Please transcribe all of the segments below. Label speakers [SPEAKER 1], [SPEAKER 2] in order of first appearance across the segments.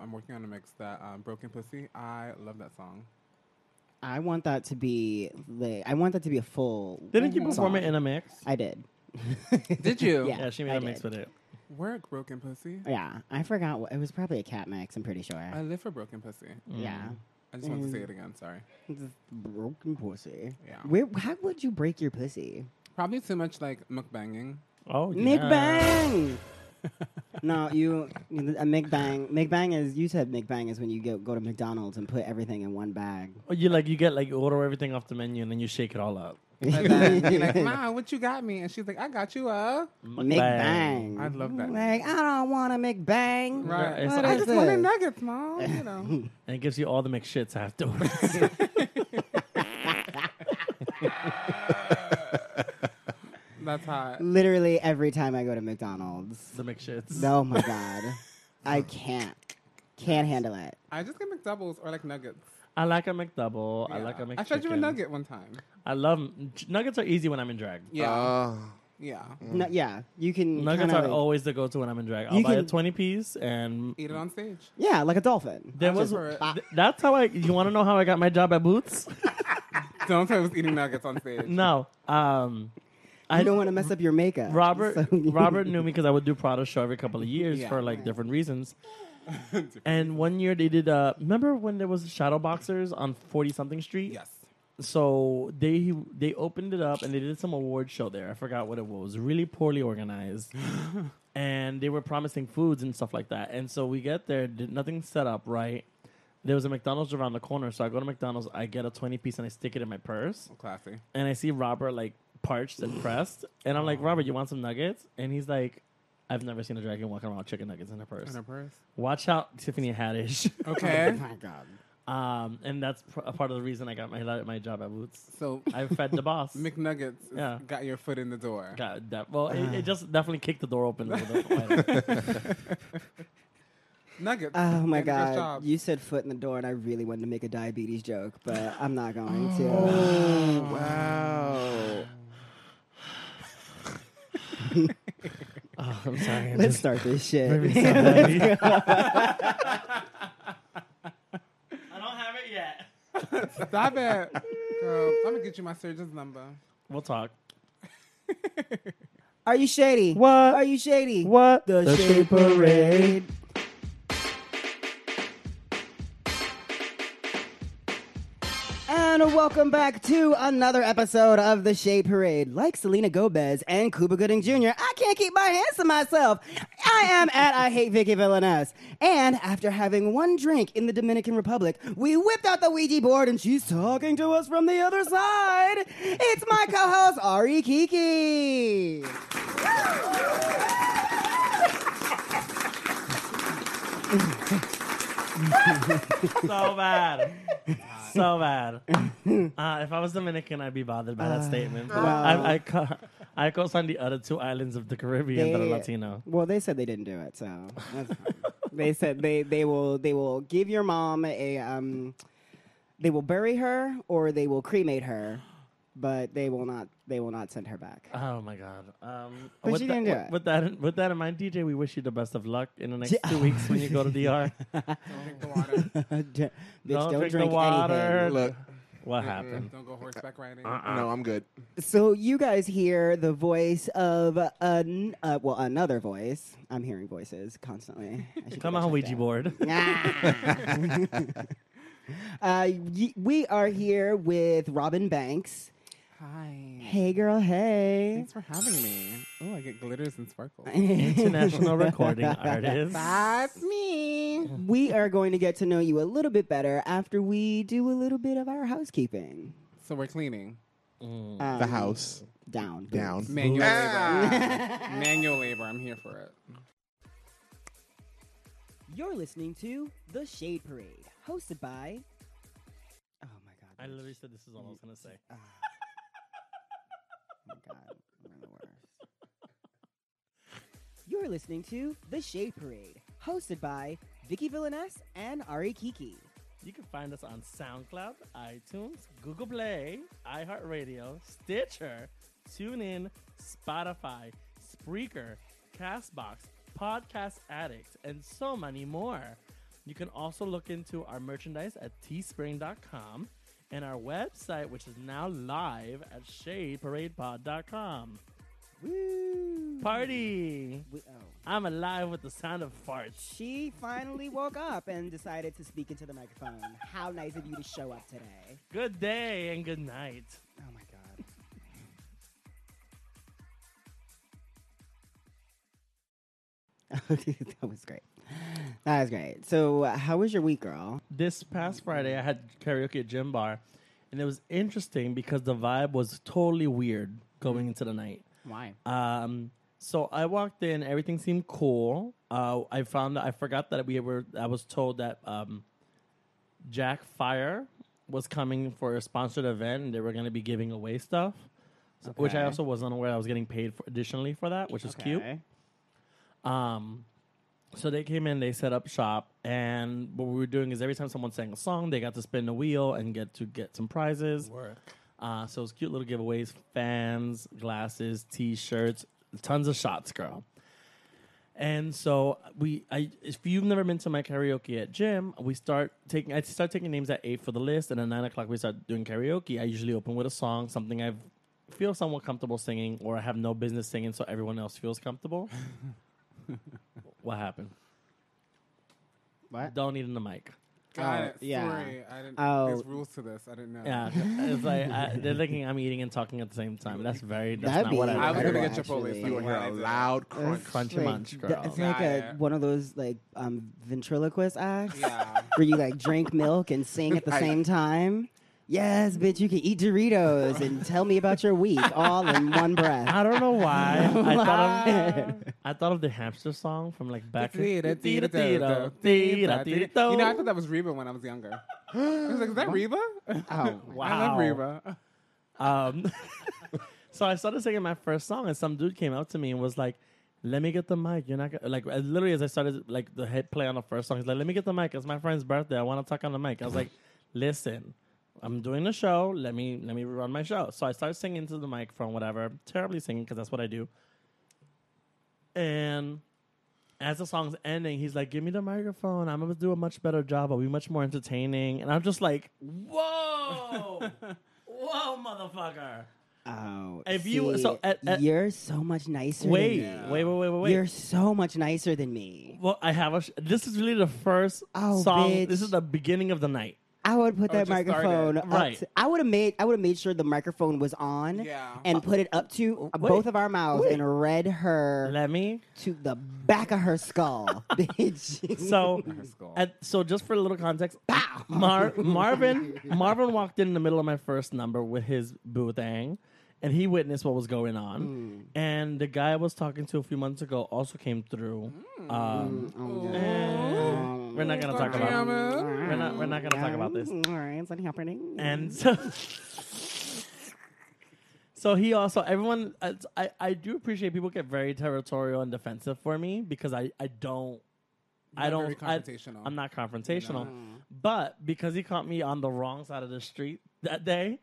[SPEAKER 1] I'm working on a mix that um, Broken Pussy. I love that song.
[SPEAKER 2] I want that to be like I want that to be a full. Mhm.
[SPEAKER 3] Didn't you
[SPEAKER 2] Mm-hmm. song.
[SPEAKER 3] perform it in a mix?
[SPEAKER 2] I did.
[SPEAKER 1] Did you?
[SPEAKER 3] yeah, she made
[SPEAKER 2] I
[SPEAKER 3] a mix
[SPEAKER 2] did.
[SPEAKER 3] with it.
[SPEAKER 1] Work Broken Pussy.
[SPEAKER 2] Yeah, I forgot. What, it was probably a cat mix. I'm pretty sure.
[SPEAKER 3] Mm.
[SPEAKER 1] I live for Broken Pussy.
[SPEAKER 2] yeah,
[SPEAKER 1] I just want to say it again. Sorry.
[SPEAKER 2] broken pussy.
[SPEAKER 1] Yeah.
[SPEAKER 2] Where? How would you break your pussy?
[SPEAKER 1] Probably too much like mukbanging.
[SPEAKER 3] Oh, yeah.
[SPEAKER 2] Mick bang. no, you a Mick bang. Mick bang is you said Mick bang is when you go go to McDonald's and put everything in one bag.
[SPEAKER 3] Oh, you like you get like you order everything off the menu and then you shake it all up.
[SPEAKER 1] But then you're like, Ma, what you got me? And she's like, I got you uh." a.
[SPEAKER 2] Mick bang.
[SPEAKER 1] I love that.
[SPEAKER 2] Like I don't want to Mick bang.
[SPEAKER 1] Right.
[SPEAKER 3] It's
[SPEAKER 2] What
[SPEAKER 1] I
[SPEAKER 2] is
[SPEAKER 1] just wanted
[SPEAKER 2] this?
[SPEAKER 1] nuggets, Mom. You know.
[SPEAKER 3] And it gives you all the McShits afterwards.
[SPEAKER 1] That's hot.
[SPEAKER 2] Literally every time I go to McDonald's.
[SPEAKER 3] the McShits.
[SPEAKER 2] Oh my god, I can't, can't handle it.
[SPEAKER 1] I just get McDoubles or like nuggets.
[SPEAKER 3] I like a McDouble. I like a McChicken.
[SPEAKER 1] I fed you a nugget one time.
[SPEAKER 3] I love nuggets are easy when I'm in drag.
[SPEAKER 1] Yeah.
[SPEAKER 4] Oh.
[SPEAKER 1] yeah.
[SPEAKER 2] No, yeah, you can.
[SPEAKER 3] Nuggets
[SPEAKER 2] kinda
[SPEAKER 3] are
[SPEAKER 2] like-
[SPEAKER 3] always the go-to when I'm in drag. I'll
[SPEAKER 2] You
[SPEAKER 3] buy a
[SPEAKER 2] can-
[SPEAKER 3] 20 piece and
[SPEAKER 1] Eat it on stage.
[SPEAKER 2] Yeah, like a dolphin.
[SPEAKER 3] there
[SPEAKER 1] I
[SPEAKER 3] was
[SPEAKER 1] prefer it.
[SPEAKER 3] th- that's how I you want to know how I got my job at Boots?
[SPEAKER 1] Don't say I was eating nuggets on stage.
[SPEAKER 3] no. Um
[SPEAKER 2] I don't want to mess up your makeup.
[SPEAKER 3] Robert
[SPEAKER 2] so-
[SPEAKER 3] Robert knew me because I would do Prada show every couple of years
[SPEAKER 1] Yeah.
[SPEAKER 3] for like different reasons. and one year they did. Uh, remember when there was Shadow Boxers on Forty Something Street?
[SPEAKER 1] Yes.
[SPEAKER 3] So they they opened it up and they did some award show there. I forgot what it was. Really poorly organized, and they were promising foods and stuff like that. And so we get there, did nothing set up right. There was a McDonald's around the corner, so I go to McDonald's. I get a twenty piece and I stick it in my purse
[SPEAKER 1] Classy.
[SPEAKER 3] and I see Robert like parched and pressed, and I'm like, Robert, you want some nuggets? And he's like, I've never seen a dragon walking around with chicken nuggets in her purse.
[SPEAKER 1] In her purse.
[SPEAKER 3] Watch out, Tiffany Haddish.
[SPEAKER 2] Oh
[SPEAKER 1] Okay.
[SPEAKER 2] my god.
[SPEAKER 3] um, and that's pr- a part of the reason I got my li- my job at Boots.
[SPEAKER 1] so
[SPEAKER 3] I fed the boss.
[SPEAKER 1] McNuggets
[SPEAKER 3] Yeah.
[SPEAKER 1] got your foot in the door.
[SPEAKER 3] God, that, well, it, it just definitely kicked the door open. with the-
[SPEAKER 1] Nuggets.
[SPEAKER 2] Oh my
[SPEAKER 1] get your first
[SPEAKER 2] god.
[SPEAKER 1] job.
[SPEAKER 2] You said foot in the door, and I really wanted to make a diabetes joke, but I'm not going to.
[SPEAKER 4] Wow.
[SPEAKER 3] oh, I'm sorry. I'm
[SPEAKER 2] Let's
[SPEAKER 3] just-
[SPEAKER 2] start this shit.
[SPEAKER 3] I don't have it yet.
[SPEAKER 1] Stop it. Girl, I'm gonna get you my surgeon's number.
[SPEAKER 3] We'll talk.
[SPEAKER 2] Are you shady?
[SPEAKER 3] What?
[SPEAKER 2] Are you shady?
[SPEAKER 3] What
[SPEAKER 2] The, Shade Parade. And welcome back to another episode of The Shade Parade. Like Selena Gomez and Cuba Gooding Jr., I can't keep my hands to myself. I am at I Hate Vicky Villainess. And after having one drink in the Dominican Republic, we whipped out the Ouija board and she's talking to us from the other side. It's my co host, Ari Kiki.
[SPEAKER 3] so bad. So bad. Uh, if I was Dominican, I'd be bothered by
[SPEAKER 2] Ah.
[SPEAKER 3] that statement. But
[SPEAKER 2] well.
[SPEAKER 3] I, I, co- I co signed the other two islands of the Caribbean that are
[SPEAKER 2] They-
[SPEAKER 3] Latino.
[SPEAKER 2] Well, they said they didn't do it, so that's fine. they said they, they will they will give your mom a um, they will bury her or they will cremate her, but they will not they will not send her back.
[SPEAKER 3] Oh my God. Um,
[SPEAKER 2] But
[SPEAKER 3] with
[SPEAKER 2] you
[SPEAKER 3] that,
[SPEAKER 2] didn't do
[SPEAKER 3] with,
[SPEAKER 2] it.
[SPEAKER 3] With that, in, with that in mind, DJ, we wish you the best of luck in the next two weeks when you go to DR.
[SPEAKER 1] Don't drink the water.
[SPEAKER 2] Bitch, don't,
[SPEAKER 3] Uh, drink the
[SPEAKER 2] drink
[SPEAKER 3] water.
[SPEAKER 2] anything.
[SPEAKER 4] Look.
[SPEAKER 3] What happened? Uh-uh.
[SPEAKER 1] Don't go horseback riding.
[SPEAKER 4] No, I'm good.
[SPEAKER 2] So you guys hear the voice of an uh, well another voice. I'm hearing voices constantly. I should
[SPEAKER 3] Come
[SPEAKER 2] get that
[SPEAKER 3] on,
[SPEAKER 2] checked out.
[SPEAKER 3] Ouija board.
[SPEAKER 2] Uh, y- we are here with Robin Banks.
[SPEAKER 1] Hi.
[SPEAKER 2] Hey, girl. Hey.
[SPEAKER 1] Thanks for having me. Oh, I get glitters and sparkles.
[SPEAKER 3] International recording artist.
[SPEAKER 1] That's me.
[SPEAKER 2] we are going to get to know you a little bit better after we do a little bit of our housekeeping.
[SPEAKER 1] So we're cleaning.
[SPEAKER 2] Um,
[SPEAKER 4] Mm. The house
[SPEAKER 2] down,
[SPEAKER 4] down.
[SPEAKER 1] Manual labor.
[SPEAKER 2] Ah.
[SPEAKER 1] Manual labor. I'm here for it.
[SPEAKER 2] Oh, You're listening to the Shade Parade, hosted by. Oh my god!
[SPEAKER 3] I
[SPEAKER 2] bitch. Ah.
[SPEAKER 3] literally said this is all I was going to say.
[SPEAKER 2] Oh my god, we're the worst. You're listening to the Shade Parade, hosted by Vicky Villaness and Ari Kiki.
[SPEAKER 3] You can find us on SoundCloud, iTunes, Google Play, iHeartRadio, Stitcher, TuneIn, Spotify, Spreaker, Castbox, Podcast Addict, and so many more. You can also look into our merchandise at teespring.com and our website, which is now live at shadeparadepod.com.
[SPEAKER 2] Woo!
[SPEAKER 3] Party!
[SPEAKER 2] We, oh.
[SPEAKER 3] I'm alive with the sound of farts.
[SPEAKER 2] She finally woke up and decided to speak into the microphone. How nice of you to show up today.
[SPEAKER 3] Good day and good night.
[SPEAKER 2] Oh my God. that was great. That was great. So, uh, how was your week, girl?
[SPEAKER 3] This past Friday, I had karaoke at Gym Bar, and it was interesting because the vibe was totally weird going into the night.
[SPEAKER 2] Why?
[SPEAKER 3] Um, so I walked in, everything seemed cool. Uh, I found I forgot that we were. I was told that um, Jack Fire was coming for a sponsored event, and they were going to be giving away stuff, so- which I
[SPEAKER 2] Okay.
[SPEAKER 3] also was unaware I was getting paid for additionally for that, which is cute. Um, so they came in, they set up shop, and what we were doing is every time someone sang a song, they got to spin the wheel and get to get some prizes.
[SPEAKER 1] Work.
[SPEAKER 3] Uh, so it's cute little giveaways, fans, glasses, t-shirts, tons of shots, girl. And so we, I, if you've never been to my karaoke at gym, we start taking, I start taking names at eight for the list, and at nine o'clock we start doing karaoke. I usually open with a song, something I feel somewhat comfortable singing, or I have no business singing, so everyone else feels comfortable. what happened?
[SPEAKER 2] What?
[SPEAKER 3] Don't need in the mic.
[SPEAKER 1] Got
[SPEAKER 2] Oh,
[SPEAKER 1] it.
[SPEAKER 2] yeah.
[SPEAKER 1] Sorry, I didn't.
[SPEAKER 2] Oh.
[SPEAKER 1] There's rules to this. I didn't know.
[SPEAKER 3] Yeah, it's like I, they're thinking I'm eating and talking at the same time. That's very that's
[SPEAKER 2] That'd
[SPEAKER 3] not
[SPEAKER 2] be
[SPEAKER 3] what I
[SPEAKER 1] I was gonna
[SPEAKER 2] Terrible,
[SPEAKER 1] get Chipotle.
[SPEAKER 2] actually.
[SPEAKER 1] so
[SPEAKER 4] You will hear
[SPEAKER 1] I
[SPEAKER 4] a
[SPEAKER 1] did.
[SPEAKER 4] loud crunch.
[SPEAKER 2] It's
[SPEAKER 3] Crunchy munch, girl.
[SPEAKER 2] It's like a,
[SPEAKER 1] Got it.
[SPEAKER 2] one of those like um, ventriloquist acts
[SPEAKER 1] Yeah.
[SPEAKER 2] where you like drink milk and sing at the
[SPEAKER 4] I-
[SPEAKER 2] same time. Yes, bitch, you can eat Doritos and tell me about your week all in one breath.
[SPEAKER 3] I don't know why. I thought of I thought of the hamster song from like back
[SPEAKER 1] Tira, tira, tira, tira, tira. You know, I thought that was Reba when I was younger. I was like, is that Reba?
[SPEAKER 2] Oh,
[SPEAKER 1] I love
[SPEAKER 3] Wow.
[SPEAKER 1] Reba.
[SPEAKER 3] Um, so I started singing my first song, and some dude came up to me and was like, "Let me get the mic." You're not gonna, like as- literally as I started like the hit play on the first song. He's like, "Let me get the mic. It's my friend's birthday. I want to talk on the mic." I was like, "Listen, I'm doing a show. Let me let me run my show." So I started singing to the mic from whatever, terribly singing because that's what I do. And as the song's ending, he's like, "Give me the microphone. I'm gonna do a much better job. I'll be much more entertaining." And I'm just like, "Whoa, whoa, motherfucker!"
[SPEAKER 2] oh.
[SPEAKER 3] If you-
[SPEAKER 2] see,
[SPEAKER 3] so, at- at-
[SPEAKER 2] you're so much nicer.
[SPEAKER 3] Wait,
[SPEAKER 2] than me.
[SPEAKER 3] wait, wait, wait, wait, wait.
[SPEAKER 2] You're so much nicer than me.
[SPEAKER 3] well, I have a. Sh- this is really the first
[SPEAKER 2] Oh,
[SPEAKER 3] song.
[SPEAKER 2] bitch.
[SPEAKER 3] This is the beginning of the night.
[SPEAKER 2] I would put that
[SPEAKER 1] just started.
[SPEAKER 2] microphone up
[SPEAKER 3] Right.
[SPEAKER 2] to- I would have made I would have made sure the microphone was on
[SPEAKER 1] Yeah.
[SPEAKER 2] and put it up to both of our mouths and read her
[SPEAKER 3] Oh, Let me.
[SPEAKER 2] to the back of her skull, bitch.
[SPEAKER 3] So,
[SPEAKER 1] skull.
[SPEAKER 3] at, so just for a little context, Mar- Marvin Marvin walked in the middle of my first number with his boo thing, and he witnessed what was going
[SPEAKER 2] Hmm.
[SPEAKER 3] on. And the guy I was talking to a few months ago also came through.
[SPEAKER 2] Hmm.
[SPEAKER 3] Um,
[SPEAKER 2] Oh,
[SPEAKER 3] eh, we're not gonna talk about.
[SPEAKER 1] Pajama.
[SPEAKER 3] We're not. We're not gonna talk about this.
[SPEAKER 2] All right, it's not happening.
[SPEAKER 1] Mm.
[SPEAKER 3] and so so he also everyone I, I- I do appreciate people get very territorial and defensive for me because I I don't I
[SPEAKER 1] not
[SPEAKER 3] don't
[SPEAKER 1] very
[SPEAKER 3] I,
[SPEAKER 1] confrontational.
[SPEAKER 3] I'm not confrontational but because he caught me on the wrong side of the street that day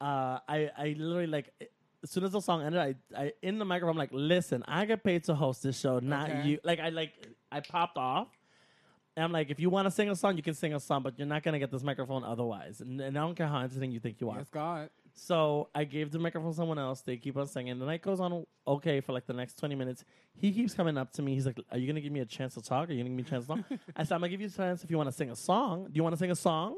[SPEAKER 3] uh I I literally like as soon as the song ended I I in the microphone I'm like listen I get paid to host this show not
[SPEAKER 1] Okay.
[SPEAKER 3] you like I like I popped off and I'm like, if you want to sing a song, you can sing a song, but you're not gonna get this microphone otherwise. And, and I don't care how interesting you think you are.
[SPEAKER 1] Yes, God.
[SPEAKER 3] So I gave the microphone to someone else. They keep on singing. The night goes on okay for like the next 20 minutes. He keeps coming up to me. He's like, Are you gonna give me a chance to talk? Are you gonna give me a chance to talk? I said, I'm gonna give you a chance if you wanna sing a song. Do you wanna sing a song?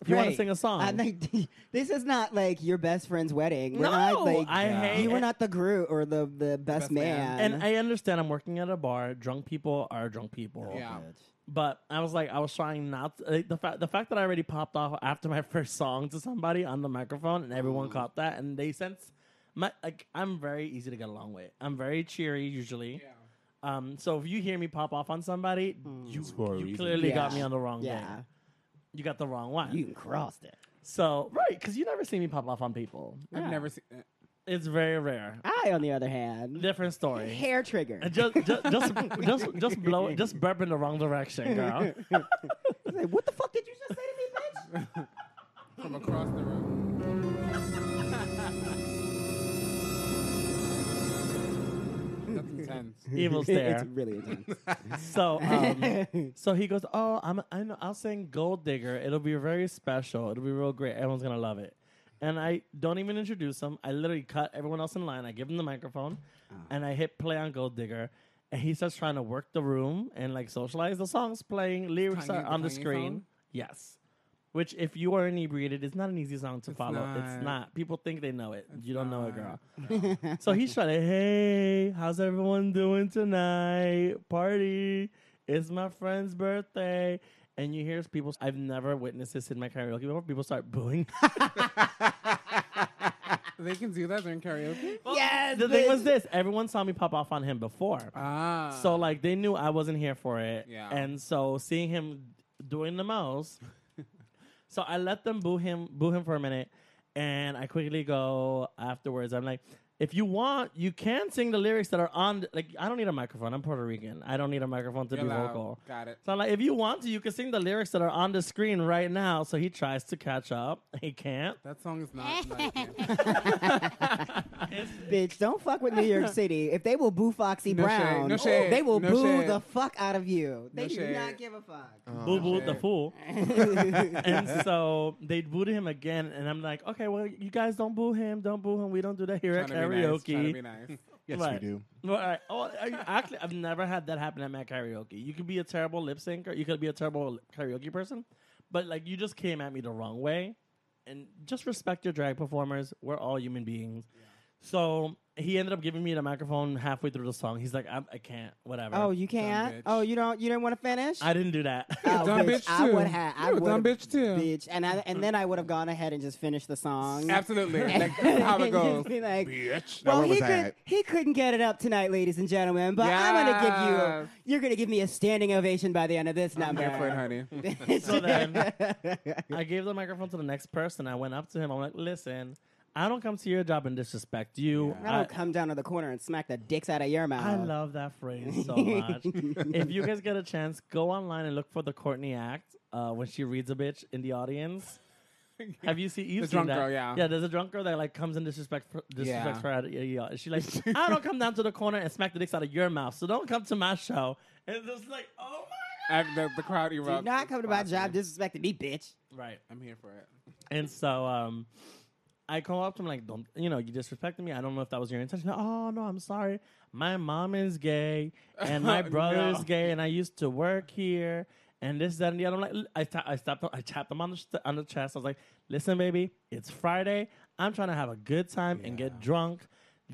[SPEAKER 3] If you wanna
[SPEAKER 2] Right.
[SPEAKER 3] sing a song.
[SPEAKER 2] I think- this is not like your best friend's wedding. We're
[SPEAKER 3] no,
[SPEAKER 2] not like
[SPEAKER 3] I
[SPEAKER 1] Yeah.
[SPEAKER 3] hate
[SPEAKER 2] you were
[SPEAKER 3] it.
[SPEAKER 2] not the group or the the best,
[SPEAKER 1] Best
[SPEAKER 2] man.
[SPEAKER 1] man.
[SPEAKER 3] And I understand I'm working at a bar. Drunk people are drunk people.
[SPEAKER 1] Yeah.
[SPEAKER 3] But I was like, I was trying not to, like, the fact the fact that I already popped off after my first song to somebody on the microphone, and
[SPEAKER 2] Mm.
[SPEAKER 3] everyone caught that, and they sense my like I'm very easy to get along with. I'm very cheery usually.
[SPEAKER 1] Yeah.
[SPEAKER 3] Um, so if you hear me pop off on somebody, you,
[SPEAKER 4] for a
[SPEAKER 3] you
[SPEAKER 4] reason.
[SPEAKER 3] clearly got
[SPEAKER 2] Mm. Yeah.
[SPEAKER 3] me on the wrong
[SPEAKER 2] yeah,
[SPEAKER 3] thing. You got the wrong one.
[SPEAKER 2] you crossed it.
[SPEAKER 3] so right, because you never see me pop off on people.
[SPEAKER 1] I've never seen. eh,
[SPEAKER 3] It's very rare.
[SPEAKER 2] I, on the other hand,
[SPEAKER 3] Different story.
[SPEAKER 2] hair trigger.
[SPEAKER 3] And just, just, just, just, just blow, just burp in the wrong direction, girl.
[SPEAKER 2] It's like, what the fuck did you just say to me, bitch?
[SPEAKER 1] From across the room. That's intense.
[SPEAKER 3] evil
[SPEAKER 2] it's
[SPEAKER 3] stare.
[SPEAKER 2] really intense.
[SPEAKER 3] So, um, so he goes, "Oh, I'm, I know, I'll sing Gold Digger. It'll be very special. It'll be real great. Everyone's gonna love it." And I don't even introduce him. I literally cut everyone else in line. I give him the microphone, and I hit play on Gold Digger. And he starts trying to work the room and like socialize. The song's playing, lyrics
[SPEAKER 1] Kanye-
[SPEAKER 3] are on the
[SPEAKER 1] the Kanye
[SPEAKER 3] screen.
[SPEAKER 1] song?
[SPEAKER 3] Yes. Which, if you are inebriated, it's not an easy song to follow.
[SPEAKER 1] not.
[SPEAKER 3] It's not. People think they know it. you don't know it, girl. So he's trying to, hey, how's everyone doing tonight? Party. It's my friend's birthday. And you hear people, I've never witnessed this in my karaoke before. People start booing.
[SPEAKER 1] They can do that during karaoke.
[SPEAKER 2] yes.
[SPEAKER 3] the thing was this everyone saw me pop off on him before.
[SPEAKER 1] Ah.
[SPEAKER 3] So, like, they knew I wasn't here for it.
[SPEAKER 1] Yeah.
[SPEAKER 3] And so seeing him doing the most, so I let them boo him, boo him for a minute. And I quickly go afterwards. I'm like, if you want, you can sing the lyrics that are on. th- Like, I don't need a microphone. I'm Puerto Rican. I don't need a microphone to
[SPEAKER 1] You're
[SPEAKER 3] be
[SPEAKER 1] loud.
[SPEAKER 3] vocal.
[SPEAKER 1] Got it.
[SPEAKER 3] So I'm like, if you want to, you can sing the lyrics that are on the screen right now. So he tries to catch up. He can't.
[SPEAKER 1] That song is not. not
[SPEAKER 2] bitch, don't fuck with New York City. If they will boo Foxy
[SPEAKER 1] No shade,
[SPEAKER 2] Brown,
[SPEAKER 1] no shade,
[SPEAKER 2] they will
[SPEAKER 1] no
[SPEAKER 2] boo
[SPEAKER 1] shade.
[SPEAKER 2] the fuck out of you. They
[SPEAKER 1] No
[SPEAKER 2] do
[SPEAKER 1] shade.
[SPEAKER 2] not give a fuck.
[SPEAKER 3] boo boo
[SPEAKER 1] shit.
[SPEAKER 3] the fool. and so they booed him again, and I'm like, okay, well, you guys don't boo him, don't boo him. We don't do that here at
[SPEAKER 1] Trying to
[SPEAKER 3] karaoke.
[SPEAKER 1] be nice.
[SPEAKER 4] Yes,
[SPEAKER 3] Right.
[SPEAKER 4] we do.
[SPEAKER 3] Right. Oh, I- actually, I've never had that happen at my karaoke. You could be a terrible lip syncer, you could be a terrible karaoke person, but like you just came at me the wrong way. And just respect your drag performers. We're all human beings. So he ended up giving me the microphone halfway through the song. He's like, I'm, I can't, whatever.
[SPEAKER 2] Oh, you can't.
[SPEAKER 1] bitch.
[SPEAKER 2] Oh, you don't. You didn't want to finish.
[SPEAKER 3] I didn't do that.
[SPEAKER 2] Oh,
[SPEAKER 1] Dumb bitch
[SPEAKER 2] I
[SPEAKER 1] too.
[SPEAKER 2] would have. I
[SPEAKER 1] You a
[SPEAKER 2] would
[SPEAKER 1] dumb bitch too.
[SPEAKER 2] Bitch, and I, and then I would have gone ahead and just finished the song.
[SPEAKER 1] Absolutely. Like, how it
[SPEAKER 2] And
[SPEAKER 1] goes.
[SPEAKER 2] just be like,
[SPEAKER 4] Bitch.
[SPEAKER 2] well,
[SPEAKER 4] where was
[SPEAKER 2] he
[SPEAKER 4] I
[SPEAKER 2] could
[SPEAKER 4] at?
[SPEAKER 2] he couldn't get it up tonight, ladies and gentlemen. But I'm gonna give you. a-
[SPEAKER 1] Yes.
[SPEAKER 2] you're gonna give me a standing ovation by the end of this number.
[SPEAKER 1] Here for it, honey.
[SPEAKER 3] So then I gave the microphone to the next person. I went up to him. I'm like, listen, I don't come to your job and disrespect you.
[SPEAKER 2] I don't come down to the corner and smack the dicks out of your mouth.
[SPEAKER 3] I love that phrase so much. if you guys get a chance, go online and look for the Courtney Act uh, when she reads a bitch in the audience. Have you seen? You've
[SPEAKER 1] The
[SPEAKER 3] seen
[SPEAKER 1] drunk
[SPEAKER 3] that.
[SPEAKER 1] girl, yeah.
[SPEAKER 3] Yeah, there's a drunk girl that like comes and disrespect disrespects
[SPEAKER 1] Yeah.
[SPEAKER 3] her. Out of, yeah, yeah. She like, I don't come down to the corner and smack the dicks out of your mouth. So don't come to my show. And it's just like, oh my
[SPEAKER 1] I, the, the crowd
[SPEAKER 2] Do
[SPEAKER 1] erupts.
[SPEAKER 2] not come to my
[SPEAKER 1] It's
[SPEAKER 2] job
[SPEAKER 1] awesome.
[SPEAKER 2] disrespecting me, bitch.
[SPEAKER 3] god. Right.
[SPEAKER 1] I'm here for it.
[SPEAKER 3] And so um, I call up to him like, don't you know, you disrespected me. I don't know if that was your intention. Oh no, I'm sorry. My mom is gay and my
[SPEAKER 1] No.
[SPEAKER 3] brother is gay, and I used to work here. And this, that, and the other. I'm like, "L- I, ta- I stopped. him- I tapped him on the st- on the chest. I was like, "Listen, baby, it's Friday. I'm trying to have a good time and get drunk.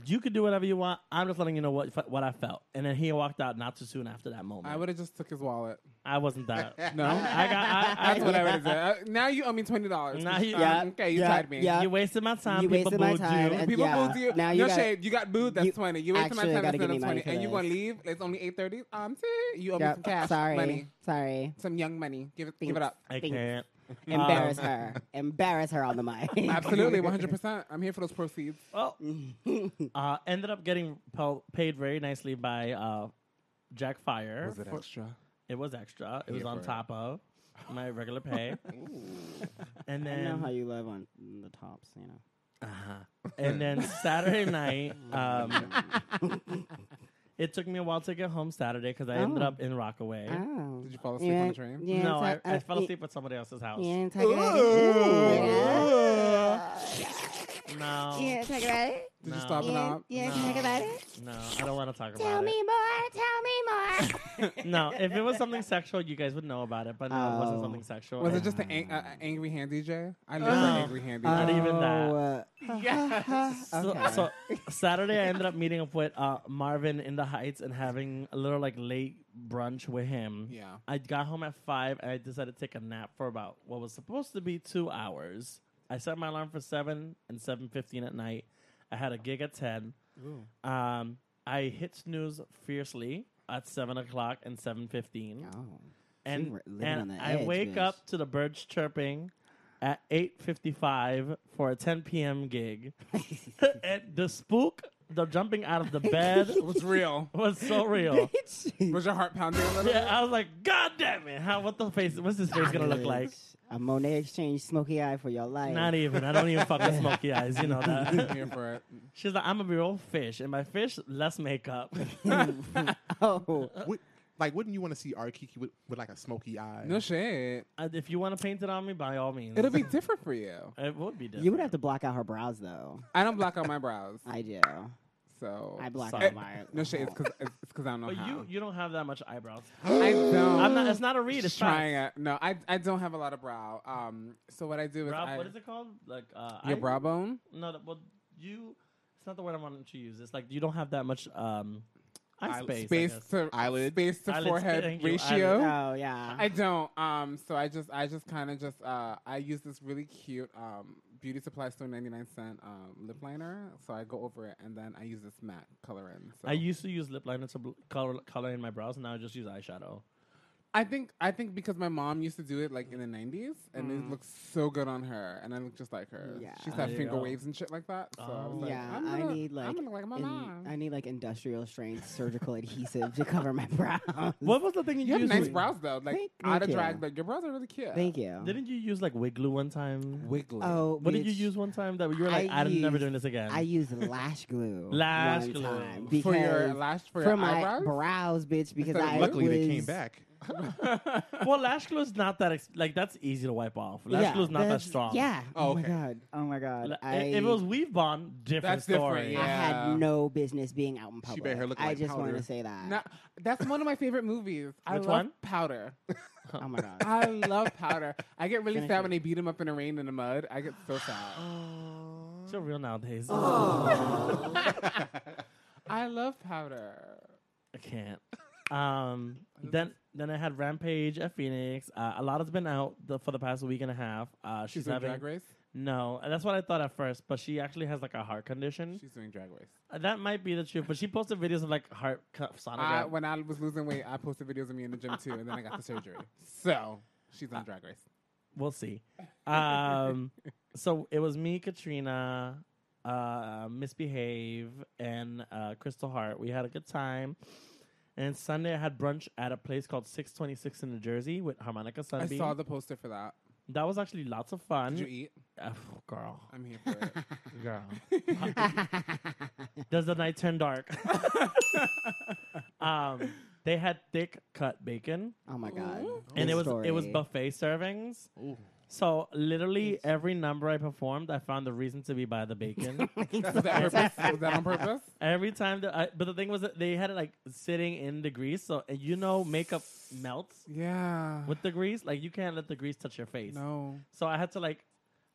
[SPEAKER 3] You could do whatever you want. I'm just letting you know what what I felt." And then he walked out not too soon after that moment.
[SPEAKER 1] I
[SPEAKER 3] I,
[SPEAKER 1] would have just took his wallet.
[SPEAKER 3] wasn't that.
[SPEAKER 1] No,
[SPEAKER 3] I got. I, I,
[SPEAKER 1] that's what I would have said. Uh, now you owe me twenty dollars.
[SPEAKER 3] Now you-
[SPEAKER 2] Yeah,
[SPEAKER 1] okay, you
[SPEAKER 2] yeah,
[SPEAKER 1] tied me.
[SPEAKER 2] yeah.
[SPEAKER 3] you wasted my time.
[SPEAKER 2] You
[SPEAKER 3] People
[SPEAKER 2] wasted my
[SPEAKER 3] booed
[SPEAKER 2] time,
[SPEAKER 3] You.
[SPEAKER 2] and-
[SPEAKER 1] People
[SPEAKER 2] Yeah.
[SPEAKER 1] booed you.
[SPEAKER 2] Now
[SPEAKER 1] Now
[SPEAKER 2] you
[SPEAKER 1] you no
[SPEAKER 2] gotta-
[SPEAKER 1] shade. You got booed. That's
[SPEAKER 2] you
[SPEAKER 1] twenty. You wasted my
[SPEAKER 2] actually
[SPEAKER 1] time.
[SPEAKER 2] gotta
[SPEAKER 1] That's
[SPEAKER 2] give
[SPEAKER 1] another
[SPEAKER 2] me
[SPEAKER 1] twenty.
[SPEAKER 2] money for
[SPEAKER 1] And you
[SPEAKER 2] this.
[SPEAKER 1] gonna leave? It's only eight thirty. Um, see, you owe me some
[SPEAKER 2] Yep.
[SPEAKER 1] cash.
[SPEAKER 2] Sorry,
[SPEAKER 1] money.
[SPEAKER 2] sorry.
[SPEAKER 1] Some young money. Give it. Give it
[SPEAKER 2] Thanks.
[SPEAKER 1] up. Um,
[SPEAKER 3] I
[SPEAKER 2] Thanks.
[SPEAKER 3] can't.
[SPEAKER 2] Embarrass her. Embarrass her on the mic.
[SPEAKER 1] Absolutely, one hundred percent. I'm here for those proceeds.
[SPEAKER 3] Well, uh, ended up getting pel- paid very nicely by uh, Jack Fire.
[SPEAKER 4] Was it
[SPEAKER 3] for-
[SPEAKER 4] extra?
[SPEAKER 3] it was extra. It was
[SPEAKER 4] Here
[SPEAKER 3] on
[SPEAKER 4] for it.
[SPEAKER 3] top of my regular pay. and
[SPEAKER 2] I know how
[SPEAKER 3] then,
[SPEAKER 2] you live on the tops, you know.
[SPEAKER 3] and then Saturday night, um, it took me a while to get home Saturday because I ended
[SPEAKER 2] Oh.
[SPEAKER 3] up in Rockaway.
[SPEAKER 2] Oh.
[SPEAKER 1] Did you fall asleep on the train?
[SPEAKER 2] Yeah,
[SPEAKER 3] no, I,
[SPEAKER 2] it's
[SPEAKER 3] I
[SPEAKER 2] like-
[SPEAKER 3] fell
[SPEAKER 2] uh,
[SPEAKER 3] asleep at somebody else's house.
[SPEAKER 2] Yeah, talk about it.
[SPEAKER 3] No,
[SPEAKER 2] Ooh. Yeah, talk about it.
[SPEAKER 1] Did you
[SPEAKER 3] No.
[SPEAKER 1] stop it
[SPEAKER 2] Yeah,
[SPEAKER 1] up?
[SPEAKER 2] yeah,
[SPEAKER 3] No.
[SPEAKER 2] talk about it.
[SPEAKER 3] no, I don't want to talk about
[SPEAKER 5] Tell
[SPEAKER 3] it.
[SPEAKER 5] me more. Tell me more.
[SPEAKER 3] No, if it was something sexual, you guys would know about it. But no, it wasn't
[SPEAKER 2] Oh.
[SPEAKER 3] something sexual.
[SPEAKER 1] Was
[SPEAKER 3] And-
[SPEAKER 1] it just an ang- uh, angry hand DJ? I love
[SPEAKER 3] No.
[SPEAKER 1] an angry hand
[SPEAKER 3] Not
[SPEAKER 1] DJ.
[SPEAKER 3] Oh. even that.
[SPEAKER 1] oh.
[SPEAKER 2] yes.
[SPEAKER 3] So, so Saturday, I ended up meeting up with uh, Marvin in the Heights and having a little like late brunch with him.
[SPEAKER 1] Yeah.
[SPEAKER 3] I got home at five and I decided to take a nap for about what was supposed to be two hours. I set my alarm for seven and seven fifteen at night. I had a gig at ten. Um, I hit snooze fiercely at seven o'clock and seven fifteen
[SPEAKER 2] Oh.
[SPEAKER 3] and,
[SPEAKER 2] were living
[SPEAKER 3] and
[SPEAKER 2] on the
[SPEAKER 3] I
[SPEAKER 2] edge,
[SPEAKER 3] wake
[SPEAKER 2] bitch.
[SPEAKER 3] up to the birds chirping at 8:55 for a 10 p.m. gig. and the spook the jumping out of the bed
[SPEAKER 1] It was real.
[SPEAKER 3] was so real.
[SPEAKER 2] Bitch.
[SPEAKER 1] Was your heart pounding a little?
[SPEAKER 3] Yeah, I was like, God damn it! How what the face? What's his face gonna look like?
[SPEAKER 2] A Monet exchange smoky eye for your life.
[SPEAKER 3] Not even. I don't even fuck with smoky eyes. You know
[SPEAKER 1] I'm
[SPEAKER 3] that.
[SPEAKER 1] here for it.
[SPEAKER 3] She's like, I'm gonna be real fish, and by fish, less makeup. e-
[SPEAKER 2] oh.
[SPEAKER 1] uh,
[SPEAKER 4] Would- like, wouldn't you want to see our Kiki with, with like a smoky eye?
[SPEAKER 1] No shit.
[SPEAKER 3] Uh, if you want to paint it on me, by all means.
[SPEAKER 1] It'll be different for you.
[SPEAKER 3] It would be different.
[SPEAKER 2] You would have to block out her brows, though.
[SPEAKER 1] I don't block out my brows,
[SPEAKER 2] I do.
[SPEAKER 1] so
[SPEAKER 2] I block
[SPEAKER 3] Oh, Sorry.
[SPEAKER 2] out my.
[SPEAKER 1] Eh, No shit. It's because it's because I don't know
[SPEAKER 3] But
[SPEAKER 1] how.
[SPEAKER 3] you, you don't have that much eyebrows.
[SPEAKER 1] I don't.
[SPEAKER 3] I'm not. It's not a read. It's
[SPEAKER 1] trying
[SPEAKER 3] fast.
[SPEAKER 1] it. No, I I don't have a lot of brow. Um, so what I do is
[SPEAKER 3] Brow-
[SPEAKER 1] I
[SPEAKER 3] what is it called? Like uh,
[SPEAKER 1] your
[SPEAKER 3] eye-
[SPEAKER 1] brow bone.
[SPEAKER 3] No, that- well, you. It's not the word I wanted to use. It's like you don't have that much um, eye
[SPEAKER 4] Eye-
[SPEAKER 3] space. I
[SPEAKER 1] space
[SPEAKER 3] guess.
[SPEAKER 1] to
[SPEAKER 4] Eyelid.
[SPEAKER 1] space to
[SPEAKER 3] Eyelid's
[SPEAKER 1] forehead
[SPEAKER 3] getting you,
[SPEAKER 1] ratio.
[SPEAKER 3] eyelid.
[SPEAKER 2] Oh yeah.
[SPEAKER 1] I don't. Um, so I just I just kind of just uh, I use this really cute um, beauty supply store ninety nine cent um, lip liner. So I go over it and then I use this matte color in. So
[SPEAKER 3] I used to use lip liner to bl- color, color in my brows. Now I just use eyeshadow.
[SPEAKER 1] I think I think because my mom used to do it like in the nineties and it looks so good on her and I look just like her.
[SPEAKER 2] Mm. Yeah.
[SPEAKER 1] She's had
[SPEAKER 3] There you
[SPEAKER 1] finger
[SPEAKER 3] go.
[SPEAKER 1] waves and shit like that. So I
[SPEAKER 3] Oh.
[SPEAKER 1] was like,
[SPEAKER 2] yeah,
[SPEAKER 1] I'm
[SPEAKER 2] I
[SPEAKER 1] gonna-
[SPEAKER 2] need like
[SPEAKER 1] I'm gonna look like my
[SPEAKER 2] in-
[SPEAKER 1] mom.
[SPEAKER 2] I need like industrial strength surgical adhesive to cover my brows.
[SPEAKER 3] What was the thing you,
[SPEAKER 1] you have
[SPEAKER 3] used?
[SPEAKER 1] nice brows though. Like
[SPEAKER 2] Thank-
[SPEAKER 1] out of
[SPEAKER 2] thank you.
[SPEAKER 1] drag, like your brows are really cute.
[SPEAKER 2] Thank you.
[SPEAKER 3] Didn't you use like wig glue one time?
[SPEAKER 1] Wiggly.
[SPEAKER 4] Uh,
[SPEAKER 2] oh,
[SPEAKER 3] What did you
[SPEAKER 2] bitch,
[SPEAKER 3] use one time that you were like,
[SPEAKER 2] I
[SPEAKER 3] I'm never
[SPEAKER 2] used-
[SPEAKER 3] doing this again?
[SPEAKER 2] I used lash glue.
[SPEAKER 3] Lash
[SPEAKER 2] one
[SPEAKER 3] glue.
[SPEAKER 2] time
[SPEAKER 3] For
[SPEAKER 1] for your
[SPEAKER 2] because-
[SPEAKER 1] lash for,
[SPEAKER 2] for
[SPEAKER 1] your
[SPEAKER 2] my
[SPEAKER 1] eyebrows.
[SPEAKER 2] brows, bitch. Because
[SPEAKER 1] Except
[SPEAKER 2] I
[SPEAKER 4] Luckily,
[SPEAKER 2] was,
[SPEAKER 4] they came back.
[SPEAKER 3] well, lash glue is not that ex- like that's easy to wipe off. Lash
[SPEAKER 2] yeah,
[SPEAKER 3] glue is not that
[SPEAKER 2] that's-
[SPEAKER 3] strong.
[SPEAKER 2] Yeah.
[SPEAKER 4] Oh,
[SPEAKER 2] Oh, my
[SPEAKER 4] okay.
[SPEAKER 2] god. Oh my god.
[SPEAKER 3] La-
[SPEAKER 2] I,
[SPEAKER 3] if it was weave bond, different
[SPEAKER 1] That's different,
[SPEAKER 3] story.
[SPEAKER 2] I
[SPEAKER 1] yeah.
[SPEAKER 2] had no business being out in public.
[SPEAKER 4] She made her look
[SPEAKER 2] I
[SPEAKER 4] like
[SPEAKER 2] just wanted
[SPEAKER 4] powder.
[SPEAKER 2] to say that.
[SPEAKER 1] No, that's one of my favorite movies. I
[SPEAKER 3] Which
[SPEAKER 1] love
[SPEAKER 3] one?
[SPEAKER 1] Powder.
[SPEAKER 2] Oh my god.
[SPEAKER 1] I love Powder. I get really
[SPEAKER 2] Finish
[SPEAKER 1] sad
[SPEAKER 2] it.
[SPEAKER 1] when they beat him up in the rain and the mud. I get so sad.
[SPEAKER 3] It's so real nowadays.
[SPEAKER 1] I love Powder.
[SPEAKER 3] I can't. Um, then then I had Rampage at Phoenix. Uh, Alada's been out the, for the past week and a half. Uh, she's,
[SPEAKER 1] She's doing
[SPEAKER 3] having
[SPEAKER 1] Drag Race.
[SPEAKER 3] no, and that's what I thought at first. But she actually has like a heart condition.
[SPEAKER 1] She's doing Drag Race.
[SPEAKER 3] Uh, that might be the truth. But she posted videos of like heart cut
[SPEAKER 1] I,
[SPEAKER 3] sonogram.
[SPEAKER 1] when I was losing weight, I posted videos of me in the gym too, and then I got the surgery. So she's
[SPEAKER 3] Ah.
[SPEAKER 1] on Drag Race.
[SPEAKER 3] we'll see. Um, so it was me, Katrina, uh, Misbehave, and uh, Crystal Heart. We had a good time. And Sunday, I had brunch at a place called 626 in New Jersey with Harmonica
[SPEAKER 1] I
[SPEAKER 3] Sunbeam.
[SPEAKER 1] saw the poster for that.
[SPEAKER 3] that was actually lots of fun.
[SPEAKER 1] Did you eat?
[SPEAKER 3] Ah, girl,
[SPEAKER 1] I'm here for it.
[SPEAKER 3] girl. Does the night turn dark? um, they had thick cut bacon,
[SPEAKER 2] Oh my god. Good
[SPEAKER 3] and it was it was
[SPEAKER 2] story.
[SPEAKER 3] buffet servings. So literally every number I performed, I found a reason to be by the bacon.
[SPEAKER 1] Was that, on purpose? Was that on purpose?
[SPEAKER 3] every time that, I, but the thing was that they had it like sitting in the grease. So and you know, makeup melts
[SPEAKER 1] Yeah.
[SPEAKER 3] with the grease. Like you can't let the grease touch your face.
[SPEAKER 1] No.
[SPEAKER 3] So I had to like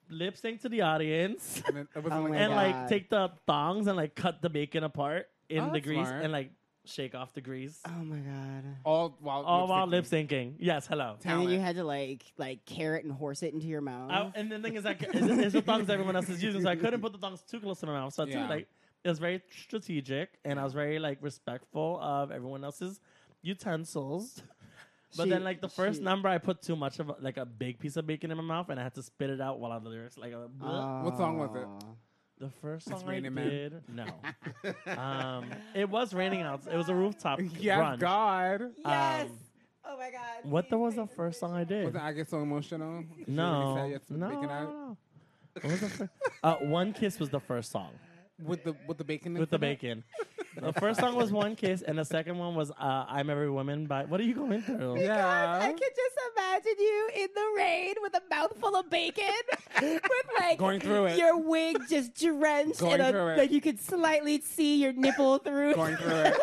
[SPEAKER 3] lip sync to the audience.
[SPEAKER 1] And it, it wasn't
[SPEAKER 2] Oh
[SPEAKER 1] like
[SPEAKER 2] my
[SPEAKER 1] that.
[SPEAKER 3] and
[SPEAKER 2] God.
[SPEAKER 3] like take the thongs and like cut the bacon apart in
[SPEAKER 1] Oh,
[SPEAKER 3] the
[SPEAKER 1] that's
[SPEAKER 3] grease
[SPEAKER 1] smart.
[SPEAKER 3] and like shake off the grease.
[SPEAKER 2] Oh my god.
[SPEAKER 1] all while
[SPEAKER 3] All while
[SPEAKER 1] syncing.
[SPEAKER 3] lip syncing. Yes, hello.
[SPEAKER 2] And then you
[SPEAKER 1] Talent.
[SPEAKER 2] had to like like carrot and horse it into your mouth.
[SPEAKER 3] I- and the thing is, like, it's, it's the thongs everyone else is using, so I couldn't put the thongs too close to my mouth. So I took,
[SPEAKER 1] Yeah.
[SPEAKER 3] like it was very strategic, and I was very like respectful of everyone else's utensils. But
[SPEAKER 2] She-
[SPEAKER 3] then, like the first
[SPEAKER 2] she-
[SPEAKER 3] number, I put too much of a- like a big piece of bacon in my mouth, and I had to spit it out while I the lyrics like uh, bleh.
[SPEAKER 1] What song was it?
[SPEAKER 2] Aw.
[SPEAKER 3] the first song I
[SPEAKER 1] Raining Man.
[SPEAKER 3] did. No, um, it was raining out. It was a rooftop
[SPEAKER 1] Yes,
[SPEAKER 3] brunch.
[SPEAKER 1] God.
[SPEAKER 2] Yes.
[SPEAKER 3] Um,
[SPEAKER 2] oh my god.
[SPEAKER 3] What the
[SPEAKER 2] please
[SPEAKER 3] was
[SPEAKER 2] say
[SPEAKER 3] the
[SPEAKER 2] this
[SPEAKER 3] first
[SPEAKER 2] bitch.
[SPEAKER 3] song I did?
[SPEAKER 1] Wasn't I get so emotional?
[SPEAKER 3] No,
[SPEAKER 1] Yes,
[SPEAKER 3] no,
[SPEAKER 1] bacon
[SPEAKER 3] no,
[SPEAKER 1] out.
[SPEAKER 3] no. What was the fir- uh, One Kiss was the first song
[SPEAKER 1] With the with the bacon.
[SPEAKER 3] with the
[SPEAKER 1] incident?
[SPEAKER 3] bacon. The first song was One Kiss, and the second one was uh, I'm Every Woman by. What are you going through?
[SPEAKER 1] Yeah.
[SPEAKER 5] I could just imagine you in the rain with a mouthful of bacon, with like
[SPEAKER 1] Going through it.
[SPEAKER 2] Your wig just drenched,
[SPEAKER 1] Going
[SPEAKER 2] and
[SPEAKER 1] through
[SPEAKER 2] a,
[SPEAKER 1] it.
[SPEAKER 2] like you could slightly see your nipple through.
[SPEAKER 1] Going through it.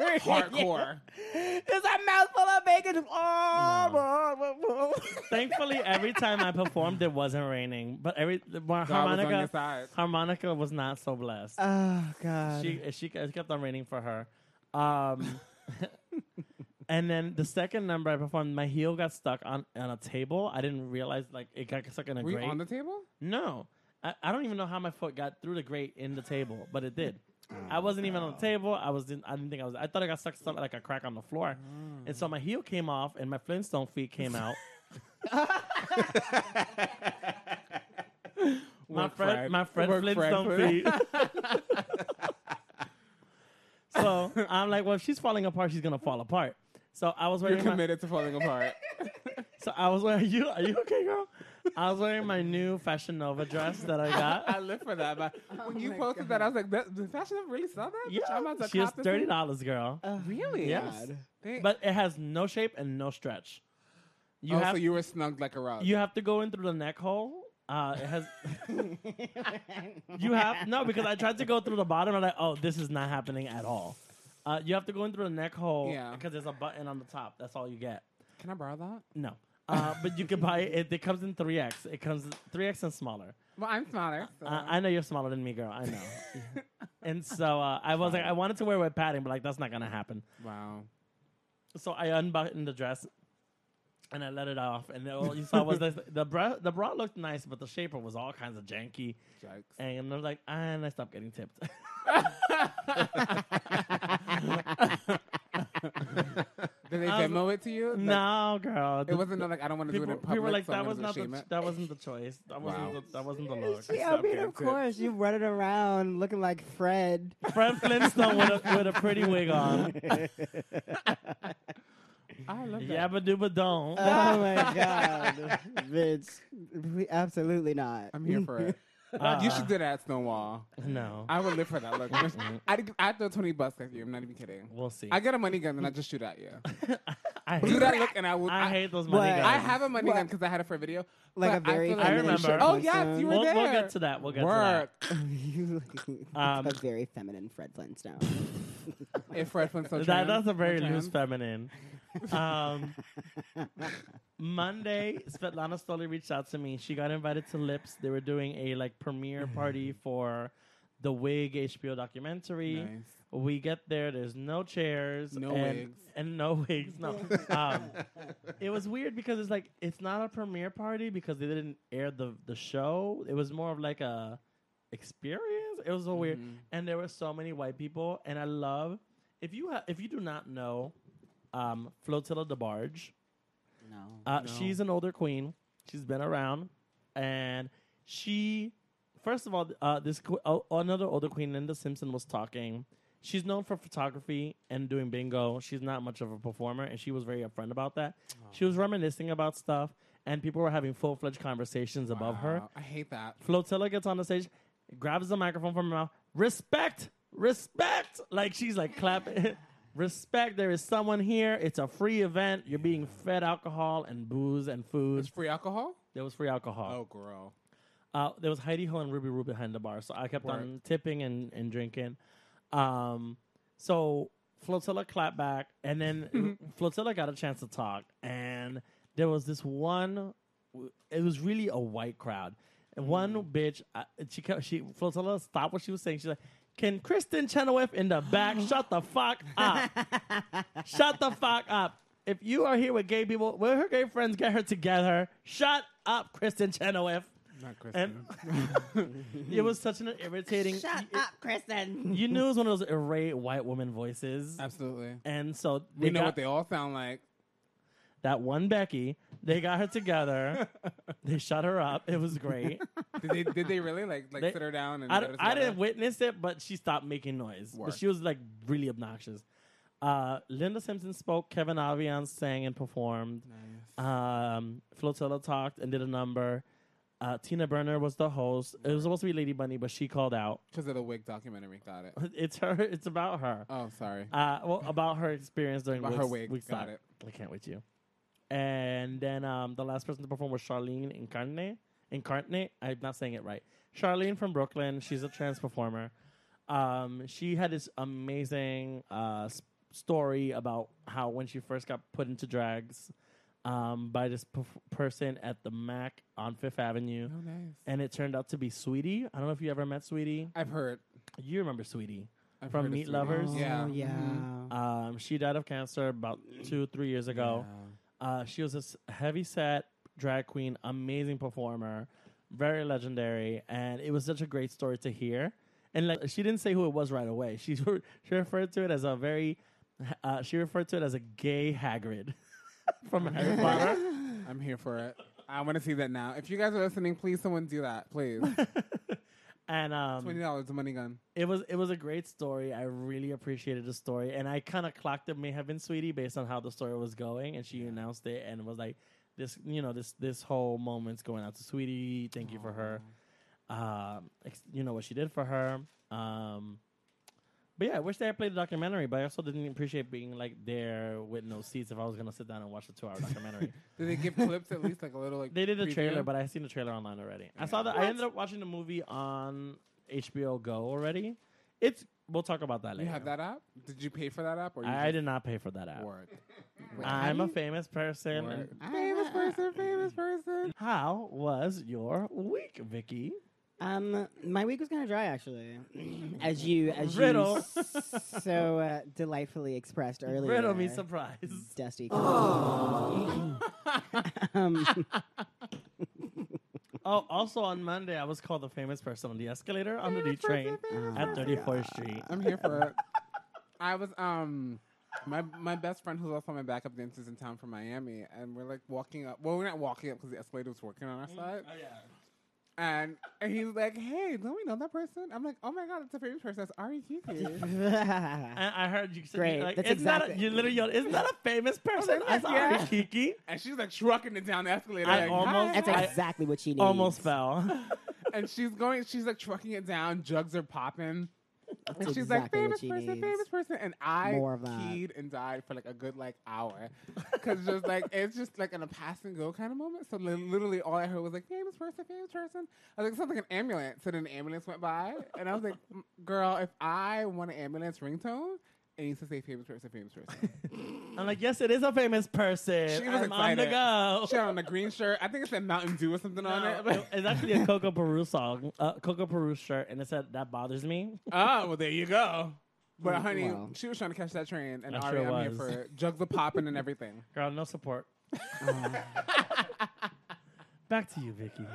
[SPEAKER 1] Hardcore.
[SPEAKER 2] There's a mouthful of bacon. Oh,
[SPEAKER 3] Thankfully, every time I performed, it wasn't raining. But every the one-
[SPEAKER 1] God was on your
[SPEAKER 3] harmonica,
[SPEAKER 1] side.
[SPEAKER 3] harmonica was not so blessed.
[SPEAKER 2] oh god.
[SPEAKER 3] she she it kept on raining for her. Um, and then the second number I performed, my heel got stuck on, on a table. I didn't realize like it got stuck in a
[SPEAKER 1] Were you
[SPEAKER 3] grate.
[SPEAKER 1] on the table?
[SPEAKER 3] No. I, I don't even know how my foot got through the grate in the table, but it did.
[SPEAKER 1] Ah.
[SPEAKER 3] I wasn't even on the table. I was in, I didn't think I was I thought I got stuck stuck like a crack on the floor.
[SPEAKER 1] Mm.
[SPEAKER 3] And so my heel came off and my Flintstone feet came out. my
[SPEAKER 1] Work,
[SPEAKER 3] Fred,
[SPEAKER 1] Fred.
[SPEAKER 3] my Fred
[SPEAKER 1] Work, Fred.
[SPEAKER 3] Flintstone feet. So I'm like, well, if she's falling apart, she's gonna fall apart. So I was
[SPEAKER 1] You're
[SPEAKER 3] wearing my,
[SPEAKER 1] committed to falling apart.
[SPEAKER 3] so I was wearing you are you okay, girl? I was wearing my new Fashion Nova dress that I
[SPEAKER 1] I
[SPEAKER 3] got.
[SPEAKER 1] live for that. But when you
[SPEAKER 2] my
[SPEAKER 1] posted that, I was like, that, "The fashion up really saw that." Bitch, I'm
[SPEAKER 3] Yeah,
[SPEAKER 1] about to
[SPEAKER 3] she is
[SPEAKER 1] cop this
[SPEAKER 3] thirty
[SPEAKER 1] thing."
[SPEAKER 3] dollars, girl.
[SPEAKER 1] Really?
[SPEAKER 3] Yes.
[SPEAKER 1] God. They-
[SPEAKER 3] But it has no shape and no stretch. You
[SPEAKER 1] oh, so
[SPEAKER 3] have
[SPEAKER 1] you were snugged like a rug.
[SPEAKER 3] you have to go in through the neck hole. Uh, it has you have no because I tried to go through the bottom. I'm like, oh, this is not happening at all. Uh, you have to go in through the neck hole
[SPEAKER 1] Yeah.
[SPEAKER 3] because there's a button on the top. That's all you get.
[SPEAKER 1] Can I borrow that?
[SPEAKER 3] No. Uh, but you can buy it. It comes in 3X. It comes 3X and smaller.
[SPEAKER 1] Well, I'm smaller. So.
[SPEAKER 3] Uh, I know you're smaller than me, girl. I know. and so uh, I was like, I wanted to wear it with padding, but like, that's not going to happen.
[SPEAKER 1] wow.
[SPEAKER 3] So I unbuttoned the dress and I let it off. And all you saw was this, the, bra, the bra looked nice, but the shaper was all kinds of janky.
[SPEAKER 1] Jokes.
[SPEAKER 3] And I was like, "Ah," and I stopped getting tipped.
[SPEAKER 1] Did they
[SPEAKER 3] I was-
[SPEAKER 1] demo it to you? Like,
[SPEAKER 3] no, girl.
[SPEAKER 1] It wasn't no, like I don't want to do it
[SPEAKER 3] People,
[SPEAKER 1] in
[SPEAKER 3] people
[SPEAKER 1] public.
[SPEAKER 3] were like,
[SPEAKER 1] so
[SPEAKER 3] that
[SPEAKER 1] I'm
[SPEAKER 3] was
[SPEAKER 1] gonna
[SPEAKER 3] not the
[SPEAKER 1] shame it.
[SPEAKER 3] that wasn't the choice. That wasn't
[SPEAKER 1] Wow.
[SPEAKER 3] the, that wasn't the look.
[SPEAKER 2] She, I
[SPEAKER 1] Stop
[SPEAKER 2] mean,
[SPEAKER 1] getting
[SPEAKER 2] of course, you running around looking like Fred.
[SPEAKER 3] Fred Flintstone with a, with a pretty wig on.
[SPEAKER 1] I love that.
[SPEAKER 3] Yabba dooba don't.
[SPEAKER 2] Oh my god, bitch! We, absolutely not.
[SPEAKER 1] I'm here for it.
[SPEAKER 3] Uh,
[SPEAKER 1] you should do that at Stonewall.
[SPEAKER 3] No.
[SPEAKER 1] I would live for that. Look, I'd, I'd throw 20 bucks at you. I'm not even kidding.
[SPEAKER 3] We'll see.
[SPEAKER 1] I get a money gun and I just shoot at you.
[SPEAKER 3] I
[SPEAKER 1] Do
[SPEAKER 3] hate,
[SPEAKER 1] that look and I will.
[SPEAKER 3] I hate those
[SPEAKER 2] What?
[SPEAKER 3] money guys.
[SPEAKER 1] I have a money
[SPEAKER 2] What?
[SPEAKER 1] gun because I had it for a video.
[SPEAKER 2] Like
[SPEAKER 1] but
[SPEAKER 2] a very
[SPEAKER 1] I, feel
[SPEAKER 3] I
[SPEAKER 2] feminine
[SPEAKER 3] remember.
[SPEAKER 2] shirt
[SPEAKER 1] Oh,
[SPEAKER 2] on
[SPEAKER 1] yes, you
[SPEAKER 2] some-
[SPEAKER 1] were
[SPEAKER 3] We'll, we'll
[SPEAKER 1] there.
[SPEAKER 3] get to that. We'll get
[SPEAKER 1] Work.
[SPEAKER 2] You look
[SPEAKER 3] Um,
[SPEAKER 2] a very feminine Fred Flintstone.
[SPEAKER 1] If Fred
[SPEAKER 3] to
[SPEAKER 1] Flintstone.
[SPEAKER 3] that. that. That's a very
[SPEAKER 1] trans.
[SPEAKER 3] loose feminine. Um, Monday, Svetlana Stoli reached out to me. She got invited to Lips. They were doing a like premiere party for the Wig HBO documentary.
[SPEAKER 1] Nice.
[SPEAKER 3] We get there. There's no chairs.
[SPEAKER 1] No
[SPEAKER 3] and,
[SPEAKER 1] wigs.
[SPEAKER 3] And no wigs. No. um, it was weird because it's like it's not a premiere party because they didn't air the the show. It was more of like a experience. It was so weird.
[SPEAKER 1] Mm-hmm.
[SPEAKER 3] And there were so many white people. And I love if you ha- if you do not know um, Flotilla DeBarge.
[SPEAKER 2] no.
[SPEAKER 3] Uh, She's an older queen. She's been around, and she, first of all, uh, this que- oh, another older queen, Linda Simpson, was talking. She's known for photography and doing bingo. She's not much of a performer, and she was very upfront about that. She was reminiscing about stuff, and people were having full fledged conversations above her.
[SPEAKER 1] Wow, I hate that.
[SPEAKER 3] Flotilla gets on the stage, grabs the microphone from her mouth. Respect, respect. Like she's like clapping. respect. There is someone here. It's a free event. You're being fed alcohol and booze and
[SPEAKER 1] It's
[SPEAKER 3] food.
[SPEAKER 1] free alcohol?
[SPEAKER 3] There was free alcohol.
[SPEAKER 1] Oh, girl.
[SPEAKER 3] Uh, there was Heidi Ho and Ruby Roo behind the bar, so I kept on
[SPEAKER 1] Word.
[SPEAKER 3] tipping and, and drinking. Um, so Flotilla clapped back, and then Flotilla got a chance to talk, and there was this one. It was really a white crowd. And One bitch, I, she kept, she Flotilla stopped what she was saying. She's like, "Can Kristen Chenoweth in the back shut the fuck up? shut the fuck up." If you are here with gay people, will her gay friends get her together? Shut up, Kristen Chenoweth.
[SPEAKER 1] Not Kristen.
[SPEAKER 3] And it was such an irritating.
[SPEAKER 2] Shut
[SPEAKER 3] you,
[SPEAKER 2] up, Kristen.
[SPEAKER 3] you knew it was one of those irate white woman voices,
[SPEAKER 1] Absolutely.
[SPEAKER 3] and so they
[SPEAKER 1] We know
[SPEAKER 3] got
[SPEAKER 1] what they all sound like.
[SPEAKER 3] that one Becky. They got her together. they shut her up. It was great.
[SPEAKER 1] Did they, did they really like like
[SPEAKER 3] They-
[SPEAKER 1] sit her down and
[SPEAKER 3] I,
[SPEAKER 1] let her
[SPEAKER 3] I
[SPEAKER 1] together?
[SPEAKER 3] didn't witness it, but she stopped making noise.
[SPEAKER 1] Word.
[SPEAKER 3] But she was like really obnoxious. Uh, Linda Simpson spoke. Kevin Avian sang and performed. Um, Flotilla talked and did a number. Uh, Tina Burner was the host. It was supposed to be Lady Bunny, but she called out.
[SPEAKER 1] Because of the wig documentary. Got it.
[SPEAKER 3] It's her. It's about her.
[SPEAKER 1] Oh, sorry.
[SPEAKER 3] Uh, well, about her experience during
[SPEAKER 1] About her wig.
[SPEAKER 3] Wig
[SPEAKER 1] Got
[SPEAKER 3] Stop.
[SPEAKER 1] it.
[SPEAKER 3] I can't wait to you. And then um, the last person to perform was Charlene Incarnate. Incarnate. I'm not saying it right. Charlene from Brooklyn. She's a trans performer. Um, she had this amazing uh, s- story about how when she first got put into drags um, by this perf- person at the Mac on Fifth Avenue,
[SPEAKER 1] oh, nice.
[SPEAKER 3] and it turned out to be Sweetie. I don't know if you ever met Sweetie.
[SPEAKER 1] I've heard.
[SPEAKER 3] You remember Sweetie
[SPEAKER 1] I've
[SPEAKER 3] from
[SPEAKER 1] heard of
[SPEAKER 3] Meat
[SPEAKER 1] Sweetie.
[SPEAKER 3] Lovers?
[SPEAKER 1] Yeah.
[SPEAKER 2] Oh, yeah.
[SPEAKER 3] Um, she died of cancer about two, three years ago. Uh, she was a s- heavy set drag queen, amazing performer, very legendary, and it was such a great story to hear. And like, she didn't say who it was right away. She she referred to it as a very, uh, she referred to it as a gay Hagrid from Harry Potter. Um,
[SPEAKER 1] I'm here for it. I want to see that now. If you guys are listening, please someone do that, please.
[SPEAKER 3] And
[SPEAKER 1] Twenty
[SPEAKER 3] um,
[SPEAKER 1] dollars, a money gun.
[SPEAKER 3] it was it was a great story. I really appreciated the story, and I kind of clocked it may have been Sweetie based on how the story was going, and she announced it and was like, "This, you know, this this whole moment's going out to Sweetie. Thank you for her. Um, ex- you know what she did for her. Um, but yeah, I wish they had played the documentary, but I also didn't appreciate being like there with no seats if I was gonna sit down and watch a two-hour documentary.
[SPEAKER 1] Did they give clips at least like a little like?
[SPEAKER 3] They did the
[SPEAKER 1] preview?
[SPEAKER 3] trailer, but I seen the trailer online already. I saw that. I ended up watching the movie on HBO Go already. It's. We'll talk about that
[SPEAKER 1] you
[SPEAKER 3] later.
[SPEAKER 1] have that app. Did you pay for that app or you
[SPEAKER 3] I
[SPEAKER 1] just
[SPEAKER 3] did not pay for that app.
[SPEAKER 1] Work.
[SPEAKER 3] I'm a famous person.
[SPEAKER 1] Work.
[SPEAKER 3] and
[SPEAKER 1] Famous person. Famous person.
[SPEAKER 3] How was your week, Vicky?
[SPEAKER 2] Um, my week was kind of dry actually, as you as
[SPEAKER 3] Riddle.
[SPEAKER 2] you s- so uh, delightfully expressed earlier.
[SPEAKER 3] Riddle me surprise.
[SPEAKER 2] Dusty. Um,
[SPEAKER 3] Oh, also on Monday, I was called a famous person on the escalator on the D train at 34th Street.
[SPEAKER 1] I'm here for it. I was um my my best friend who's also my backup dancer is in town from Miami, and we're like walking up. Well, we're not walking up because the escalator was working
[SPEAKER 3] Mm.
[SPEAKER 1] on our side.
[SPEAKER 3] Oh,
[SPEAKER 1] And, and he's like, "Hey, don't we know that person?" I'm like, "Oh my god, it's a famous person. That's E Ari Kiki."
[SPEAKER 3] And I heard you say,
[SPEAKER 2] Great,
[SPEAKER 3] like,
[SPEAKER 2] that's
[SPEAKER 3] it's not a,
[SPEAKER 2] exactly-
[SPEAKER 3] you literally yelled, isn't that a famous person? I saw
[SPEAKER 1] Yeah.
[SPEAKER 3] Kiki.
[SPEAKER 1] and she's like trucking it down the escalator.
[SPEAKER 3] I
[SPEAKER 1] like,
[SPEAKER 3] almost-
[SPEAKER 1] "Hi."
[SPEAKER 2] That's
[SPEAKER 3] I-
[SPEAKER 2] exactly what she needs.
[SPEAKER 3] Almost fell.
[SPEAKER 1] and she's going. She's like trucking it down. Jugs are popping. And she's like
[SPEAKER 2] exactly what
[SPEAKER 1] famous
[SPEAKER 2] she
[SPEAKER 1] person,
[SPEAKER 2] needs.
[SPEAKER 1] famous person, and I
[SPEAKER 2] More of that.
[SPEAKER 1] keyed and died for like a good like hour, because just like it's just like in a pass and go kind of moment. So li- literally all I heard was like famous person, famous person. I was like something like an ambulance, and then an ambulance went by, and I was like, "M- girl, if I want an ambulance ringtone, it needs to say famous person, famous person.
[SPEAKER 3] I'm like, yes, it is a famous person.
[SPEAKER 1] She was
[SPEAKER 3] I'm on the
[SPEAKER 1] excited.
[SPEAKER 3] go.
[SPEAKER 1] she had on a green shirt. I think it said Mountain Dew or something on
[SPEAKER 3] No,
[SPEAKER 1] it.
[SPEAKER 3] it- it's actually a Coco Peru song, uh, Coco Peru shirt, and it said that bothers me.
[SPEAKER 1] Ah, well, there you go. But
[SPEAKER 2] Mm,
[SPEAKER 1] honey,
[SPEAKER 2] wow.
[SPEAKER 1] she was trying to catch that train, and
[SPEAKER 3] I
[SPEAKER 1] Ari,
[SPEAKER 3] sure
[SPEAKER 1] I'm here
[SPEAKER 3] was.
[SPEAKER 1] for it. Jugs are popping and everything.
[SPEAKER 3] Girl, no support. Back to you, Vicky.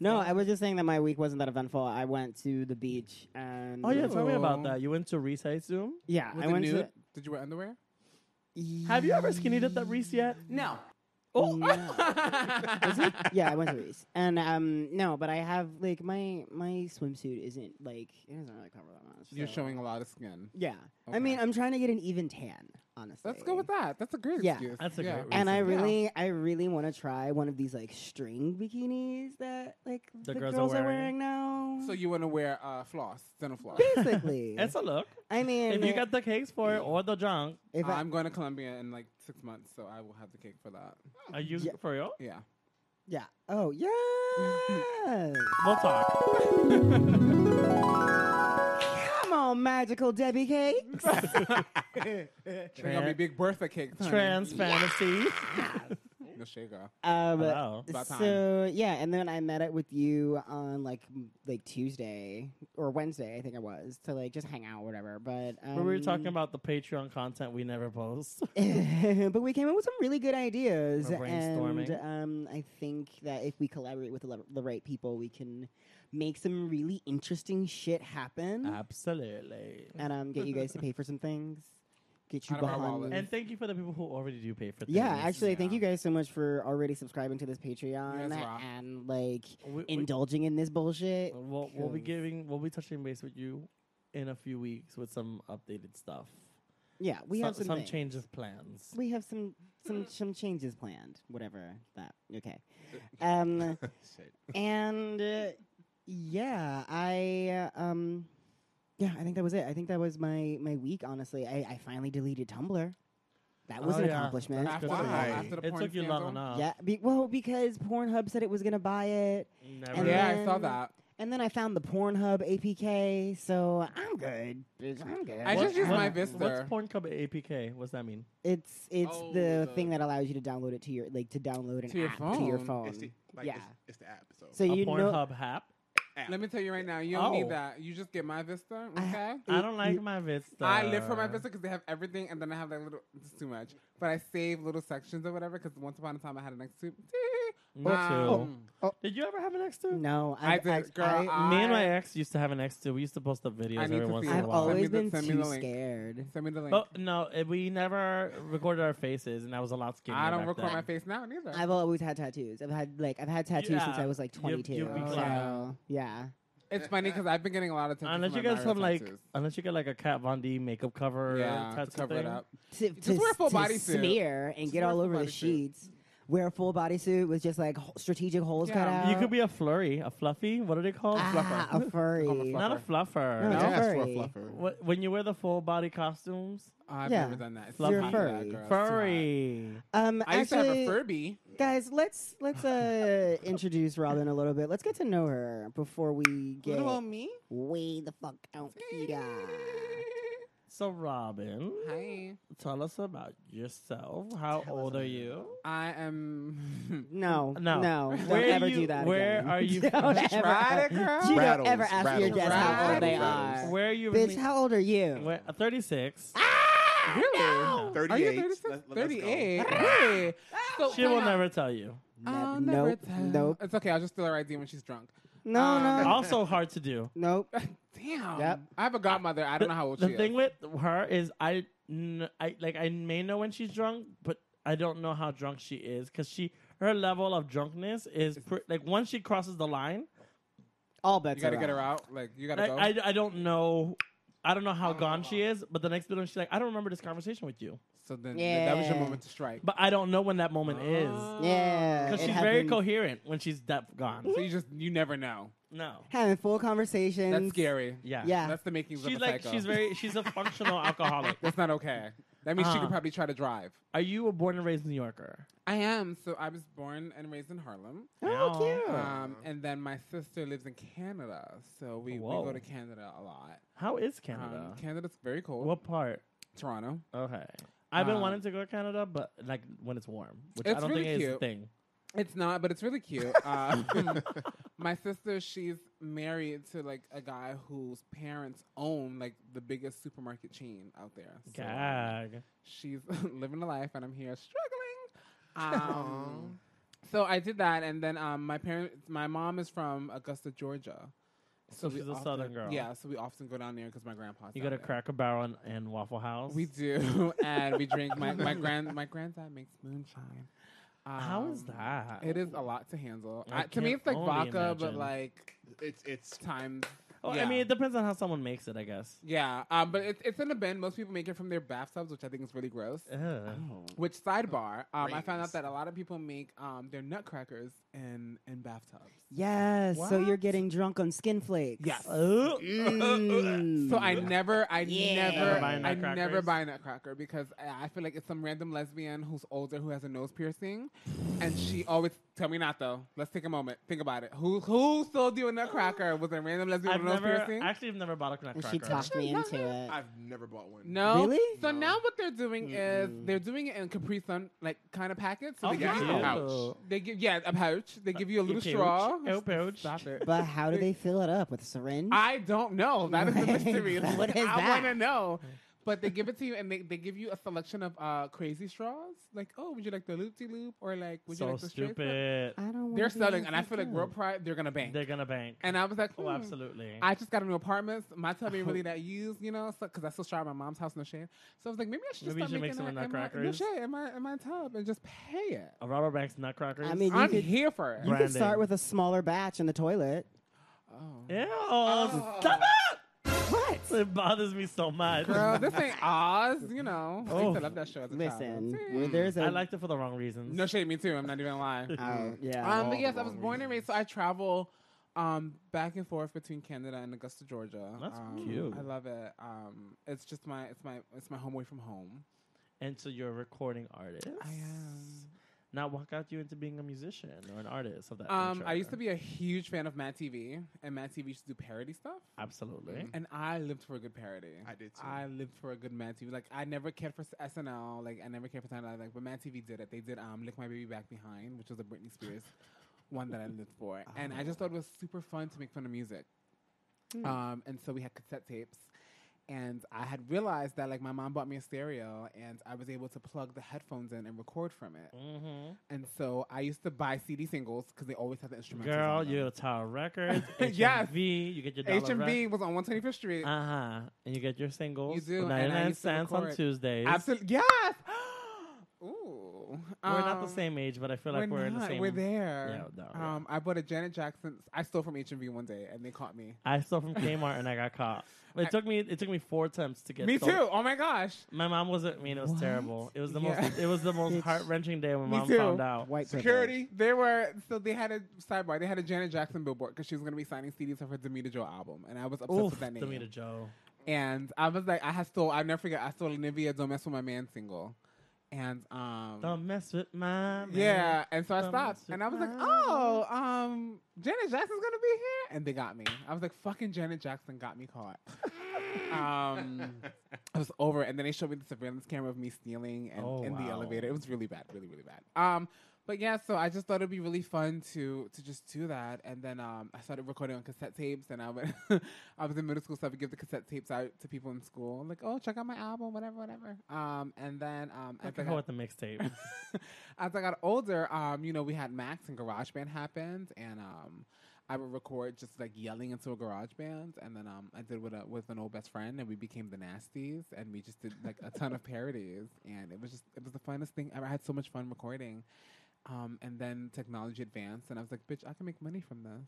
[SPEAKER 2] no, I was just saying that my week wasn't that eventful. I went to the beach and
[SPEAKER 3] Oh yeah, tell me about
[SPEAKER 1] Oh.
[SPEAKER 3] that. You went to Resize Zoom.
[SPEAKER 2] yeah,
[SPEAKER 1] With
[SPEAKER 2] I
[SPEAKER 1] the
[SPEAKER 2] went
[SPEAKER 1] nude? Did you wear underwear?
[SPEAKER 2] to
[SPEAKER 3] Have you ever skinny dipped at Reese yet?
[SPEAKER 1] No. Oh.
[SPEAKER 2] yeah, I went to Reese. And um no, but I have like my my swimsuit isn't like it doesn't really cover that much.
[SPEAKER 1] You're
[SPEAKER 2] so-
[SPEAKER 1] showing a lot of skin.
[SPEAKER 2] Yeah. I
[SPEAKER 1] Okay.
[SPEAKER 2] mean, I'm trying to get an even tan, honestly.
[SPEAKER 1] Let's go with that. That's a great
[SPEAKER 2] Yeah.
[SPEAKER 1] excuse.
[SPEAKER 3] That's a
[SPEAKER 1] yeah.
[SPEAKER 3] great reason.
[SPEAKER 2] And I
[SPEAKER 1] Yeah.
[SPEAKER 2] really I really want to try one of these like string bikinis that like the, girls, are, wearing. now.
[SPEAKER 1] So you want to wear uh, floss, dental floss.
[SPEAKER 2] basically.
[SPEAKER 3] It's a look.
[SPEAKER 2] I mean,
[SPEAKER 3] If you got the cakes for it or the junk,
[SPEAKER 2] if I,
[SPEAKER 1] I'm going to Colombia in like six months, so I will have the cake for that.
[SPEAKER 3] are you
[SPEAKER 2] Yeah.
[SPEAKER 3] for real?
[SPEAKER 1] Yeah.
[SPEAKER 2] yeah. Oh, yeah.
[SPEAKER 3] We'll talk.
[SPEAKER 2] Come on, magical Debbie Cakes.
[SPEAKER 1] They're gonna be
[SPEAKER 3] Tran-
[SPEAKER 1] big birthday cake.
[SPEAKER 3] Trans fantasy.
[SPEAKER 1] No shaker.
[SPEAKER 2] Um,
[SPEAKER 3] Hello.
[SPEAKER 1] About time.
[SPEAKER 2] so yeah, and then I met up with you on like m- like Tuesday or Wednesday, I think it was, to like just hang out, whatever. But um,
[SPEAKER 3] we were talking about the Patreon content we never post.
[SPEAKER 2] but we came up with some really good ideas,
[SPEAKER 3] We're brainstorming.
[SPEAKER 2] and um, I think that if we collaborate with the, le- the right people, we can make some really interesting shit happen,
[SPEAKER 3] Uh, Absolutely.
[SPEAKER 2] and um, get you guys to pay for some things, get you
[SPEAKER 1] Out of our
[SPEAKER 2] behind.
[SPEAKER 1] wallets.
[SPEAKER 3] And thank you for the people who already do pay for things.
[SPEAKER 2] yeah, actually, thank
[SPEAKER 1] yeah.
[SPEAKER 2] you guys so much for already subscribing to this Patreon
[SPEAKER 1] guys rock.
[SPEAKER 2] and like
[SPEAKER 3] We- we-
[SPEAKER 2] indulging in this bullshit.
[SPEAKER 3] We'll, we'll be
[SPEAKER 2] Because-
[SPEAKER 3] giving, we'll be touching base with you in a few weeks with some updated stuff.
[SPEAKER 2] Yeah, we
[SPEAKER 3] So-
[SPEAKER 2] have some,
[SPEAKER 3] some
[SPEAKER 2] things.
[SPEAKER 3] changes plans.
[SPEAKER 2] We have some some
[SPEAKER 1] Mm.
[SPEAKER 2] some changes planned. Whatever that. Okay. Um, and uh, yeah, I uh, um, yeah, I think that was it. I think that was my my week. Honestly, I, I finally deleted Tumblr. That was
[SPEAKER 3] Oh,
[SPEAKER 2] an
[SPEAKER 3] yeah.
[SPEAKER 2] accomplishment.
[SPEAKER 1] That's
[SPEAKER 3] Good Uh,
[SPEAKER 1] Why?
[SPEAKER 3] for you.
[SPEAKER 1] After the
[SPEAKER 3] It
[SPEAKER 1] porn
[SPEAKER 3] took you
[SPEAKER 1] scandal?
[SPEAKER 3] long enough.
[SPEAKER 2] Yeah, be, well, because Pornhub said it was gonna buy it,
[SPEAKER 3] Never.
[SPEAKER 2] And
[SPEAKER 1] Yeah, I
[SPEAKER 2] then-
[SPEAKER 1] saw that.
[SPEAKER 2] and then I found the Pornhub APK, so I'm good. bitch, I'm good.
[SPEAKER 1] I just used my Vista.
[SPEAKER 3] What's Pornhub APK? What's that mean?
[SPEAKER 2] It's it's
[SPEAKER 4] Oh,
[SPEAKER 2] the,
[SPEAKER 4] the-
[SPEAKER 2] thing that allows you to download it to your like to download an
[SPEAKER 1] To your
[SPEAKER 2] app to your
[SPEAKER 1] phone.
[SPEAKER 2] phone.
[SPEAKER 4] It's the, like,
[SPEAKER 2] yeah.
[SPEAKER 4] it's, it's the app. So,
[SPEAKER 2] So
[SPEAKER 3] a
[SPEAKER 2] you know,
[SPEAKER 3] Pornhub app?
[SPEAKER 4] app.
[SPEAKER 1] Let me tell you right now, you don't
[SPEAKER 3] Oh.
[SPEAKER 1] need that. You just get my Vista, okay?
[SPEAKER 3] I don't like my Vista.
[SPEAKER 1] I live for my Vista because they have everything, and then I have like little. It's too Um, much, but I save little sections or whatever. Because once upon a time, I had an ex too.
[SPEAKER 3] Me
[SPEAKER 1] Wow.
[SPEAKER 3] too. Did you ever have an ex too?
[SPEAKER 2] Oh. No,
[SPEAKER 1] I
[SPEAKER 2] I've,
[SPEAKER 1] did,
[SPEAKER 2] I've-
[SPEAKER 1] girl,
[SPEAKER 2] I-
[SPEAKER 1] I-
[SPEAKER 3] Me and my ex used to have an ex too. We used to post up videos
[SPEAKER 1] I need
[SPEAKER 3] every
[SPEAKER 1] to
[SPEAKER 3] once
[SPEAKER 1] see
[SPEAKER 3] in
[SPEAKER 1] it.
[SPEAKER 2] I've
[SPEAKER 3] a
[SPEAKER 1] Send
[SPEAKER 3] while.
[SPEAKER 1] me
[SPEAKER 2] always
[SPEAKER 1] the-
[SPEAKER 2] been
[SPEAKER 1] send me
[SPEAKER 2] too
[SPEAKER 1] the link.
[SPEAKER 2] scared.
[SPEAKER 1] Send me the link.
[SPEAKER 3] But no, it, we never recorded our faces, and I was a lot skinnier.
[SPEAKER 1] I don't
[SPEAKER 3] back
[SPEAKER 1] record
[SPEAKER 3] then.
[SPEAKER 1] my face now neither.
[SPEAKER 2] I've always had tattoos. I've had like I've had tattoos since
[SPEAKER 3] Yeah.
[SPEAKER 2] I was like
[SPEAKER 3] You-
[SPEAKER 2] 22.
[SPEAKER 3] you
[SPEAKER 1] became-
[SPEAKER 2] so, yeah.
[SPEAKER 1] it's funny because I've been getting a lot of attention.
[SPEAKER 3] Unless
[SPEAKER 1] from
[SPEAKER 3] you
[SPEAKER 1] my
[SPEAKER 3] guys have
[SPEAKER 1] viral
[SPEAKER 3] like,
[SPEAKER 1] tattoos.
[SPEAKER 3] unless you get like a Cat Von D makeup cover,
[SPEAKER 1] yeah, to
[SPEAKER 3] tattoo
[SPEAKER 1] cover it
[SPEAKER 3] thing.
[SPEAKER 1] up.
[SPEAKER 2] To, to,
[SPEAKER 1] wear a full
[SPEAKER 2] to
[SPEAKER 1] bodysuit.
[SPEAKER 2] smear and
[SPEAKER 1] Just
[SPEAKER 2] get
[SPEAKER 1] wear a
[SPEAKER 2] all
[SPEAKER 1] full
[SPEAKER 2] over the
[SPEAKER 1] bodysuit.
[SPEAKER 2] sheets. Wear a full bodysuit with just like ho- strategic holes cut
[SPEAKER 1] Yeah.
[SPEAKER 2] out.
[SPEAKER 3] You could be a flurry, a fluffy. What are they called?
[SPEAKER 2] ah, a furry.
[SPEAKER 3] Not a
[SPEAKER 2] No,
[SPEAKER 3] fluffer.
[SPEAKER 2] it's
[SPEAKER 4] I
[SPEAKER 2] a
[SPEAKER 4] asked for a
[SPEAKER 2] furry.
[SPEAKER 4] fluffer.
[SPEAKER 3] Wh- When you wear the full body costumes,
[SPEAKER 1] Oh, I've
[SPEAKER 2] Yeah.
[SPEAKER 1] never done that. It's
[SPEAKER 3] You're
[SPEAKER 1] too hot for that,
[SPEAKER 2] furry.
[SPEAKER 1] girl. It's too hot.
[SPEAKER 3] furry.
[SPEAKER 2] Um,
[SPEAKER 1] I used to have
[SPEAKER 2] actually,
[SPEAKER 1] a Furby.
[SPEAKER 2] guys, let's let's uh introduce Robin a little bit. Let's get to know her before we get
[SPEAKER 1] me.
[SPEAKER 2] way the fuck out here.
[SPEAKER 3] So Robin,
[SPEAKER 1] Hi.
[SPEAKER 3] tell us about yourself.
[SPEAKER 2] Tell
[SPEAKER 3] How
[SPEAKER 2] us
[SPEAKER 3] old are
[SPEAKER 2] about
[SPEAKER 3] you?
[SPEAKER 1] I am.
[SPEAKER 2] No, no,
[SPEAKER 3] No.
[SPEAKER 2] no. Don't
[SPEAKER 3] Where
[SPEAKER 2] ever
[SPEAKER 3] you-
[SPEAKER 2] do that.
[SPEAKER 3] where
[SPEAKER 2] again.
[SPEAKER 3] are you
[SPEAKER 2] Don't
[SPEAKER 3] from?
[SPEAKER 2] ever
[SPEAKER 1] Tried it, girl.
[SPEAKER 2] You don't
[SPEAKER 4] Rattles,
[SPEAKER 2] ever ask your
[SPEAKER 4] rattles,
[SPEAKER 2] guests how old they
[SPEAKER 1] rattles.
[SPEAKER 2] are.
[SPEAKER 3] Where are you?
[SPEAKER 2] Bitch, how old are you?
[SPEAKER 3] Where, uh, 36.
[SPEAKER 1] really? Are you
[SPEAKER 4] 38.
[SPEAKER 1] 36?
[SPEAKER 4] Let- let's go.
[SPEAKER 1] 38. Hey. So
[SPEAKER 3] She will
[SPEAKER 1] why not?
[SPEAKER 3] never tell you.
[SPEAKER 1] I'll
[SPEAKER 2] Nope,
[SPEAKER 1] never
[SPEAKER 2] nope,
[SPEAKER 1] tell.
[SPEAKER 2] nope.
[SPEAKER 1] It's okay. I'll just steal her ID when she's drunk.
[SPEAKER 2] No,
[SPEAKER 1] Um,
[SPEAKER 2] no,
[SPEAKER 3] Also hard to do.
[SPEAKER 2] nope.
[SPEAKER 1] Damn.
[SPEAKER 2] Yep.
[SPEAKER 1] I have a godmother. I don't know how old
[SPEAKER 3] The
[SPEAKER 1] she
[SPEAKER 3] thing
[SPEAKER 1] is.
[SPEAKER 3] with her is I, n- I like I may know when she's drunk, but I don't know how drunk she is because she her level of drunkenness is pr- like once she crosses the line,
[SPEAKER 2] All bets
[SPEAKER 1] you gotta
[SPEAKER 2] are
[SPEAKER 1] get her
[SPEAKER 2] off.
[SPEAKER 1] out. Like you gotta
[SPEAKER 3] I,
[SPEAKER 1] go. Oh.
[SPEAKER 3] I, I don't know. I don't know how gone she is, but the next bit when she's like, I don't remember this conversation with you,
[SPEAKER 1] so then th- that was your
[SPEAKER 2] Yeah.
[SPEAKER 1] moment to strike.
[SPEAKER 3] but I don't know when that moment
[SPEAKER 1] Oh.
[SPEAKER 3] is
[SPEAKER 2] Yeah,
[SPEAKER 3] because
[SPEAKER 2] Oh. it
[SPEAKER 3] she's very
[SPEAKER 2] happens.
[SPEAKER 3] coherent when she's that gone.
[SPEAKER 1] So you just you never know.
[SPEAKER 3] No,
[SPEAKER 2] Having full conversations.
[SPEAKER 1] That's scary.
[SPEAKER 3] yeah,
[SPEAKER 2] Yeah.
[SPEAKER 1] That's the makings
[SPEAKER 3] She's
[SPEAKER 1] of a
[SPEAKER 3] like
[SPEAKER 1] psycho.
[SPEAKER 3] she's very she's a functional alcoholic.
[SPEAKER 1] That's not okay. That means she
[SPEAKER 3] Uh-huh.
[SPEAKER 1] could probably try to drive.
[SPEAKER 3] Are you a born and raised New Yorker?
[SPEAKER 1] I am. So I was born and raised in Harlem.
[SPEAKER 3] Now-
[SPEAKER 2] Oh, cute.
[SPEAKER 1] Um, and then my sister lives in Canada, so we, we
[SPEAKER 3] Whoa.
[SPEAKER 1] go to Canada a lot.
[SPEAKER 3] How is
[SPEAKER 1] Um,
[SPEAKER 3] Canada?
[SPEAKER 1] Canada's very cold.
[SPEAKER 3] what part?
[SPEAKER 1] Toronto.
[SPEAKER 3] Okay. I've been
[SPEAKER 1] Um,
[SPEAKER 3] wanting to go to Canada, but like when it's warm, which I
[SPEAKER 1] It's
[SPEAKER 3] don't
[SPEAKER 1] really
[SPEAKER 3] think is a
[SPEAKER 1] cute.
[SPEAKER 3] thing.
[SPEAKER 1] It's not, but it's really cute. Uh, my sister, she's married to like a guy whose parents own like the biggest supermarket chain out there. So um,
[SPEAKER 3] Gag.
[SPEAKER 1] she's living the life, and I'm here struggling. Um, so I did that, and then um, my parents, my mom is from Augusta, Georgia.
[SPEAKER 3] So she's a
[SPEAKER 1] often-
[SPEAKER 3] southern girl.
[SPEAKER 1] Yeah, so we often go down there because my grandpa's.
[SPEAKER 3] You
[SPEAKER 1] down
[SPEAKER 3] got a
[SPEAKER 1] there.
[SPEAKER 3] Cracker Barrel and, and Waffle House.
[SPEAKER 1] We do, and we drink. My my grand my granddad makes moonshine.
[SPEAKER 3] How is
[SPEAKER 1] Um,
[SPEAKER 3] that?
[SPEAKER 1] It is a lot to handle.
[SPEAKER 3] I
[SPEAKER 1] I, to me,
[SPEAKER 3] can't
[SPEAKER 1] it's like
[SPEAKER 3] only
[SPEAKER 1] vodka, but
[SPEAKER 3] imagine.
[SPEAKER 1] like
[SPEAKER 4] It's it's
[SPEAKER 1] times.
[SPEAKER 3] Well,
[SPEAKER 1] yeah.
[SPEAKER 3] Oh, I mean, it depends on how someone makes it, I guess.
[SPEAKER 1] yeah. Um, but it's it's in a bin. Most people make it from their bathtubs, which I think is really gross.
[SPEAKER 3] Ugh.
[SPEAKER 1] Which sidebar? Um, I found out
[SPEAKER 4] Rings.
[SPEAKER 1] that a lot of people make um their nutcrackers in in bathtubs.
[SPEAKER 2] Yes. So you're
[SPEAKER 3] What?
[SPEAKER 2] getting drunk on skin flakes.
[SPEAKER 1] Yes.
[SPEAKER 3] Ugh.
[SPEAKER 2] Mm.
[SPEAKER 1] So I never, I
[SPEAKER 3] Never
[SPEAKER 1] never,
[SPEAKER 3] buy
[SPEAKER 1] I never
[SPEAKER 3] nutcrackers?
[SPEAKER 1] buy a nutcracker because I I feel like it's some random lesbian who's older who has a nose piercing, and she always tell me not though. Let's take a moment, think about it. Who who sold you a nutcracker? Was it a random lesbian
[SPEAKER 3] I've
[SPEAKER 1] with a nose
[SPEAKER 3] never,
[SPEAKER 1] piercing?
[SPEAKER 3] actually, I've never bought a
[SPEAKER 2] And
[SPEAKER 3] Nutcracker.
[SPEAKER 2] she talked me into it.
[SPEAKER 4] I've never bought one.
[SPEAKER 1] No.
[SPEAKER 2] Really?
[SPEAKER 1] So now what they're doing is they're doing it in Capri Sun like kind of packets. So
[SPEAKER 3] Oh, Uh,
[SPEAKER 1] they give you a
[SPEAKER 4] wow.
[SPEAKER 1] pouch. They give yeah a pouch. They give you a little
[SPEAKER 3] pouch. Oh,
[SPEAKER 1] straw.
[SPEAKER 3] A pouch.
[SPEAKER 1] Stop it.
[SPEAKER 2] But how do they fill it up with syringe?
[SPEAKER 1] I don't know. That is the mystery.
[SPEAKER 2] What
[SPEAKER 1] Like,
[SPEAKER 2] is
[SPEAKER 1] I
[SPEAKER 2] that?
[SPEAKER 1] want to know. But they give it to you, and they, they give you a selection of uh, crazy straws. Like, oh, would you like the loop de loop, or like, would you
[SPEAKER 3] So
[SPEAKER 1] like the straight straw?
[SPEAKER 3] stupid.
[SPEAKER 2] I don't. wanna
[SPEAKER 1] They're
[SPEAKER 2] be
[SPEAKER 1] selling, and I
[SPEAKER 2] fucked
[SPEAKER 1] feel like
[SPEAKER 2] up.
[SPEAKER 1] World Pride, they're gonna bank.
[SPEAKER 3] They're going to bank.
[SPEAKER 1] and I was like,
[SPEAKER 3] oh,
[SPEAKER 1] hmm.
[SPEAKER 3] absolutely.
[SPEAKER 1] I just got a new apartment. My tub ain't really that used, you know, because I still shower at my mom's house, no shade. So I was like, maybe I should just
[SPEAKER 3] Maybe you
[SPEAKER 1] start
[SPEAKER 3] should make
[SPEAKER 1] making
[SPEAKER 3] some
[SPEAKER 1] that in my, no
[SPEAKER 3] nutcrackers.
[SPEAKER 1] shade in my in my tub and just pay it.
[SPEAKER 3] a Robert Banks Nutcrackers.
[SPEAKER 2] I mean, you
[SPEAKER 1] I'm
[SPEAKER 2] could, you
[SPEAKER 1] here for it.
[SPEAKER 3] Right.
[SPEAKER 2] could
[SPEAKER 3] branding.
[SPEAKER 2] start with a smaller batch in the toilet.
[SPEAKER 1] Oh.
[SPEAKER 3] Ew, stop
[SPEAKER 2] What?
[SPEAKER 3] it! It bothers me so much.
[SPEAKER 1] Girl, this ain't Oz, you know. I used
[SPEAKER 3] Oh.
[SPEAKER 1] to love that show as a child.
[SPEAKER 2] Listen, where there's a
[SPEAKER 3] I liked it for the wrong reasons.
[SPEAKER 1] No shade, me too. I'm not even lying.
[SPEAKER 2] Oh, yeah.
[SPEAKER 1] Um,
[SPEAKER 4] all
[SPEAKER 1] but
[SPEAKER 4] the
[SPEAKER 1] yes, I was
[SPEAKER 4] wrong
[SPEAKER 1] born and raised, so I travel um, back and forth between Canada and Augusta, Georgia.
[SPEAKER 3] That's
[SPEAKER 1] Um,
[SPEAKER 3] cute.
[SPEAKER 1] I love it. Um, it's just my it's my it's my home away from home.
[SPEAKER 3] And so you're a recording artist.
[SPEAKER 1] I am.
[SPEAKER 3] Now, what got you into being a musician or an artist of that
[SPEAKER 1] Um,
[SPEAKER 3] nature?
[SPEAKER 1] I used to be a huge fan of Matt TV, and Matt TV used to do parody stuff.
[SPEAKER 3] Absolutely.
[SPEAKER 1] And I lived for a good parody.
[SPEAKER 4] I did too.
[SPEAKER 1] I lived for a good Matt TV. Like I never cared for s- SNL. Like I never cared for Saturday Night Live. But Matt TV did it. They did um, "Lick My Baby Back Behind," which was a Britney Spears one that I lived for.
[SPEAKER 3] Oh.
[SPEAKER 1] And
[SPEAKER 3] Hmm.
[SPEAKER 1] I just thought it was super fun to make fun of music. Um, and so we had cassette tapes, And I had realized that like my mom bought me a stereo and I was able to plug the headphones in and record from it.
[SPEAKER 3] Mm-hmm.
[SPEAKER 1] And so I used to buy CD singles because they always had the instrumental.
[SPEAKER 3] Girl, you go to Tower Records.
[SPEAKER 1] Yes.
[SPEAKER 3] HMV, you get your
[SPEAKER 1] H
[SPEAKER 3] dollar
[SPEAKER 1] and B was on One Twenty Fifth Street.
[SPEAKER 3] Uh huh. And you get your singles.
[SPEAKER 1] You do, and
[SPEAKER 3] for
[SPEAKER 1] I
[SPEAKER 3] 99
[SPEAKER 1] used to
[SPEAKER 3] cents on
[SPEAKER 1] record.
[SPEAKER 3] Tuesdays.
[SPEAKER 1] Absolutely, yes. Ooh,
[SPEAKER 3] We're not the
[SPEAKER 1] Um,
[SPEAKER 3] same age, but I feel like we're, in the
[SPEAKER 1] not.
[SPEAKER 3] same.
[SPEAKER 1] We're there.
[SPEAKER 3] Yeah, no, yeah.
[SPEAKER 1] Um, I bought a Janet Jackson. I stole from H and B one day, and they caught me.
[SPEAKER 3] I stole from Kmart and I got caught. But it
[SPEAKER 1] I-
[SPEAKER 3] took me. It took me four attempts to get.
[SPEAKER 1] me
[SPEAKER 3] stolen.
[SPEAKER 1] too. Oh my gosh.
[SPEAKER 3] My mom wasn't. I mean, it was terrible. It was the
[SPEAKER 1] Yeah.
[SPEAKER 3] most. It was the most
[SPEAKER 2] Bitch.
[SPEAKER 3] heart wrenching day when
[SPEAKER 1] Me
[SPEAKER 3] mom
[SPEAKER 1] too.
[SPEAKER 3] found out.
[SPEAKER 2] White
[SPEAKER 4] Security.
[SPEAKER 1] They were so they had a sidebar. They had a Janet Jackson billboard because she was going to be signing CDs of her Demita Joe album, and I was obsessed
[SPEAKER 3] Oof,
[SPEAKER 1] with that name.
[SPEAKER 3] Demita Joe.
[SPEAKER 1] And I was like, I had stole. I never forget. I stole Nivea "Don't Mess with My Man" single, and um,
[SPEAKER 3] Don't mess with my man.
[SPEAKER 1] yeah. And so I
[SPEAKER 3] Don't
[SPEAKER 1] stopped,
[SPEAKER 3] mess with
[SPEAKER 1] and I was like,
[SPEAKER 3] my
[SPEAKER 1] oh, um, Janet Jackson's going to be here, and they got me. I was like, fucking Janet Jackson got me caught. um, I was over, it, and then they showed me the surveillance camera of me stealing and
[SPEAKER 3] Oh,
[SPEAKER 1] in the
[SPEAKER 3] wow.
[SPEAKER 1] elevator. It was really bad, really, really bad. Um, but yeah, so I just thought it'd be really fun to to just do that, and then um, I started recording on cassette tapes, and I would I was in middle school, so I would give the cassette tapes out to people in school, like, oh, check out my album, whatever, whatever. Um, and then um, as
[SPEAKER 3] I
[SPEAKER 1] I
[SPEAKER 3] go
[SPEAKER 1] got,
[SPEAKER 3] with the mixtape.
[SPEAKER 1] as I got older, um, you know, we had Max and GarageBand happened, and um, I would record just like yelling into a garage band, and then um, I did with a, with an old best friend, and we became the Nasties, and we just did like a ton of parodies, and it was just it was the funnest thing ever. I had so much fun recording, um, and then technology advanced, and I was like, bitch, I can make money from this.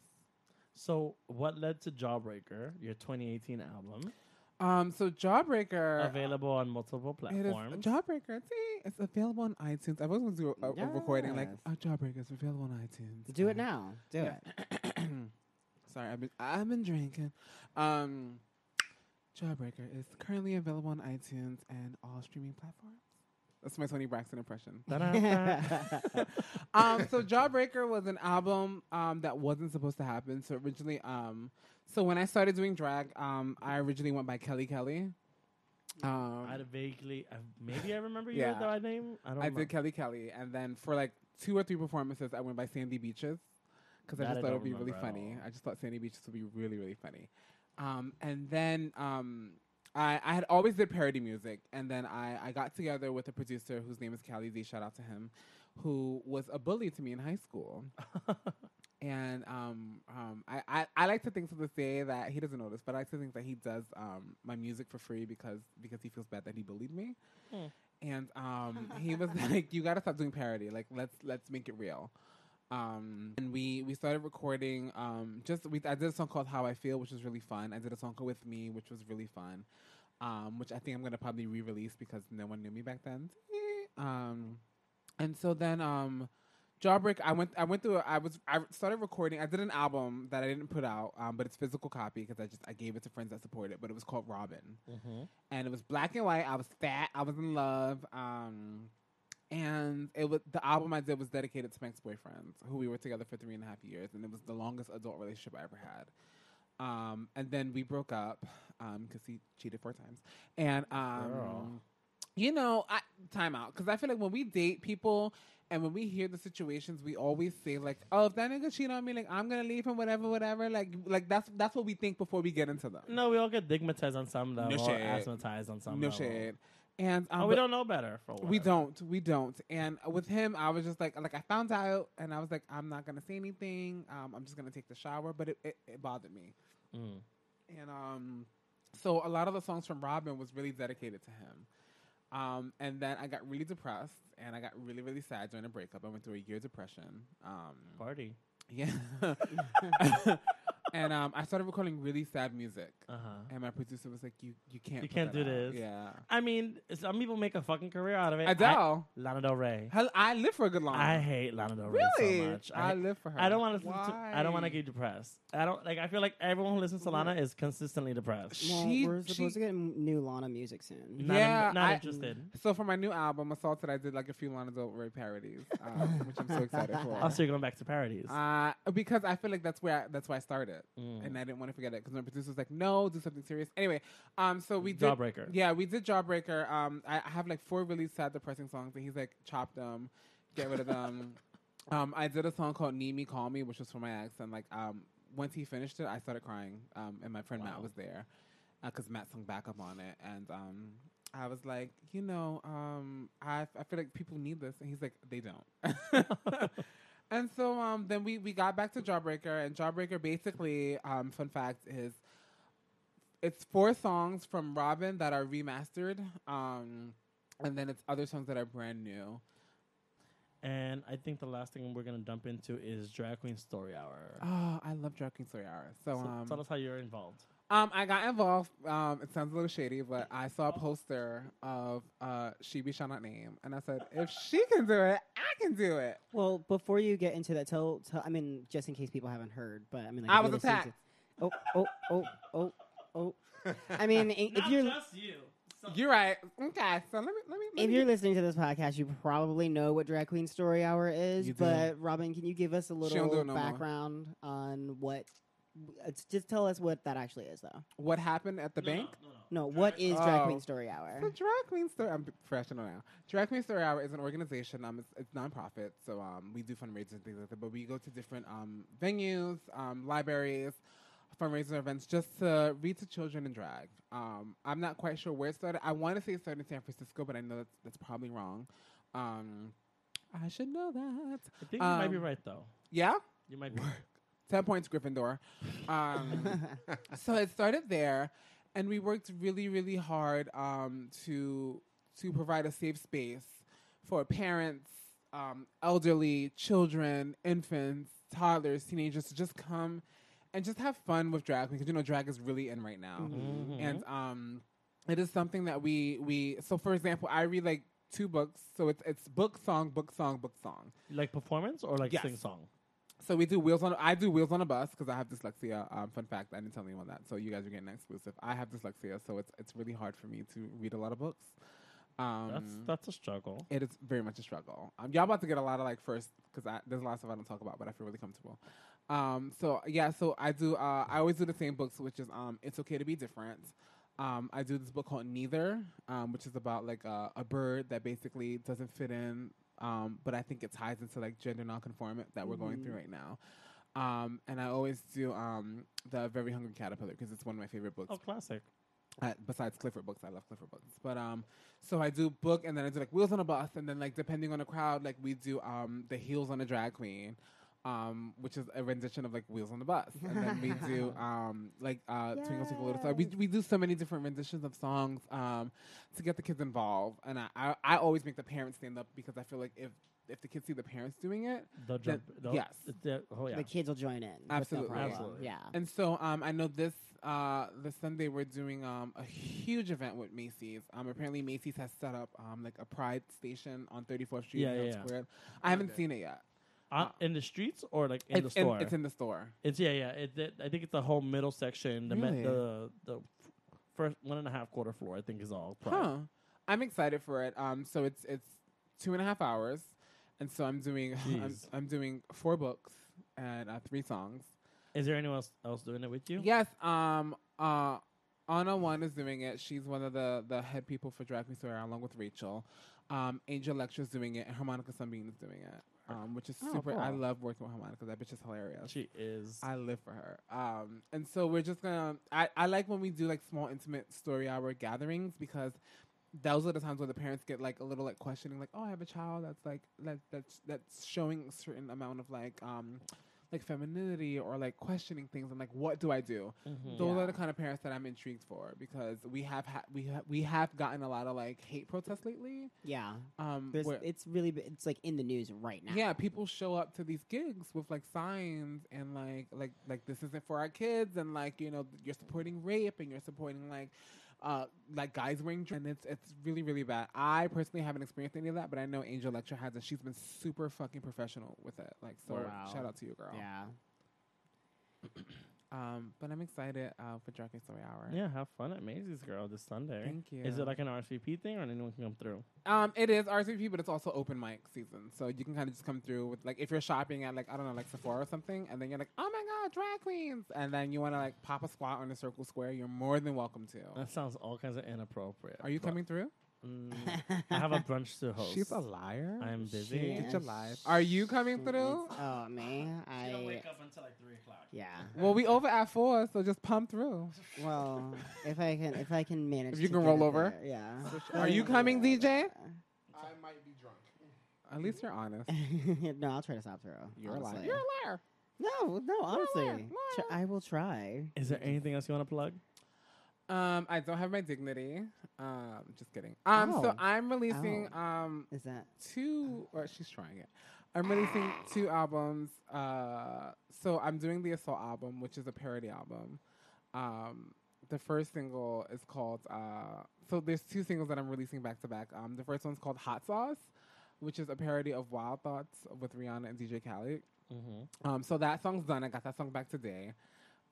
[SPEAKER 3] so, what led to Jawbreaker, your 2018 album,
[SPEAKER 1] Um, so Jawbreaker
[SPEAKER 3] available on multiple
[SPEAKER 1] Er, uh, It is
[SPEAKER 3] platforms?
[SPEAKER 1] Jawbreaker. It's, eh, it's available on iTunes. I was going to do a, a recording like
[SPEAKER 2] Yes.
[SPEAKER 1] oh, Jawbreaker is available on iTunes.
[SPEAKER 2] Do it
[SPEAKER 1] Um,
[SPEAKER 2] now. Do
[SPEAKER 1] Yeah.
[SPEAKER 2] it.
[SPEAKER 1] Sorry, I've been I've been drinking. Um, Jawbreaker is currently available on iTunes and all streaming platforms. That's my Tony Braxton impression.
[SPEAKER 3] Da-da-da.
[SPEAKER 1] um, so Jawbreaker was an album um, that wasn't supposed to happen. So originally, um, so when I started doing drag, um, I originally went by Kelly Kelly. Um,
[SPEAKER 3] I vaguely, I, maybe I remember
[SPEAKER 1] Yeah.
[SPEAKER 3] your that name. I don't.
[SPEAKER 1] I
[SPEAKER 3] know.
[SPEAKER 1] did Kelly Kelly, and then for like two or three performances, I went by Sandy Beaches because I
[SPEAKER 3] That
[SPEAKER 1] just
[SPEAKER 3] I
[SPEAKER 1] thought it
[SPEAKER 3] don't
[SPEAKER 1] would be really
[SPEAKER 3] remember at
[SPEAKER 1] funny.
[SPEAKER 3] all.
[SPEAKER 1] I just thought Sandy Beaches would be really really funny. Um, and then um, I, I had always did parody music, and then I, I got together with a producer whose name is Cali Z. Shout out to him, who was a bully to me in high school. And um, um, I, I, I like to think to this day that he doesn't notice, but I like to think that he does um, my music for free because because he feels bad that he bullied me.
[SPEAKER 3] Hmm.
[SPEAKER 1] And um, he was like, "You gotta stop doing parody. Like, let's let's make it real." Um, and we we started recording. Um, just we I did a song called "How I Feel," which was really fun. I did a song called "With Me," which was really fun. Um, which I think I'm gonna probably re-release because no one knew me back then. Um, and so then um, Jawbreak, I went. I went through. a- I was. I started recording. I did an album that I didn't put out, um, but it's physical copy because I just I gave it to friends that support it. But it was called Robin,
[SPEAKER 3] Mhm.
[SPEAKER 1] and it was black and white. I was fat. I was in love. Um, and it was the album I did was dedicated to my ex boyfriend, who we were together for three and a half years, and it was the longest adult relationship I ever had. Um, and then we broke up because he cheated four times, and um,
[SPEAKER 3] Girl.
[SPEAKER 1] you know, I, time out because I feel like when we date people. And when we hear the situations, we always say like, "Oh, if that nigga cheat on me, like I'm gonna leave him, whatever, whatever." Like, like that's that's what we think before we get into them.
[SPEAKER 3] No, we all get digmatized on some level, or
[SPEAKER 1] shade.
[SPEAKER 3] asthmatized on some
[SPEAKER 1] no
[SPEAKER 3] level.
[SPEAKER 1] shade. And um,
[SPEAKER 3] Oh,
[SPEAKER 1] but-
[SPEAKER 3] we don't know better for
[SPEAKER 1] we
[SPEAKER 3] whatever.
[SPEAKER 1] don't. We don't. And with him, I was just like, like I found out, and I was like, I'm not gonna say anything. Um, I'm just gonna take the shower. But it, it, it bothered me.
[SPEAKER 3] Mm.
[SPEAKER 1] And um, so a lot of the songs from Robin was really dedicated to him. Um, and then I got really depressed, and I got really, really sad during the breakup. I went through a year depression. Um,
[SPEAKER 3] Party.
[SPEAKER 1] yeah. and um, I started recording really sad music.
[SPEAKER 3] Uh huh.
[SPEAKER 1] And my producer was like, "You, you can't,
[SPEAKER 3] You
[SPEAKER 1] put
[SPEAKER 3] can't
[SPEAKER 1] that
[SPEAKER 3] do
[SPEAKER 1] out.
[SPEAKER 3] this.
[SPEAKER 1] Yeah,
[SPEAKER 3] I mean, some people make a fucking career out of it. I,
[SPEAKER 1] Adele.
[SPEAKER 3] Lana Del Rey.
[SPEAKER 1] I, I live for a good long.
[SPEAKER 3] I hate Lana Del Rey
[SPEAKER 1] Really?
[SPEAKER 3] so much.
[SPEAKER 1] I,
[SPEAKER 3] I,
[SPEAKER 1] live for her.
[SPEAKER 3] I don't want to. I don't want to get depressed. I don't like. I feel like everyone who listens to Lana is consistently depressed.
[SPEAKER 2] Well,
[SPEAKER 1] She-
[SPEAKER 2] we're supposed
[SPEAKER 1] she-
[SPEAKER 2] to get m- new Lana music soon.
[SPEAKER 3] Not,
[SPEAKER 1] Yeah,
[SPEAKER 3] not
[SPEAKER 1] I-
[SPEAKER 3] interested.
[SPEAKER 1] So for my new album, Assaulted, I did like a few Lana Del Rey parodies, um, which I'm so excited
[SPEAKER 3] Oh, so
[SPEAKER 1] for.
[SPEAKER 3] you're going back to parodies.
[SPEAKER 1] Uh, because I feel like that's where I, that's where I started,
[SPEAKER 3] Mm.
[SPEAKER 1] and I didn't want to forget it because my producer was like, "No, do something serious." Anyway, um, so we did.
[SPEAKER 3] Jawbreaker.
[SPEAKER 1] Yeah, we did Jawbreaker. Um, I, I have like four really sad, depressing songs, and he's like, "Chop them, get rid of them." um, I did a song called "Need Me, Call Me," which was for my ex, and like, um, once he finished it, I started crying. Um, and my friend Matt
[SPEAKER 3] Wow.
[SPEAKER 1] was there, because Matt sung backup on it, and um, I was like, you know, um, I I feel like people need this, and he's like, they don't. and so um, then we we got back to Jawbreaker, and Jawbreaker basically, um, fun fact is, it's four songs from Robin that are remastered, um, and then it's other songs that are brand new.
[SPEAKER 3] And I think the last thing we're gonna dump into is Drag Queen Story Hour.
[SPEAKER 1] Oh, I love Drag Queen Story Hour. So,
[SPEAKER 3] So
[SPEAKER 1] um,
[SPEAKER 3] tell us how you're involved.
[SPEAKER 1] Um, I got involved. Um, it sounds a little shady, but I saw a poster of uh, "She Be Shall Not Name," and I said, "If she can do it, I can do it."
[SPEAKER 2] Well, before you get into that, tell, tell I mean, just in case people haven't heard, but I mean, like,
[SPEAKER 1] I
[SPEAKER 2] if
[SPEAKER 1] was
[SPEAKER 2] you're listening
[SPEAKER 1] attacked.
[SPEAKER 2] to- oh, oh, oh, oh, oh. I mean, i- if you're
[SPEAKER 3] you.
[SPEAKER 1] You're right. Okay, so let me let me. Let
[SPEAKER 2] if
[SPEAKER 1] me
[SPEAKER 2] you're listening to this podcast, you probably know what Drag Queen Story Hour is.
[SPEAKER 1] You do.
[SPEAKER 2] but Robin, can you give us a
[SPEAKER 1] She don't do
[SPEAKER 2] little
[SPEAKER 1] it no more.
[SPEAKER 2] background on what? it's- Just tell us what that actually is, though.
[SPEAKER 1] what happened at the bank?
[SPEAKER 2] No, what is Drag
[SPEAKER 1] Oh.
[SPEAKER 2] Queen Story
[SPEAKER 1] The
[SPEAKER 2] Hour?
[SPEAKER 1] Drag Queen Story. I'm professional now. Drag Queen Story Hour is an organization. Um, it's, it's nonprofit, so um, we do fundraisers and things like that. But we go to different um venues, um, libraries, fundraiser events just to read to children in drag. Um, I'm not quite sure where it started. I want to say it started in San Francisco, but I know that's that's probably wrong. Um, I should know that.
[SPEAKER 3] I think you might be
[SPEAKER 1] Um,
[SPEAKER 3] right though.
[SPEAKER 1] Yeah,
[SPEAKER 3] You might be.
[SPEAKER 1] ten points Gryffindor. Um, so it started there, and we worked really, really hard um, to to provide a safe space for parents, um, elderly, children, infants, toddlers, teenagers to just come and just have fun with drag because you know drag is really in right now,
[SPEAKER 3] Mm-hmm.
[SPEAKER 1] and um, it is something that we we. So for example, I read like two books, so it's it's book song, book song, book song.
[SPEAKER 3] like performance or like
[SPEAKER 1] Yes.
[SPEAKER 3] sing song.
[SPEAKER 1] So we do wheels on. I do wheels on a bus because I have dyslexia. Um, fun fact: I didn't tell anyone that. So you guys are getting exclusive. I have dyslexia, so it's it's really hard for me to read a lot of books.
[SPEAKER 3] That's
[SPEAKER 1] Um,
[SPEAKER 3] that's a struggle.
[SPEAKER 1] it is very much a struggle. Um, y'all about to get a lot of like first because there's a lot of stuff I don't talk about, but I feel really comfortable. Um, so yeah, so I do. Uh, I always do the same books, which is um, it's okay to be different. Um, I do this book called Neither, um, which is about like a, a bird that basically doesn't fit in, um, but I think it ties into like gender nonconformant that we're going through right now. Um, and I always do um, the Very Hungry Caterpillar because it's one of my favorite books
[SPEAKER 3] Oh, classic.
[SPEAKER 1] uh, besides Clifford books, I love Clifford books. But um, so I do book, and then I do like Wheels on a Bus, and then like depending on the crowd, like we do um the Heels on a Drag Queen, um, which is a rendition of like Wheels on the Bus, and then we do um like uh Twinkle Twinkle Little Star. We we do so many different renditions of songs um to get the kids involved, and I I, I always make the parents stand up because I feel like if if the kids see the parents doing it,
[SPEAKER 3] They'll jump. they'll-
[SPEAKER 1] yes.
[SPEAKER 3] they'll- oh yeah.
[SPEAKER 2] The kids will join in. with no
[SPEAKER 1] Absolutely.
[SPEAKER 2] problem.
[SPEAKER 3] Absolutely.
[SPEAKER 2] Yeah.
[SPEAKER 1] And so um, I know this uh, this Sunday we're doing um, a huge event with Macy's. Um, apparently Macy's has set up um, like a Pride station on 34th Street
[SPEAKER 3] Yeah,
[SPEAKER 1] in Herald
[SPEAKER 3] yeah, yeah.
[SPEAKER 1] Square. I haven't seen it yet.
[SPEAKER 3] Uh, in the streets or like in
[SPEAKER 1] it's,
[SPEAKER 3] the store.
[SPEAKER 1] it's in the store.
[SPEAKER 3] It's yeah, yeah. It, it, I think it's the whole middle section, the me-
[SPEAKER 1] Really?
[SPEAKER 3] the the f- first one and a half quarter floor. I think is all. private.
[SPEAKER 1] Huh. I'm excited for it. Um, so it's it's two and a half hours, and so I'm doing I'm,
[SPEAKER 3] Jeez.
[SPEAKER 1] I'm doing four books and uh, three songs.
[SPEAKER 3] Is there anyone else, else doing it with you?
[SPEAKER 1] Yes. Um. Uh. Anna One is doing it. She's one of the the head people for Drag Me Story, along with Rachel. Um, Angel Lecture's doing it, and Harmonica Sunbeam is doing it, um, which is
[SPEAKER 3] Oh,
[SPEAKER 1] super. I
[SPEAKER 3] cool.
[SPEAKER 1] love working with Harmonica. That bitch is hilarious.
[SPEAKER 3] she is.
[SPEAKER 1] I live for her. Um, and so we're just gonna. I, I like when we do like small intimate story hour gatherings because those are the times where the parents get like a little like questioning, like, oh, I have a child that's like that that's that's showing a certain amount of like um like femininity or like questioning things and like what do I do?
[SPEAKER 3] mm-hmm.
[SPEAKER 2] Mm.
[SPEAKER 1] Those are the kind of parents that I'm intrigued for because we have ha- we ha- we have gotten a lot of like hate protests lately.
[SPEAKER 2] Yeah.
[SPEAKER 1] Um,
[SPEAKER 2] There's,
[SPEAKER 1] where-
[SPEAKER 2] it's really b- it's like in the news right now.
[SPEAKER 1] yeah, people show up to these gigs with like signs and like like like this isn't for our kids and like you know you're supporting rape and you're supporting like uh like guys wearing dr- and it's it's really really bad. I personally haven't experienced any of that, but I know Angel Lecture has and she's been super fucking professional with it. Like so,
[SPEAKER 2] Wow.
[SPEAKER 1] shout out to you, girl.
[SPEAKER 2] Yeah.
[SPEAKER 1] Um, but I'm excited uh, for Drag Race Story Hour.
[SPEAKER 3] yeah, have fun at Maisie's, girl, this Sunday.
[SPEAKER 1] Thank you.
[SPEAKER 3] Is it like an RSVP thing, or anyone can come through?
[SPEAKER 1] Um, it is RSVP, but it's also open mic season, so you can kind of just come through with like if you're shopping at like I don't know like Sephora or something, and then you're like, oh my god, drag queens, and then you want to like pop a squat on a circle square, you're more than welcome to.
[SPEAKER 3] That sounds all kinds of inappropriate.
[SPEAKER 1] Uh, Are you
[SPEAKER 3] but-
[SPEAKER 1] coming through?
[SPEAKER 3] Mm, I have a brunch to host.
[SPEAKER 1] She's a liar.
[SPEAKER 3] I'm busy.
[SPEAKER 1] She-
[SPEAKER 2] Yes.
[SPEAKER 1] Get your life. Are you coming through?
[SPEAKER 2] Oh man, I
[SPEAKER 3] up until like three o'clock.
[SPEAKER 2] yeah.
[SPEAKER 1] Well, we over at four, so just pump through.
[SPEAKER 2] Well, if I can, if I can manage.
[SPEAKER 1] If you
[SPEAKER 2] to
[SPEAKER 1] can
[SPEAKER 2] get
[SPEAKER 1] roll
[SPEAKER 2] it
[SPEAKER 1] over.
[SPEAKER 2] there, yeah. Uh,
[SPEAKER 1] Are you coming, DJ?
[SPEAKER 4] I might be drunk.
[SPEAKER 1] At least you're honest.
[SPEAKER 2] no, I'll try to stop through.
[SPEAKER 1] You're a
[SPEAKER 2] honestly.
[SPEAKER 1] liar. You're a liar.
[SPEAKER 2] No, no, honestly, Tr- I will try.
[SPEAKER 3] Is there anything else you want to plug?
[SPEAKER 1] Um, I don't have my dignity. Um, just kidding. Um, so
[SPEAKER 2] Oh.
[SPEAKER 1] I'm releasing
[SPEAKER 2] Oh.
[SPEAKER 1] um
[SPEAKER 2] Is that
[SPEAKER 1] two or she's trying it. I'm releasing two albums. Uh, so I'm doing the Assault album, which is a parody album. Um, the first single is called. Uh, so there's two singles that I'm releasing back to back. Um, the first one's called Hot Sauce, which is a parody of Wild Thoughts with Rihanna and DJ Khaled.
[SPEAKER 3] Mm-hmm.
[SPEAKER 1] Um, so that song's done. I got that song back today.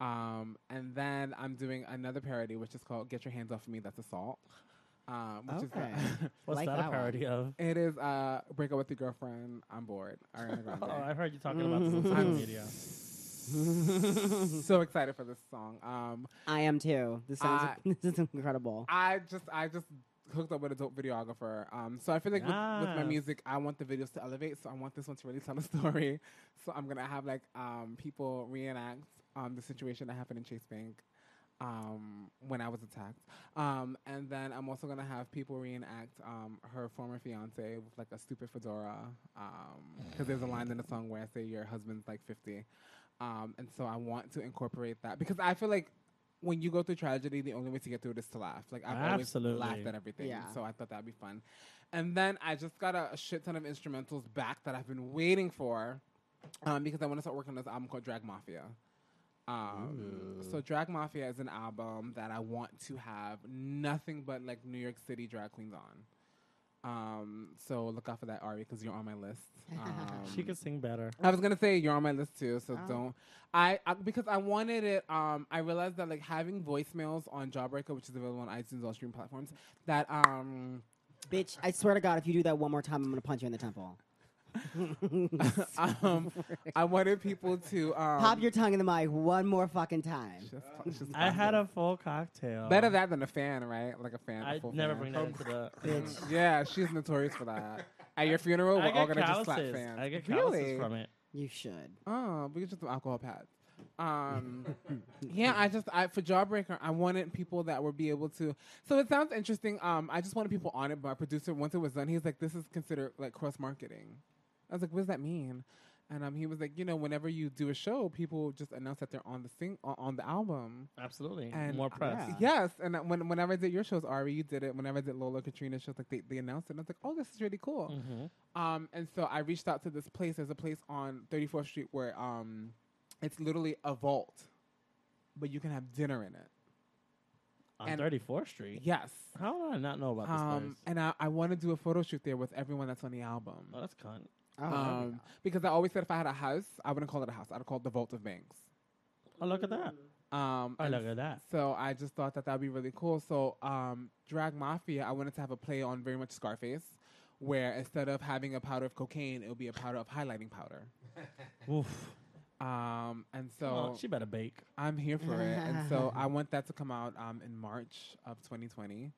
[SPEAKER 1] Um, and then I'm doing another parody, which is called "Get Your Hands Off of Me." That's assault. Um, which
[SPEAKER 2] Okay.
[SPEAKER 1] is a-
[SPEAKER 3] What's
[SPEAKER 2] Like
[SPEAKER 3] that,
[SPEAKER 2] that
[SPEAKER 3] a
[SPEAKER 2] one.
[SPEAKER 3] parody of?
[SPEAKER 1] it is uh, break up with your girlfriend. I'm bored. Ariana Grande.
[SPEAKER 3] Oh, I've heard you talking about this on social
[SPEAKER 1] I'm
[SPEAKER 3] media.
[SPEAKER 1] so excited for this song. Um,
[SPEAKER 2] I am too. This
[SPEAKER 1] Uh,
[SPEAKER 2] sounds this is incredible.
[SPEAKER 1] I just I just hooked up with a dope videographer. Um, so I feel like with, with my
[SPEAKER 3] Nice.
[SPEAKER 1] music, I want the videos to elevate. So I want this one to really tell a story. So I'm gonna have like um, people reenact um, the situation that happened in Chase Bank um, when I was attacked. Um, and then I'm also gonna have people reenact um, her former fiance with like a stupid fedora. Because there's a line in the song where I say your husband's like 50. Um, and so I want to incorporate that because I feel like when you go through tragedy, the only way to get through it is to laugh. Like I've
[SPEAKER 3] Absolutely.
[SPEAKER 1] always laughed at everything,
[SPEAKER 2] Yeah.
[SPEAKER 1] so I thought that'd be fun. And then I just got a, a shit ton of instrumentals back that I've been waiting for um, because I want to start working on this album called Drag Mafia. Um, so Drag Mafia is an album that I want to have nothing but like New York City drag queens on. Um, so look out for that Ari because you're on my list. Um,
[SPEAKER 3] She could sing better.
[SPEAKER 1] I was gonna say you're on my list too, so
[SPEAKER 2] Oh.
[SPEAKER 1] don't. I, I because I wanted it. Um, I realized that like having voicemails on Jawbreaker, which is available on iTunes, all streaming platforms, that um,
[SPEAKER 2] Bitch, I swear to God, if you do that one more time, I'm gonna punch you in the temple.
[SPEAKER 1] um, I wanted people to um,
[SPEAKER 2] Pop your tongue in the mic one more fucking time.
[SPEAKER 1] Just, just
[SPEAKER 3] I had
[SPEAKER 1] a
[SPEAKER 3] a full cocktail.
[SPEAKER 1] better that than a fan, right? Like a fan. a
[SPEAKER 3] I
[SPEAKER 1] full
[SPEAKER 3] never
[SPEAKER 1] fan.
[SPEAKER 3] bring that into the.
[SPEAKER 2] Bitch.
[SPEAKER 1] Yeah, she's notorious for that. At your funeral, we're
[SPEAKER 3] I
[SPEAKER 1] all
[SPEAKER 3] get
[SPEAKER 1] gonna just slap
[SPEAKER 3] calluses.
[SPEAKER 1] fans.
[SPEAKER 3] I get
[SPEAKER 1] really?
[SPEAKER 3] calluses from it.
[SPEAKER 2] You should.
[SPEAKER 1] Oh, we could just do alcohol pads. Um, yeah, I just I for Jawbreaker, I wanted people that would be able to. So it sounds interesting. Um, I just wanted people on it. But our producer, once it was done, he's like, "This is considered like cross marketing." I was like, "What does that mean?" And um, he was like, "You know, whenever you do a show, people just announce that they're on the sing on- on the album."
[SPEAKER 3] Absolutely.
[SPEAKER 1] And-
[SPEAKER 3] More press.
[SPEAKER 2] Yeah.
[SPEAKER 1] Yes, and uh, when whenever I did your shows, Ari, you did it. Whenever I did Lola Katrina shows, like they, they announced it, and I was like, "Oh, this is really cool."
[SPEAKER 3] Mm-hmm.
[SPEAKER 1] Um, and so I reached out to this place. There's a place on 34th Street where um, it's literally a vault, but you can have dinner in it.
[SPEAKER 3] On
[SPEAKER 1] And-
[SPEAKER 3] 34th Street.
[SPEAKER 1] Yes.
[SPEAKER 3] How did I not know about this
[SPEAKER 1] Um,
[SPEAKER 3] place?
[SPEAKER 1] and I, I want to do a photo shoot there with everyone that's on the album.
[SPEAKER 3] Oh, that's cunt.
[SPEAKER 2] Oh,
[SPEAKER 1] Um, because I always said if I had a house, I wouldn't call it a house. I'd call it the Vault of Banks.
[SPEAKER 3] Oh, look at that.
[SPEAKER 1] Um,
[SPEAKER 3] Oh,
[SPEAKER 1] and
[SPEAKER 3] look at that.
[SPEAKER 1] So I just thought that that would be really cool. So um, Drag Mafia, I wanted to have a play on very much Scarface, where instead of having a powder of cocaine, it would be a powder of highlighting powder.
[SPEAKER 3] Oof.
[SPEAKER 1] Um, and so
[SPEAKER 3] Oh, she better bake.
[SPEAKER 1] I'm here for it, and so I want that to come out um, in March of 2020,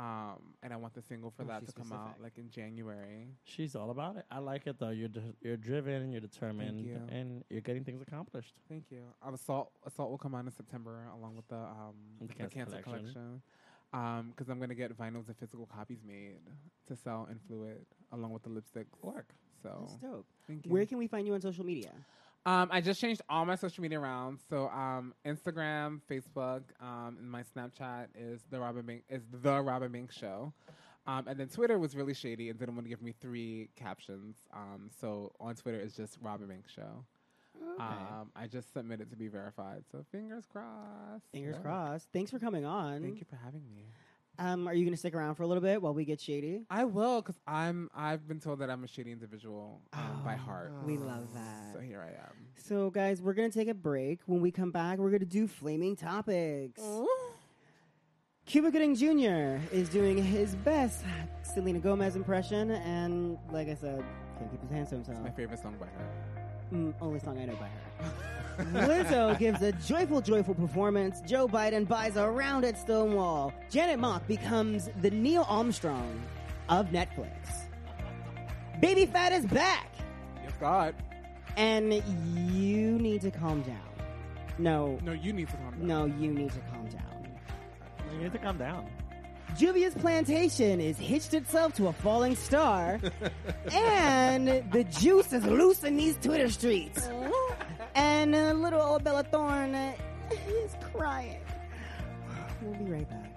[SPEAKER 1] um, and I want the single for
[SPEAKER 2] Oh,
[SPEAKER 1] that to
[SPEAKER 2] she's
[SPEAKER 1] come out
[SPEAKER 2] specific.
[SPEAKER 1] like in January.
[SPEAKER 3] She's all about it. I like it though. You're de- you're driven. You're determined,
[SPEAKER 1] you.
[SPEAKER 3] and you're getting things accomplished.
[SPEAKER 1] Thank you. Um, Assault Assault will come out in September along with the um,
[SPEAKER 3] The
[SPEAKER 1] the,
[SPEAKER 3] Cancer
[SPEAKER 1] cancer,
[SPEAKER 3] Collection.
[SPEAKER 1] collection, because I'm gonna get vinyls and physical copies made to sell in Fluid along with the lipsticks.
[SPEAKER 3] Work.
[SPEAKER 1] So
[SPEAKER 2] that's dope.
[SPEAKER 1] thank you.
[SPEAKER 2] Where can we find you on social media?
[SPEAKER 1] Um, I just changed all my social media around. So um, Instagram, Facebook, um, and my Snapchat is the Robin Bank is the Robin Banks Show. Um, and then Twitter was really shady and didn't want to give me three captions. Um, so on Twitter it's just Robin Banks Show. Um, I just submitted to be verified. So fingers crossed.
[SPEAKER 2] Fingers
[SPEAKER 1] Yeah.
[SPEAKER 2] crossed. Thanks for coming on.
[SPEAKER 1] Thank you for having me.
[SPEAKER 2] Um, are you gonna stick around for a little bit while we get shady?
[SPEAKER 1] I will, cause I'm. I've been told that I'm a shady individual um, by
[SPEAKER 2] Oh,
[SPEAKER 1] heart.
[SPEAKER 2] we love that.
[SPEAKER 1] So here I am.
[SPEAKER 2] So, guys, we're gonna take a break. When we come back, we're gonna do flaming topics. Cuba Gooding Jr. is doing his best Selena Gomez impression, and like I said, Can't keep his hands to himself.
[SPEAKER 1] My favorite song by her.
[SPEAKER 2] Mm, only song I know by her. Lizzo gives a joyful, joyful performance. Joe Biden buys a round at Stonewall. Janet Mock becomes the Neil Armstrong of Netflix. Baby Fat is back,
[SPEAKER 1] Yes, God.
[SPEAKER 2] and you need to calm down. No,
[SPEAKER 1] No, you need to calm down.
[SPEAKER 2] no, you need to calm down.
[SPEAKER 3] You need to calm down.
[SPEAKER 2] Juvia's plantation is hitched itself to a falling star, and the juice is loose in these Twitter streets. And uh, little old Bella Thorne uh, is crying. We'll be right back.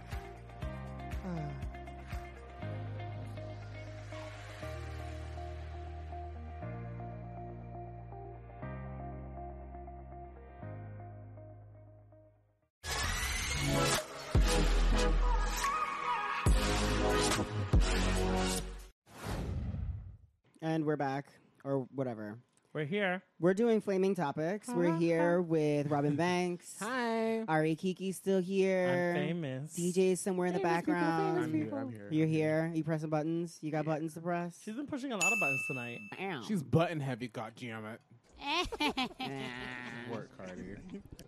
[SPEAKER 2] And we're back, or whatever.
[SPEAKER 3] We're here.
[SPEAKER 2] We're doing flaming topics. We're here with Robin Banks.
[SPEAKER 1] Uh-huh. Hi.
[SPEAKER 2] Ari Kiki's still here.
[SPEAKER 3] I'm famous.
[SPEAKER 2] DJ is somewhere in the
[SPEAKER 1] Famous people,
[SPEAKER 2] background.
[SPEAKER 1] famous
[SPEAKER 4] I'm here. I'm here.
[SPEAKER 2] You're here. You pressing buttons. You got buttons to press.
[SPEAKER 3] She's been pushing a lot of buttons tonight.
[SPEAKER 2] Ow.
[SPEAKER 1] She's button heavy, god damn it. Work, Cardi.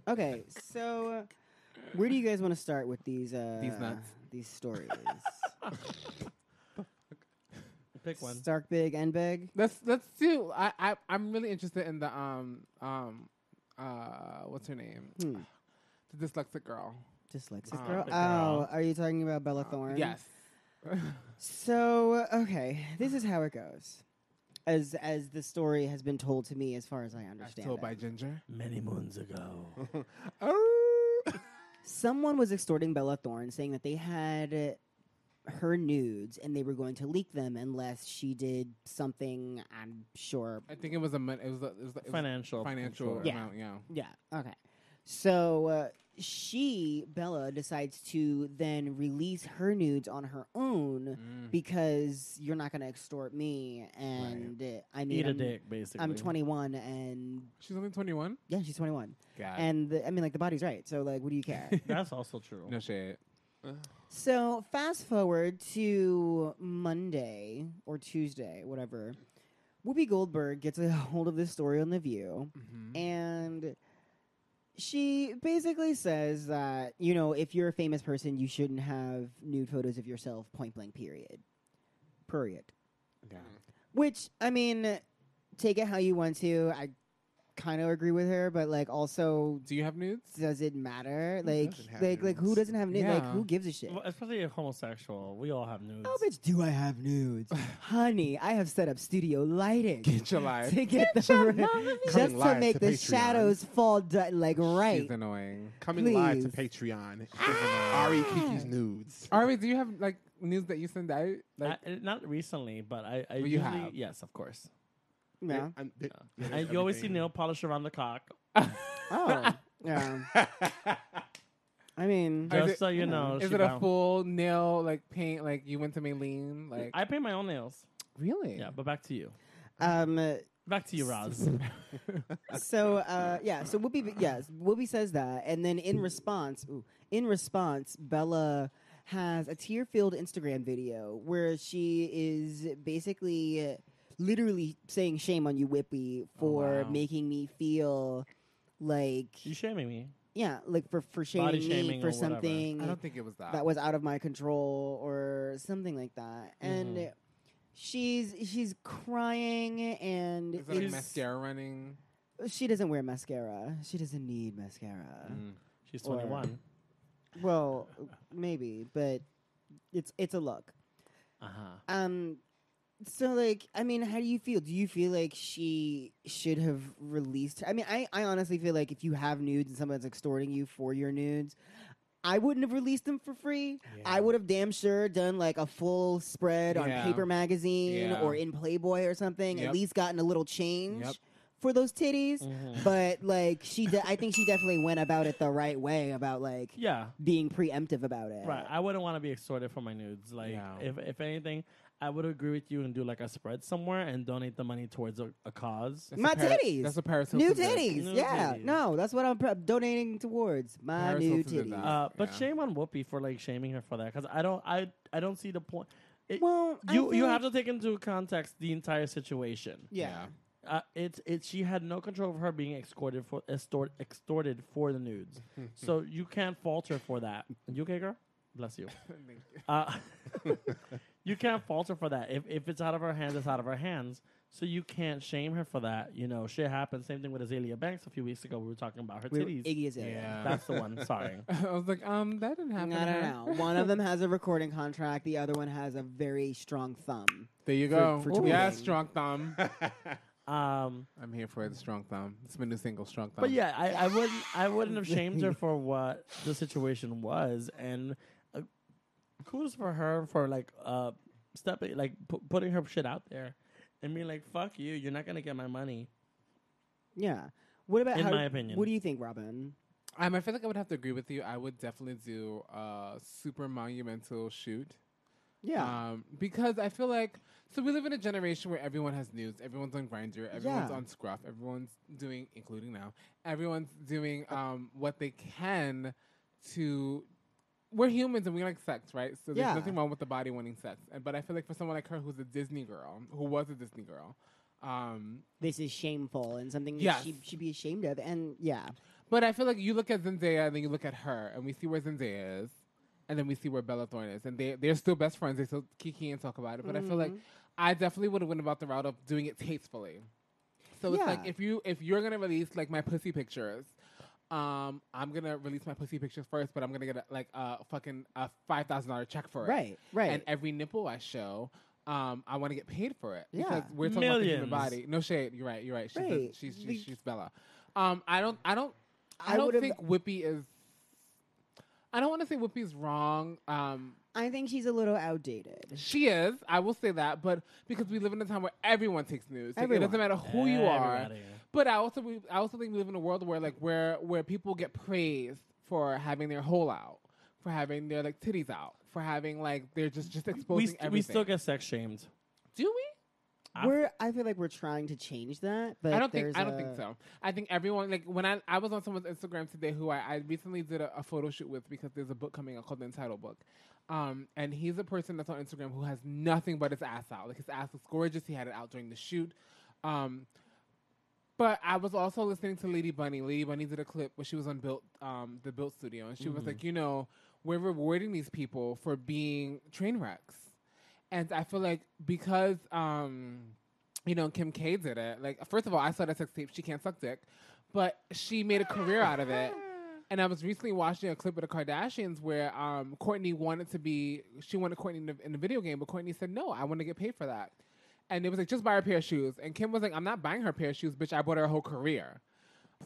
[SPEAKER 2] Okay, so uh, where do you guys want to start with these uh,
[SPEAKER 1] These nuts.
[SPEAKER 2] these stories?
[SPEAKER 3] Pick one.
[SPEAKER 2] Stark big and big.
[SPEAKER 1] Let's let's do. I, I I'm really interested in the um um uh what's her name?
[SPEAKER 2] Hmm.
[SPEAKER 1] The dyslexic girl.
[SPEAKER 2] Dyslexic
[SPEAKER 1] Uh,
[SPEAKER 2] girl.
[SPEAKER 1] the
[SPEAKER 2] Oh,
[SPEAKER 3] girl.
[SPEAKER 2] are you talking about Bella
[SPEAKER 1] Uh,
[SPEAKER 2] Thorne?
[SPEAKER 1] yes.
[SPEAKER 2] So okay, this is how it goes. As as the story has been told to me, as far as I
[SPEAKER 1] As
[SPEAKER 2] understand,
[SPEAKER 1] told
[SPEAKER 2] it.
[SPEAKER 1] by Ginger.
[SPEAKER 3] Many moons ago.
[SPEAKER 1] Oh.
[SPEAKER 2] someone was extorting Bella Thorne, saying that they had uh, her nudes and they were going to leak them unless she did something. I'm sure
[SPEAKER 1] I think it was a mon- it was a, it was, a, it was a
[SPEAKER 3] Financial.
[SPEAKER 1] financial
[SPEAKER 2] Yeah.
[SPEAKER 1] amount. Yeah.
[SPEAKER 2] Yeah. Okay. So uh, she, Bella, decides to then release her nudes on her own
[SPEAKER 3] Mm-hmm.
[SPEAKER 1] Mm.
[SPEAKER 2] because you're not going to extort me. And uh, I mean,
[SPEAKER 3] Eat a
[SPEAKER 2] I'm,
[SPEAKER 3] dick, basically.
[SPEAKER 2] I'm 21, and
[SPEAKER 1] She's only 21.
[SPEAKER 2] yeah, she's 21.
[SPEAKER 1] God.
[SPEAKER 2] And the, I mean, like, the body's right. So, like, what do you care?
[SPEAKER 3] That's also true.
[SPEAKER 1] no shit.
[SPEAKER 2] So fast forward to Monday or Tuesday, whatever. Whoopi Goldberg gets a hold of this story on The View,
[SPEAKER 4] Mm-hmm.
[SPEAKER 1] Mhm.
[SPEAKER 2] and she basically says that you know if you're a famous person, you shouldn't have nude photos of yourself. Point blank. Period. Period.
[SPEAKER 1] God.
[SPEAKER 2] Which I mean, take it how you want to. I kind of agree with her, but like also,
[SPEAKER 1] Do you have nudes?
[SPEAKER 2] does it matter?
[SPEAKER 4] Who
[SPEAKER 2] Like,
[SPEAKER 4] doesn't have
[SPEAKER 2] like, like who
[SPEAKER 4] nudes?
[SPEAKER 2] doesn't have nude? Like,
[SPEAKER 1] Yeah.
[SPEAKER 2] who gives a shit?
[SPEAKER 3] Well, especially if homosexual. We all have nudes.
[SPEAKER 2] Oh, bitch, do I have nudes? Honey, I have set up studio lighting
[SPEAKER 1] Get your life.
[SPEAKER 2] to get the just
[SPEAKER 4] Coming
[SPEAKER 2] to
[SPEAKER 4] live
[SPEAKER 2] make
[SPEAKER 4] to
[SPEAKER 2] the
[SPEAKER 4] Patreon.
[SPEAKER 2] shadows fall di- like right.
[SPEAKER 1] She's annoying.
[SPEAKER 4] Coming live to
[SPEAKER 2] Please. Ah.
[SPEAKER 4] Patreon. Ari Kiki's nudes.
[SPEAKER 1] Ari, do you have like news that you send out? Like,
[SPEAKER 3] I- not recently, but I,
[SPEAKER 1] But
[SPEAKER 3] I
[SPEAKER 1] you
[SPEAKER 3] usually,
[SPEAKER 1] have.
[SPEAKER 3] yes, of course.
[SPEAKER 2] Yeah.
[SPEAKER 4] I'm- they- yeah,
[SPEAKER 3] I,
[SPEAKER 4] there's
[SPEAKER 3] you always see
[SPEAKER 4] everything.
[SPEAKER 3] nail polish around the cock.
[SPEAKER 2] Oh, yeah. I mean,
[SPEAKER 1] Is
[SPEAKER 3] Just
[SPEAKER 1] it-
[SPEAKER 3] so you
[SPEAKER 2] yeah.
[SPEAKER 3] know,
[SPEAKER 1] is
[SPEAKER 3] oh, she
[SPEAKER 1] it a
[SPEAKER 3] found-
[SPEAKER 1] full nail like paint? Like you went to Maylene? Like
[SPEAKER 3] I paint my own nails.
[SPEAKER 1] really?
[SPEAKER 3] Yeah, but back to you.
[SPEAKER 2] um,
[SPEAKER 3] Back to you, Roz.
[SPEAKER 2] so uh, yeah, so Whoopi, yes, Whoopi says that, and then in response, ooh, in response, Bella has a tear-filled Instagram video where she is basically, uh, literally saying "Shame on you, Whoopi, for
[SPEAKER 3] Oh, wow.
[SPEAKER 2] making me feel like
[SPEAKER 3] you shaming me?
[SPEAKER 2] yeah, like for for shaming,
[SPEAKER 3] Body
[SPEAKER 2] me
[SPEAKER 3] shaming
[SPEAKER 2] for
[SPEAKER 3] or whatever.
[SPEAKER 2] something
[SPEAKER 1] I don't think it was that.
[SPEAKER 2] Mm. that was out of my control or something like that, and. She's she's crying and
[SPEAKER 1] is that like
[SPEAKER 2] it's-
[SPEAKER 1] mascara running?
[SPEAKER 2] she doesn't wear mascara. She doesn't need mascara.
[SPEAKER 1] Mm.
[SPEAKER 3] She's
[SPEAKER 2] Or-
[SPEAKER 3] 21.
[SPEAKER 2] Well, maybe, but it's it's a look.
[SPEAKER 3] Uh
[SPEAKER 1] Uh-huh.
[SPEAKER 3] huh.
[SPEAKER 2] Um so like I mean, how do you feel? Do you feel like she should have released I mean, I, I honestly feel like if you have nudes and someone's extorting you for your nudes, I wouldn't have released them for free. I would have damn sure done like a full spread on
[SPEAKER 1] Yeah.
[SPEAKER 2] paper magazine
[SPEAKER 1] Yeah.
[SPEAKER 2] or in Playboy or something, at
[SPEAKER 1] Yep.
[SPEAKER 2] least gotten a little change
[SPEAKER 1] Yep.
[SPEAKER 2] for those titties.
[SPEAKER 3] Mhm.
[SPEAKER 2] but like she de- i think she definitely went about it the right way about like
[SPEAKER 3] Yeah.
[SPEAKER 2] being preemptive about it
[SPEAKER 3] Right. I wouldn't want to be extorted for my nudes. Like,
[SPEAKER 1] No.
[SPEAKER 3] if, if anything, I would agree with you and do like a spread somewhere and donate the money towards a, a cause.
[SPEAKER 1] That's
[SPEAKER 2] My
[SPEAKER 1] a Paris-
[SPEAKER 2] titties.
[SPEAKER 1] That's a Paris
[SPEAKER 2] new
[SPEAKER 1] Hilton did.
[SPEAKER 2] titties
[SPEAKER 3] New
[SPEAKER 2] yeah
[SPEAKER 3] titties.
[SPEAKER 2] no that's what i'm pre- donating towards my
[SPEAKER 1] Paris
[SPEAKER 2] new
[SPEAKER 1] Hilton did
[SPEAKER 2] titties
[SPEAKER 1] that.
[SPEAKER 3] Uh, but
[SPEAKER 1] Yeah.
[SPEAKER 3] shame on Whoopi for like shaming her for that because I don't I I don't see the point. It-
[SPEAKER 1] Well, I
[SPEAKER 3] you you
[SPEAKER 1] think-
[SPEAKER 3] have to take into context the entire situation.
[SPEAKER 1] Yeah.
[SPEAKER 3] Uh, it's it's she had no control of her being escorted for extort, extorted for the nudes, so you can't falter for that. You okay, girl? Bless you. Uh, you can't falter for that. If if it's out of her hands, it's out of her hands. So you can't shame her for that. You know, shit happens. Same thing with Azalea Banks a few weeks ago. We were talking about her
[SPEAKER 2] We-
[SPEAKER 3] titties.
[SPEAKER 2] Iggy Azalea.
[SPEAKER 3] That's the one. Sorry.
[SPEAKER 1] I was like, um, that didn't
[SPEAKER 2] No,
[SPEAKER 1] happen. to
[SPEAKER 2] no,
[SPEAKER 1] her.
[SPEAKER 2] no. One of them has a recording contract. The other one has a very strong thumb.
[SPEAKER 1] There you go.
[SPEAKER 2] for
[SPEAKER 1] yeah,
[SPEAKER 2] tweeting.
[SPEAKER 1] strong thumb.
[SPEAKER 3] Um,
[SPEAKER 1] I'm here for the strong thumb. It's my new single, strong thumb.
[SPEAKER 3] But yeah, I, I wouldn't I wouldn't have shamed her for what the situation was, and uh, kudos for her for like uh stepping like pu- putting her shit out there and being like, "Fuck you, you're not gonna get my money."
[SPEAKER 2] Yeah. What about
[SPEAKER 3] In
[SPEAKER 2] how-
[SPEAKER 3] my opinion.
[SPEAKER 2] What do you think, Robin?
[SPEAKER 1] Um, I feel like I would have to agree with you. I would definitely do a super monumental shoot.
[SPEAKER 2] Yeah.
[SPEAKER 1] Um, because I feel like so we live in a generation where everyone has news, everyone's on Grinder, everyone's
[SPEAKER 2] Yeah.
[SPEAKER 1] on Scruff, everyone's doing, including now, everyone's doing um, what they can to. We're humans and we like sex, right? So there's
[SPEAKER 2] Yeah.
[SPEAKER 1] nothing wrong with the body wanting sex. And- But I feel like for someone like her who's a Disney girl, who was a Disney girl, um,
[SPEAKER 2] this is shameful and something that
[SPEAKER 1] Yes.
[SPEAKER 2] she should be ashamed of. And yeah.
[SPEAKER 1] But I feel like you look at Zendaya and then you look at her, and we see where Zendaya is, and then we see where Bella Thorne is, and they they're still best friends. They still kiki and talk about it. But I feel like
[SPEAKER 2] Mm-hmm.
[SPEAKER 1] I definitely would have went about the route of doing it tastefully. So it's like
[SPEAKER 2] Yeah.
[SPEAKER 1] if you if you're gonna release like my pussy pictures. Um, I'm gonna release my pussy pictures first, but I'm gonna get a, like a fucking a five thousand dollar check for it.
[SPEAKER 2] Right, right.
[SPEAKER 1] And every nipple I show, um, I want to get paid for it.
[SPEAKER 2] Yeah.
[SPEAKER 1] because we're talking about the human
[SPEAKER 3] Millions.
[SPEAKER 1] body. No shade. You're right. You're right. She's a-
[SPEAKER 2] Right.
[SPEAKER 1] she's, she's,
[SPEAKER 2] Like-
[SPEAKER 1] she's Bella. Um, I don't. I don't. I,
[SPEAKER 2] I
[SPEAKER 1] don't
[SPEAKER 2] would've-
[SPEAKER 1] think Whippy is. I don't want to say Whippy's wrong. Um,
[SPEAKER 2] I think she's a little outdated.
[SPEAKER 1] she is. I will say that, but because we live in a time where everyone takes news, Like, it
[SPEAKER 2] Everyone.
[SPEAKER 1] doesn't matter who you are.
[SPEAKER 3] Everybody.
[SPEAKER 1] But I also, we, I also think we live in a world where like where where people get praised for having their hole out, for having their like titties out, for having like they're just just exposing
[SPEAKER 3] We st-
[SPEAKER 1] everything.
[SPEAKER 3] we still get sex shamed.
[SPEAKER 1] do we?
[SPEAKER 3] I-
[SPEAKER 2] We're I feel like we're trying to change that, but
[SPEAKER 1] I don't think
[SPEAKER 2] there's
[SPEAKER 1] I don't think
[SPEAKER 2] a-
[SPEAKER 1] so. I think everyone like when I I was on someone's Instagram today who I, I recently did a, a photo shoot with because there's a book coming out called the Entitled Book, um, and he's a person that's on Instagram who has nothing but his ass out. Like his ass was gorgeous. He had it out during the shoot. Um, but I was also listening to Lady Bunny. Lady Bunny did a clip where she was on Built, um, the Built Studio, and she
[SPEAKER 2] Mm-hmm.
[SPEAKER 1] was like, you know, we're rewarding these people for being train wrecks, and I feel like because, um, you know, Kim K did it. Like, first of all, I saw that sex tape. She can't suck dick, but she made a career out of it. And I was recently watching a clip of the Kardashians where um, Courtney wanted to be, she wanted Courtney in the, in the video game, but Courtney said, no, I want to get paid for that. And it was like, just buy her a pair of shoes. And Kim was like, I'm not buying her a pair of shoes, bitch. I bought her a whole career.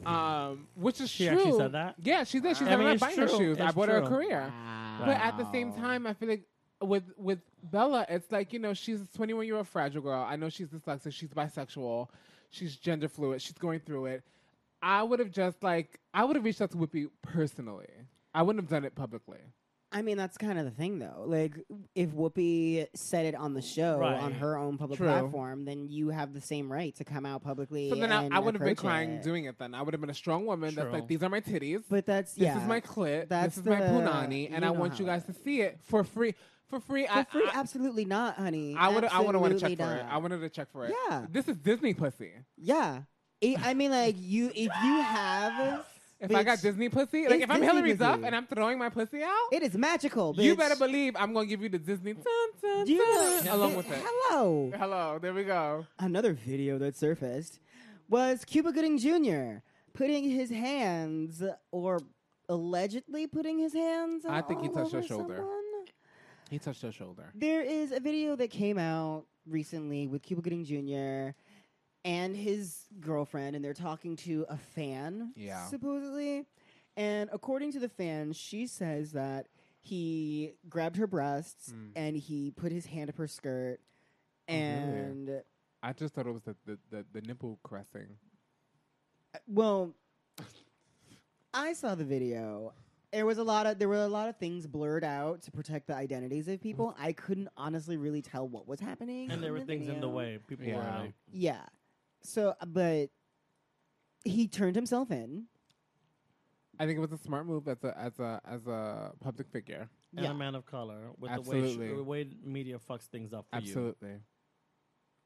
[SPEAKER 1] Um, which is
[SPEAKER 3] She
[SPEAKER 1] true.
[SPEAKER 3] actually said that?
[SPEAKER 1] Yeah, she did. She
[SPEAKER 3] I
[SPEAKER 1] said, I'm
[SPEAKER 3] mean,
[SPEAKER 1] not
[SPEAKER 3] it's
[SPEAKER 1] buying her
[SPEAKER 3] true.
[SPEAKER 1] shoes. I
[SPEAKER 3] It's
[SPEAKER 1] bought her a
[SPEAKER 3] true.
[SPEAKER 1] career. But at the same
[SPEAKER 2] Wow.
[SPEAKER 1] time, I feel like with with Bella, it's like you know she's a 21 year old fragile girl. I know she's dyslexic, she's bisexual, she's gender fluid, she's going through it. I would have just like I would have reached out to Whippy personally. I wouldn't have done it publicly.
[SPEAKER 2] I mean, that's kind of the thing, though. Like, if Whoopi said it on the show
[SPEAKER 3] Right.
[SPEAKER 2] on her own public
[SPEAKER 1] True.
[SPEAKER 2] platform, then you have the same right to come out publicly.
[SPEAKER 1] So then I,
[SPEAKER 2] and
[SPEAKER 1] I would have been
[SPEAKER 2] approach
[SPEAKER 1] crying
[SPEAKER 2] it.
[SPEAKER 1] doing it. Then I would have been a strong woman that's
[SPEAKER 3] True.
[SPEAKER 1] like, these are my titties.
[SPEAKER 2] But that's
[SPEAKER 1] this
[SPEAKER 2] yeah.
[SPEAKER 1] is my clit.
[SPEAKER 2] that's
[SPEAKER 1] this is my
[SPEAKER 2] the-
[SPEAKER 1] punani,
[SPEAKER 2] you
[SPEAKER 1] and I
[SPEAKER 2] know
[SPEAKER 1] want
[SPEAKER 2] how
[SPEAKER 1] you guys
[SPEAKER 2] it
[SPEAKER 1] to see it for free. For free,
[SPEAKER 2] For
[SPEAKER 1] I,
[SPEAKER 2] free,
[SPEAKER 1] I,
[SPEAKER 2] absolutely not, honey.
[SPEAKER 1] I would. I would have wanted to
[SPEAKER 2] Absolutely
[SPEAKER 1] check for it.
[SPEAKER 2] not.
[SPEAKER 1] I wanted to check for it.
[SPEAKER 2] Yeah.
[SPEAKER 1] this is Disney pussy.
[SPEAKER 2] Yeah. I I mean, like you, if you have,
[SPEAKER 1] If I got
[SPEAKER 2] bitch,
[SPEAKER 1] Disney pussy, like
[SPEAKER 2] It's
[SPEAKER 1] if I'm
[SPEAKER 2] Disney
[SPEAKER 1] Hillary Duff
[SPEAKER 2] pussy.
[SPEAKER 1] and I'm throwing my pussy out,
[SPEAKER 2] it is magical. Bitch.
[SPEAKER 1] you better believe I'm gonna give you the Disney dun, dun,
[SPEAKER 2] Do you know-
[SPEAKER 1] dun, along with it.
[SPEAKER 2] Hello.
[SPEAKER 1] Hello, there we go.
[SPEAKER 2] Another video that surfaced was Cuba Gooding Jr. putting his hands, or allegedly putting his hands.
[SPEAKER 1] I think he
[SPEAKER 2] all
[SPEAKER 1] touched her
[SPEAKER 2] over
[SPEAKER 1] shoulder.
[SPEAKER 2] someone.
[SPEAKER 1] He touched her shoulder.
[SPEAKER 2] There is a video that came out recently with Cuba Gooding Jr. and his girlfriend, and they're talking to a fan,
[SPEAKER 1] Yeah.
[SPEAKER 2] supposedly. And according to the fan, she says that he grabbed her breasts
[SPEAKER 1] Mm.
[SPEAKER 2] and he put his hand up her skirt.
[SPEAKER 1] Oh, really?
[SPEAKER 2] And
[SPEAKER 1] I just thought it was the the, the, the nipple caressing.
[SPEAKER 2] well, I saw the video. There was a lot of there were a lot of things blurred out to protect the identities of people.
[SPEAKER 1] Mm.
[SPEAKER 2] I couldn't honestly really tell what was happening.
[SPEAKER 3] And there were
[SPEAKER 2] the
[SPEAKER 3] things in the
[SPEAKER 2] video.
[SPEAKER 3] way. People
[SPEAKER 1] Yeah.
[SPEAKER 3] were like,
[SPEAKER 2] Yeah. So, uh, but he turned himself in.
[SPEAKER 1] I think it was a smart move as a as a as a public figure.
[SPEAKER 3] and
[SPEAKER 2] Yeah.
[SPEAKER 3] a man of color with the way
[SPEAKER 1] Absolutely.
[SPEAKER 3] sh- the way media fucks things up for you.
[SPEAKER 1] Absolutely.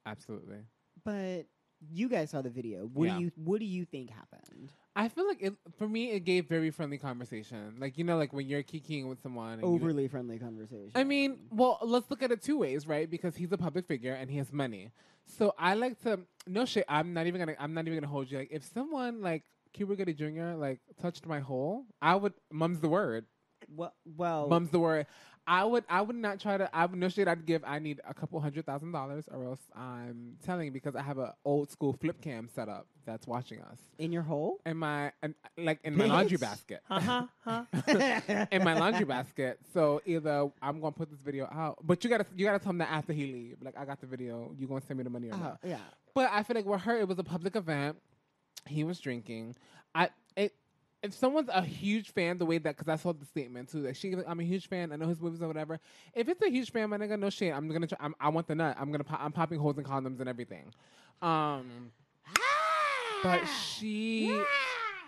[SPEAKER 1] Absolutely.
[SPEAKER 2] But you guys saw the video. What
[SPEAKER 1] Yeah.
[SPEAKER 2] do you What do you think happened?
[SPEAKER 1] I feel like it for me it gave very friendly conversation. Like you know, like when you're kikiing with someone and you-
[SPEAKER 2] Overly friendly conversation.
[SPEAKER 1] I mean, well, let's look at it two ways, right? Because he's a public figure and he has money. So I like to no shit. I'm not even gonna. I'm not even gonna hold you. Like if someone like Cuba Gooding Jr. like touched my hole, I would. Mum's the word.
[SPEAKER 2] well, well
[SPEAKER 1] Mum's the word. I would. I would not try to. I would no shit. I'd give. I need a couple hundred thousand dollars, or else I'm telling you because I have an old school flip cam set up that's watching us
[SPEAKER 2] in your hole.
[SPEAKER 1] in my and like in my laundry
[SPEAKER 2] Bitch.
[SPEAKER 1] basket
[SPEAKER 3] Ha ha ha.
[SPEAKER 1] in my laundry basket. So either I'm gonna put this video out, but you gotta you gotta tell him that after he leave. Like I got the video, you gonna send me the money or
[SPEAKER 2] Oh,
[SPEAKER 1] not?
[SPEAKER 2] yeah.
[SPEAKER 1] But I feel like with her, it was a public event. He was drinking. I it. If someone's a huge fan, the way that because I saw the statement too, that she, I'm a huge fan. I know his movies or whatever. If it's a huge fan, my nigga, no shit. I'm gonna, try, I'm, I want the nut. I'm gonna, pop, I'm popping holes in condoms and everything. Um, but she,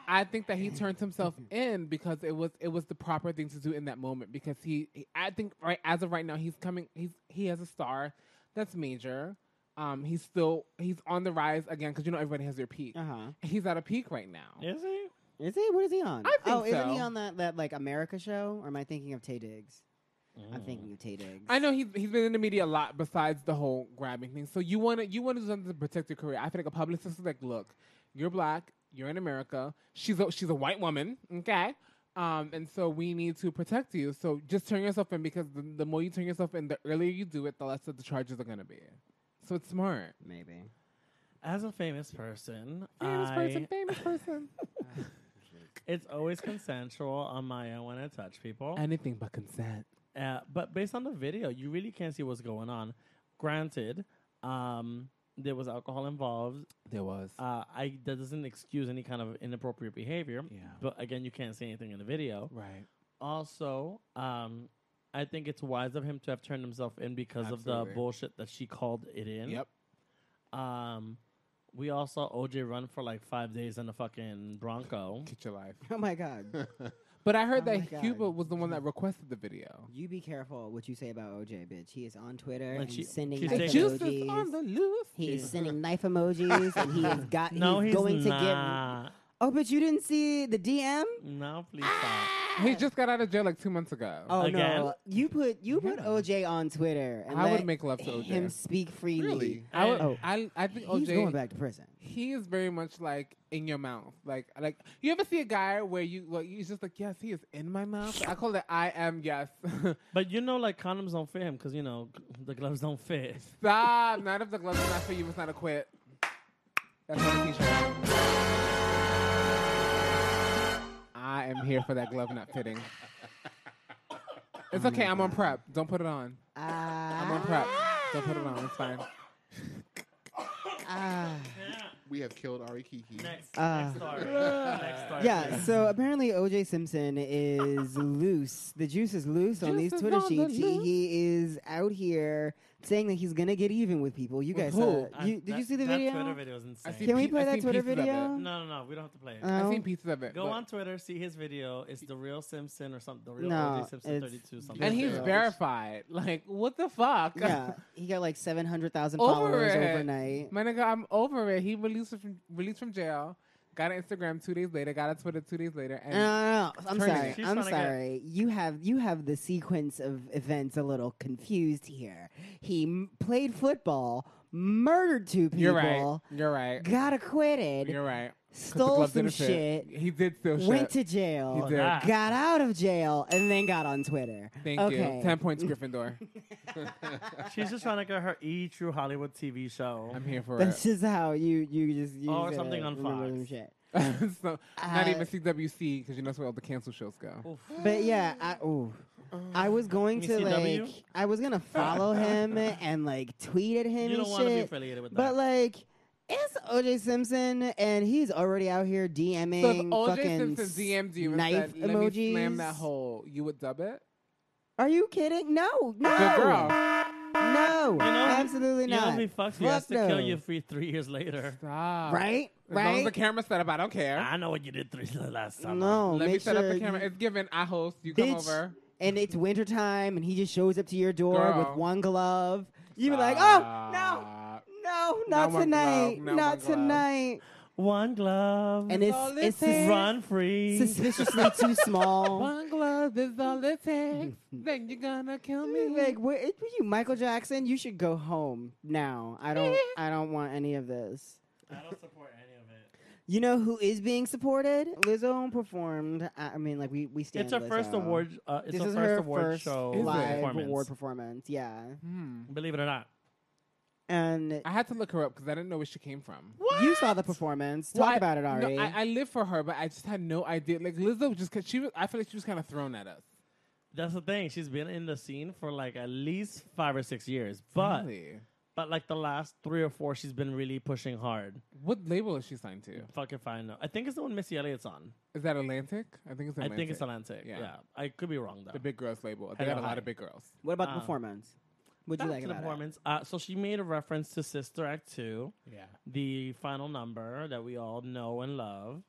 [SPEAKER 1] I think that he turns himself in because it was it was the proper thing to do in that moment because he, he- I think right as of right now he's coming he's he has a star that's major. Um, he's still he's on the rise again because you know everybody has their peak.
[SPEAKER 2] Uh huh.
[SPEAKER 1] He's at a peak right now.
[SPEAKER 3] Is he?
[SPEAKER 2] Is he? What is he on?
[SPEAKER 1] I think
[SPEAKER 2] oh, isn't he
[SPEAKER 1] so.
[SPEAKER 2] on that, that like America show? Or am I thinking of Tay Diggs? I'm
[SPEAKER 3] Mm.
[SPEAKER 2] thinking of Tay Diggs.
[SPEAKER 1] Mm. I know he's he's been in the media a lot besides the whole grabbing thing. So you wanna you wanna do something to protect your career. I feel like a publicist is like, look, you're black, you're in America. She's a she's a white woman, okay? Um, and so we need to protect you. So just turn yourself in because the, the more you turn yourself in, the earlier you do it, the less that the charges are gonna be. So it's smart.
[SPEAKER 2] Maybe.
[SPEAKER 3] As a famous person,
[SPEAKER 1] Famous
[SPEAKER 3] I,
[SPEAKER 1] person, famous person.
[SPEAKER 3] it's always consensual on my end when I touch people.
[SPEAKER 1] Anything but consent.
[SPEAKER 3] Uh, but based on the video, you really can't see what's going on. Granted, um, there was alcohol involved.
[SPEAKER 1] There was.
[SPEAKER 3] Uh, I that doesn't excuse any kind of inappropriate behavior.
[SPEAKER 1] Yeah.
[SPEAKER 3] But again, you can't see anything in the video.
[SPEAKER 1] right.
[SPEAKER 3] Also, um, I think it's wise of him to have turned himself in because of the
[SPEAKER 1] Absolutely.
[SPEAKER 3] bullshit that she called it in.
[SPEAKER 1] Yep.
[SPEAKER 3] Um, we all saw OJ run for like five days in a fucking Bronco.
[SPEAKER 1] Get your life.
[SPEAKER 2] Oh my God.
[SPEAKER 1] But I heard
[SPEAKER 2] Oh my
[SPEAKER 1] that
[SPEAKER 2] God.
[SPEAKER 1] Cuba was the one that requested the video.
[SPEAKER 2] you be careful what you say about OJ, bitch. He is on Twitter
[SPEAKER 3] Like
[SPEAKER 2] and
[SPEAKER 3] she-
[SPEAKER 2] sending
[SPEAKER 3] she's
[SPEAKER 2] knife
[SPEAKER 1] The
[SPEAKER 3] taking-
[SPEAKER 1] juice
[SPEAKER 2] emojis.
[SPEAKER 1] is on the loose.
[SPEAKER 2] he is sending knife emojis, and he has got.
[SPEAKER 3] No, he's,
[SPEAKER 2] going to
[SPEAKER 3] not.
[SPEAKER 2] get. Oh, but you didn't see the DM.
[SPEAKER 3] No, please stop.
[SPEAKER 1] He just got out of jail like two months ago.
[SPEAKER 2] Oh
[SPEAKER 3] Again?
[SPEAKER 2] no! You put you put OJ on Twitter. And
[SPEAKER 1] I would
[SPEAKER 2] let
[SPEAKER 1] make love to OJ.
[SPEAKER 2] Him speak freely.
[SPEAKER 4] Really?
[SPEAKER 1] I, would,
[SPEAKER 3] Oh.
[SPEAKER 1] I, I think
[SPEAKER 2] He's going
[SPEAKER 1] OJ.
[SPEAKER 2] back to prison.
[SPEAKER 1] He is very much like in your mouth, like like you ever see a guy where you like he's just like yes he is in my mouth. I call it I am yes.
[SPEAKER 3] But you know, like condoms don't fit him because you know g- the gloves don't fit.
[SPEAKER 1] Stop. Not if the gloves are not for you. It's not a quit. That's not a t-shirt. I am here for that glove not fitting. It's okay. I'm on prep. Don't put it on. I'm on prep. Don't put it on. It's fine.
[SPEAKER 2] Ah.
[SPEAKER 4] We have killed Ari Kiki.
[SPEAKER 3] Next,
[SPEAKER 2] Uh,
[SPEAKER 3] next story. next story.
[SPEAKER 2] Yeah, so apparently OJ Simpson is loose. The juice is loose on
[SPEAKER 1] Juice
[SPEAKER 2] these
[SPEAKER 1] is
[SPEAKER 2] Twitter
[SPEAKER 1] on the
[SPEAKER 2] sheets. He,
[SPEAKER 1] loose.
[SPEAKER 2] he is out here saying that he's gonna get even with people. You
[SPEAKER 1] With
[SPEAKER 2] guys,
[SPEAKER 1] who?
[SPEAKER 2] saw- you, did you see the
[SPEAKER 3] that
[SPEAKER 2] video?
[SPEAKER 3] That Twitter video is insane.
[SPEAKER 1] see
[SPEAKER 2] Can we
[SPEAKER 1] Pe-
[SPEAKER 2] play
[SPEAKER 1] I
[SPEAKER 2] that
[SPEAKER 1] seen
[SPEAKER 2] Twitter
[SPEAKER 1] pieces of it.
[SPEAKER 2] video?
[SPEAKER 3] no, no, no. We don't have to play it.
[SPEAKER 2] Uh,
[SPEAKER 1] I've
[SPEAKER 2] No.
[SPEAKER 1] seen pieces of it.
[SPEAKER 3] Go
[SPEAKER 1] but-
[SPEAKER 3] on Twitter, see his video. It's the real Simpson or something. The real
[SPEAKER 2] No,
[SPEAKER 3] OJ Simpson
[SPEAKER 2] it's-
[SPEAKER 3] 32 something.
[SPEAKER 1] And he's
[SPEAKER 2] Yeah.
[SPEAKER 1] verified. Like, what the fuck?
[SPEAKER 2] yeah, he got like seven hundred thousand
[SPEAKER 1] Over
[SPEAKER 2] followers
[SPEAKER 1] it.
[SPEAKER 2] overnight.
[SPEAKER 1] My nigga, I'm over it. He released from released from jail, got an Instagram two days later, got a Twitter two days later,
[SPEAKER 2] No,
[SPEAKER 1] and
[SPEAKER 2] no, no, I'm
[SPEAKER 1] Turning
[SPEAKER 2] sorry.
[SPEAKER 1] it.
[SPEAKER 3] She's
[SPEAKER 2] I'm
[SPEAKER 3] trying to get-
[SPEAKER 2] sorry. You have you have the sequence of events a little confused here. He m- played football, murdered two people,
[SPEAKER 1] you're right. You're right.
[SPEAKER 2] got acquitted,
[SPEAKER 1] You're right. 'Cause the
[SPEAKER 2] stole
[SPEAKER 1] glove
[SPEAKER 2] some
[SPEAKER 1] didn't fit.
[SPEAKER 2] shit.
[SPEAKER 1] He did steal shit.
[SPEAKER 2] went to jail,
[SPEAKER 1] He did.
[SPEAKER 3] that.
[SPEAKER 2] got out of jail, and then got on Twitter.
[SPEAKER 1] Thank
[SPEAKER 2] okay.
[SPEAKER 1] you. Ten points, Gryffindor.
[SPEAKER 3] She's just trying to get her E True Hollywood TV show.
[SPEAKER 1] I'm here for
[SPEAKER 2] That's just how you you just you
[SPEAKER 3] Or
[SPEAKER 2] just,
[SPEAKER 3] something on
[SPEAKER 2] remember
[SPEAKER 3] Fox.
[SPEAKER 2] some shit.
[SPEAKER 1] it. so, not
[SPEAKER 2] Uh,
[SPEAKER 1] even CWC because you know that's where all the cancel shows go.
[SPEAKER 3] Oof.
[SPEAKER 2] But yeah, I, ooh, I was going to
[SPEAKER 3] ECW?
[SPEAKER 2] like I was gonna follow him and like tweet at him and
[SPEAKER 3] You don't want to be
[SPEAKER 2] shit.
[SPEAKER 3] affiliated with
[SPEAKER 2] but
[SPEAKER 3] that.
[SPEAKER 2] like. It's OJ Simpson, and he's already out here DMing
[SPEAKER 1] So if OJ
[SPEAKER 2] fucking
[SPEAKER 1] Simpson
[SPEAKER 2] s-
[SPEAKER 1] DM'd you and
[SPEAKER 2] knife
[SPEAKER 1] said, "Let me slam
[SPEAKER 2] emojis."
[SPEAKER 1] that hole," you would dub it.
[SPEAKER 2] Are you kidding? No, no,
[SPEAKER 1] Good girl.
[SPEAKER 2] no,
[SPEAKER 3] You know-
[SPEAKER 2] absolutely
[SPEAKER 3] you know
[SPEAKER 2] not.
[SPEAKER 3] he fucks you. He has to
[SPEAKER 2] Fuck no.
[SPEAKER 3] kill you three, three years later.
[SPEAKER 1] Stop.
[SPEAKER 2] right?
[SPEAKER 1] As long as
[SPEAKER 2] Right?
[SPEAKER 1] the camera's set up, I don't care.
[SPEAKER 3] I know what you did three last summer.
[SPEAKER 2] No,
[SPEAKER 1] Let
[SPEAKER 2] make
[SPEAKER 1] me set
[SPEAKER 2] sure
[SPEAKER 1] up the camera.
[SPEAKER 2] you-
[SPEAKER 1] It's given. I host. You come
[SPEAKER 2] Bitch,
[SPEAKER 1] over.
[SPEAKER 2] and it's wintertime, and he just shows up to your door
[SPEAKER 1] Girl.
[SPEAKER 2] with one glove. You'd be like, oh,
[SPEAKER 1] Stop.
[SPEAKER 2] no, no,
[SPEAKER 1] Not
[SPEAKER 2] not
[SPEAKER 1] one
[SPEAKER 2] tonight,
[SPEAKER 1] glove, not
[SPEAKER 2] not
[SPEAKER 1] one glove."
[SPEAKER 2] tonight.
[SPEAKER 3] One glove.
[SPEAKER 2] And
[SPEAKER 1] all
[SPEAKER 2] it's,
[SPEAKER 1] it
[SPEAKER 2] it's
[SPEAKER 1] takes.
[SPEAKER 2] sus-
[SPEAKER 3] run free.
[SPEAKER 2] suspiciously too small.
[SPEAKER 1] One glove is all it takes. then you're gonna kill me.
[SPEAKER 2] Like, what, what you, Michael Jackson? You should go home now. I don't, I don't want any of this.
[SPEAKER 3] I don't support any of it.
[SPEAKER 2] You know who is being supported? Lizzo performed. I I mean, like we we stand.
[SPEAKER 3] It's her first
[SPEAKER 2] Lizzo.
[SPEAKER 3] award. Uh, it's
[SPEAKER 2] this
[SPEAKER 3] her
[SPEAKER 2] is
[SPEAKER 3] first
[SPEAKER 2] her
[SPEAKER 3] award
[SPEAKER 2] first
[SPEAKER 3] show
[SPEAKER 1] Is it?
[SPEAKER 2] live
[SPEAKER 3] performance. Mm-hmm.
[SPEAKER 2] award performance. Yeah,
[SPEAKER 1] Hmm.
[SPEAKER 3] Believe it or not.
[SPEAKER 2] and
[SPEAKER 1] I had to look her up because I didn't know where she came from.
[SPEAKER 2] you saw the performance. Talk
[SPEAKER 1] Well, I-
[SPEAKER 2] about it,
[SPEAKER 1] no,
[SPEAKER 2] Ari.
[SPEAKER 1] I, I live for her, but I just had no idea. Like Lizzo, just cause she was, I feel like she was kind of thrown at us.
[SPEAKER 3] That's the thing. She's been in the scene for like at least five or six years, but
[SPEAKER 1] Really?
[SPEAKER 3] but like the last three or four, she's been really pushing hard.
[SPEAKER 1] what label is she signed to?
[SPEAKER 3] Fucking fine. I think it's the one Missy Elliott's on.
[SPEAKER 1] Is that Atlantic? I think it's Atlantic.
[SPEAKER 3] I think it's Atlantic. Yeah.
[SPEAKER 1] Yeah.
[SPEAKER 3] I could be wrong though.
[SPEAKER 1] the big girls label. They
[SPEAKER 3] Hello,
[SPEAKER 1] got a
[SPEAKER 3] hi.
[SPEAKER 1] lot of big girls.
[SPEAKER 2] what about
[SPEAKER 3] um,
[SPEAKER 2] the performance? What'd
[SPEAKER 3] Back
[SPEAKER 2] you like
[SPEAKER 3] to the
[SPEAKER 2] about
[SPEAKER 3] performance. Uh, so she made a reference to Sister Act two,
[SPEAKER 1] Yeah.
[SPEAKER 3] the final number that we all know and love,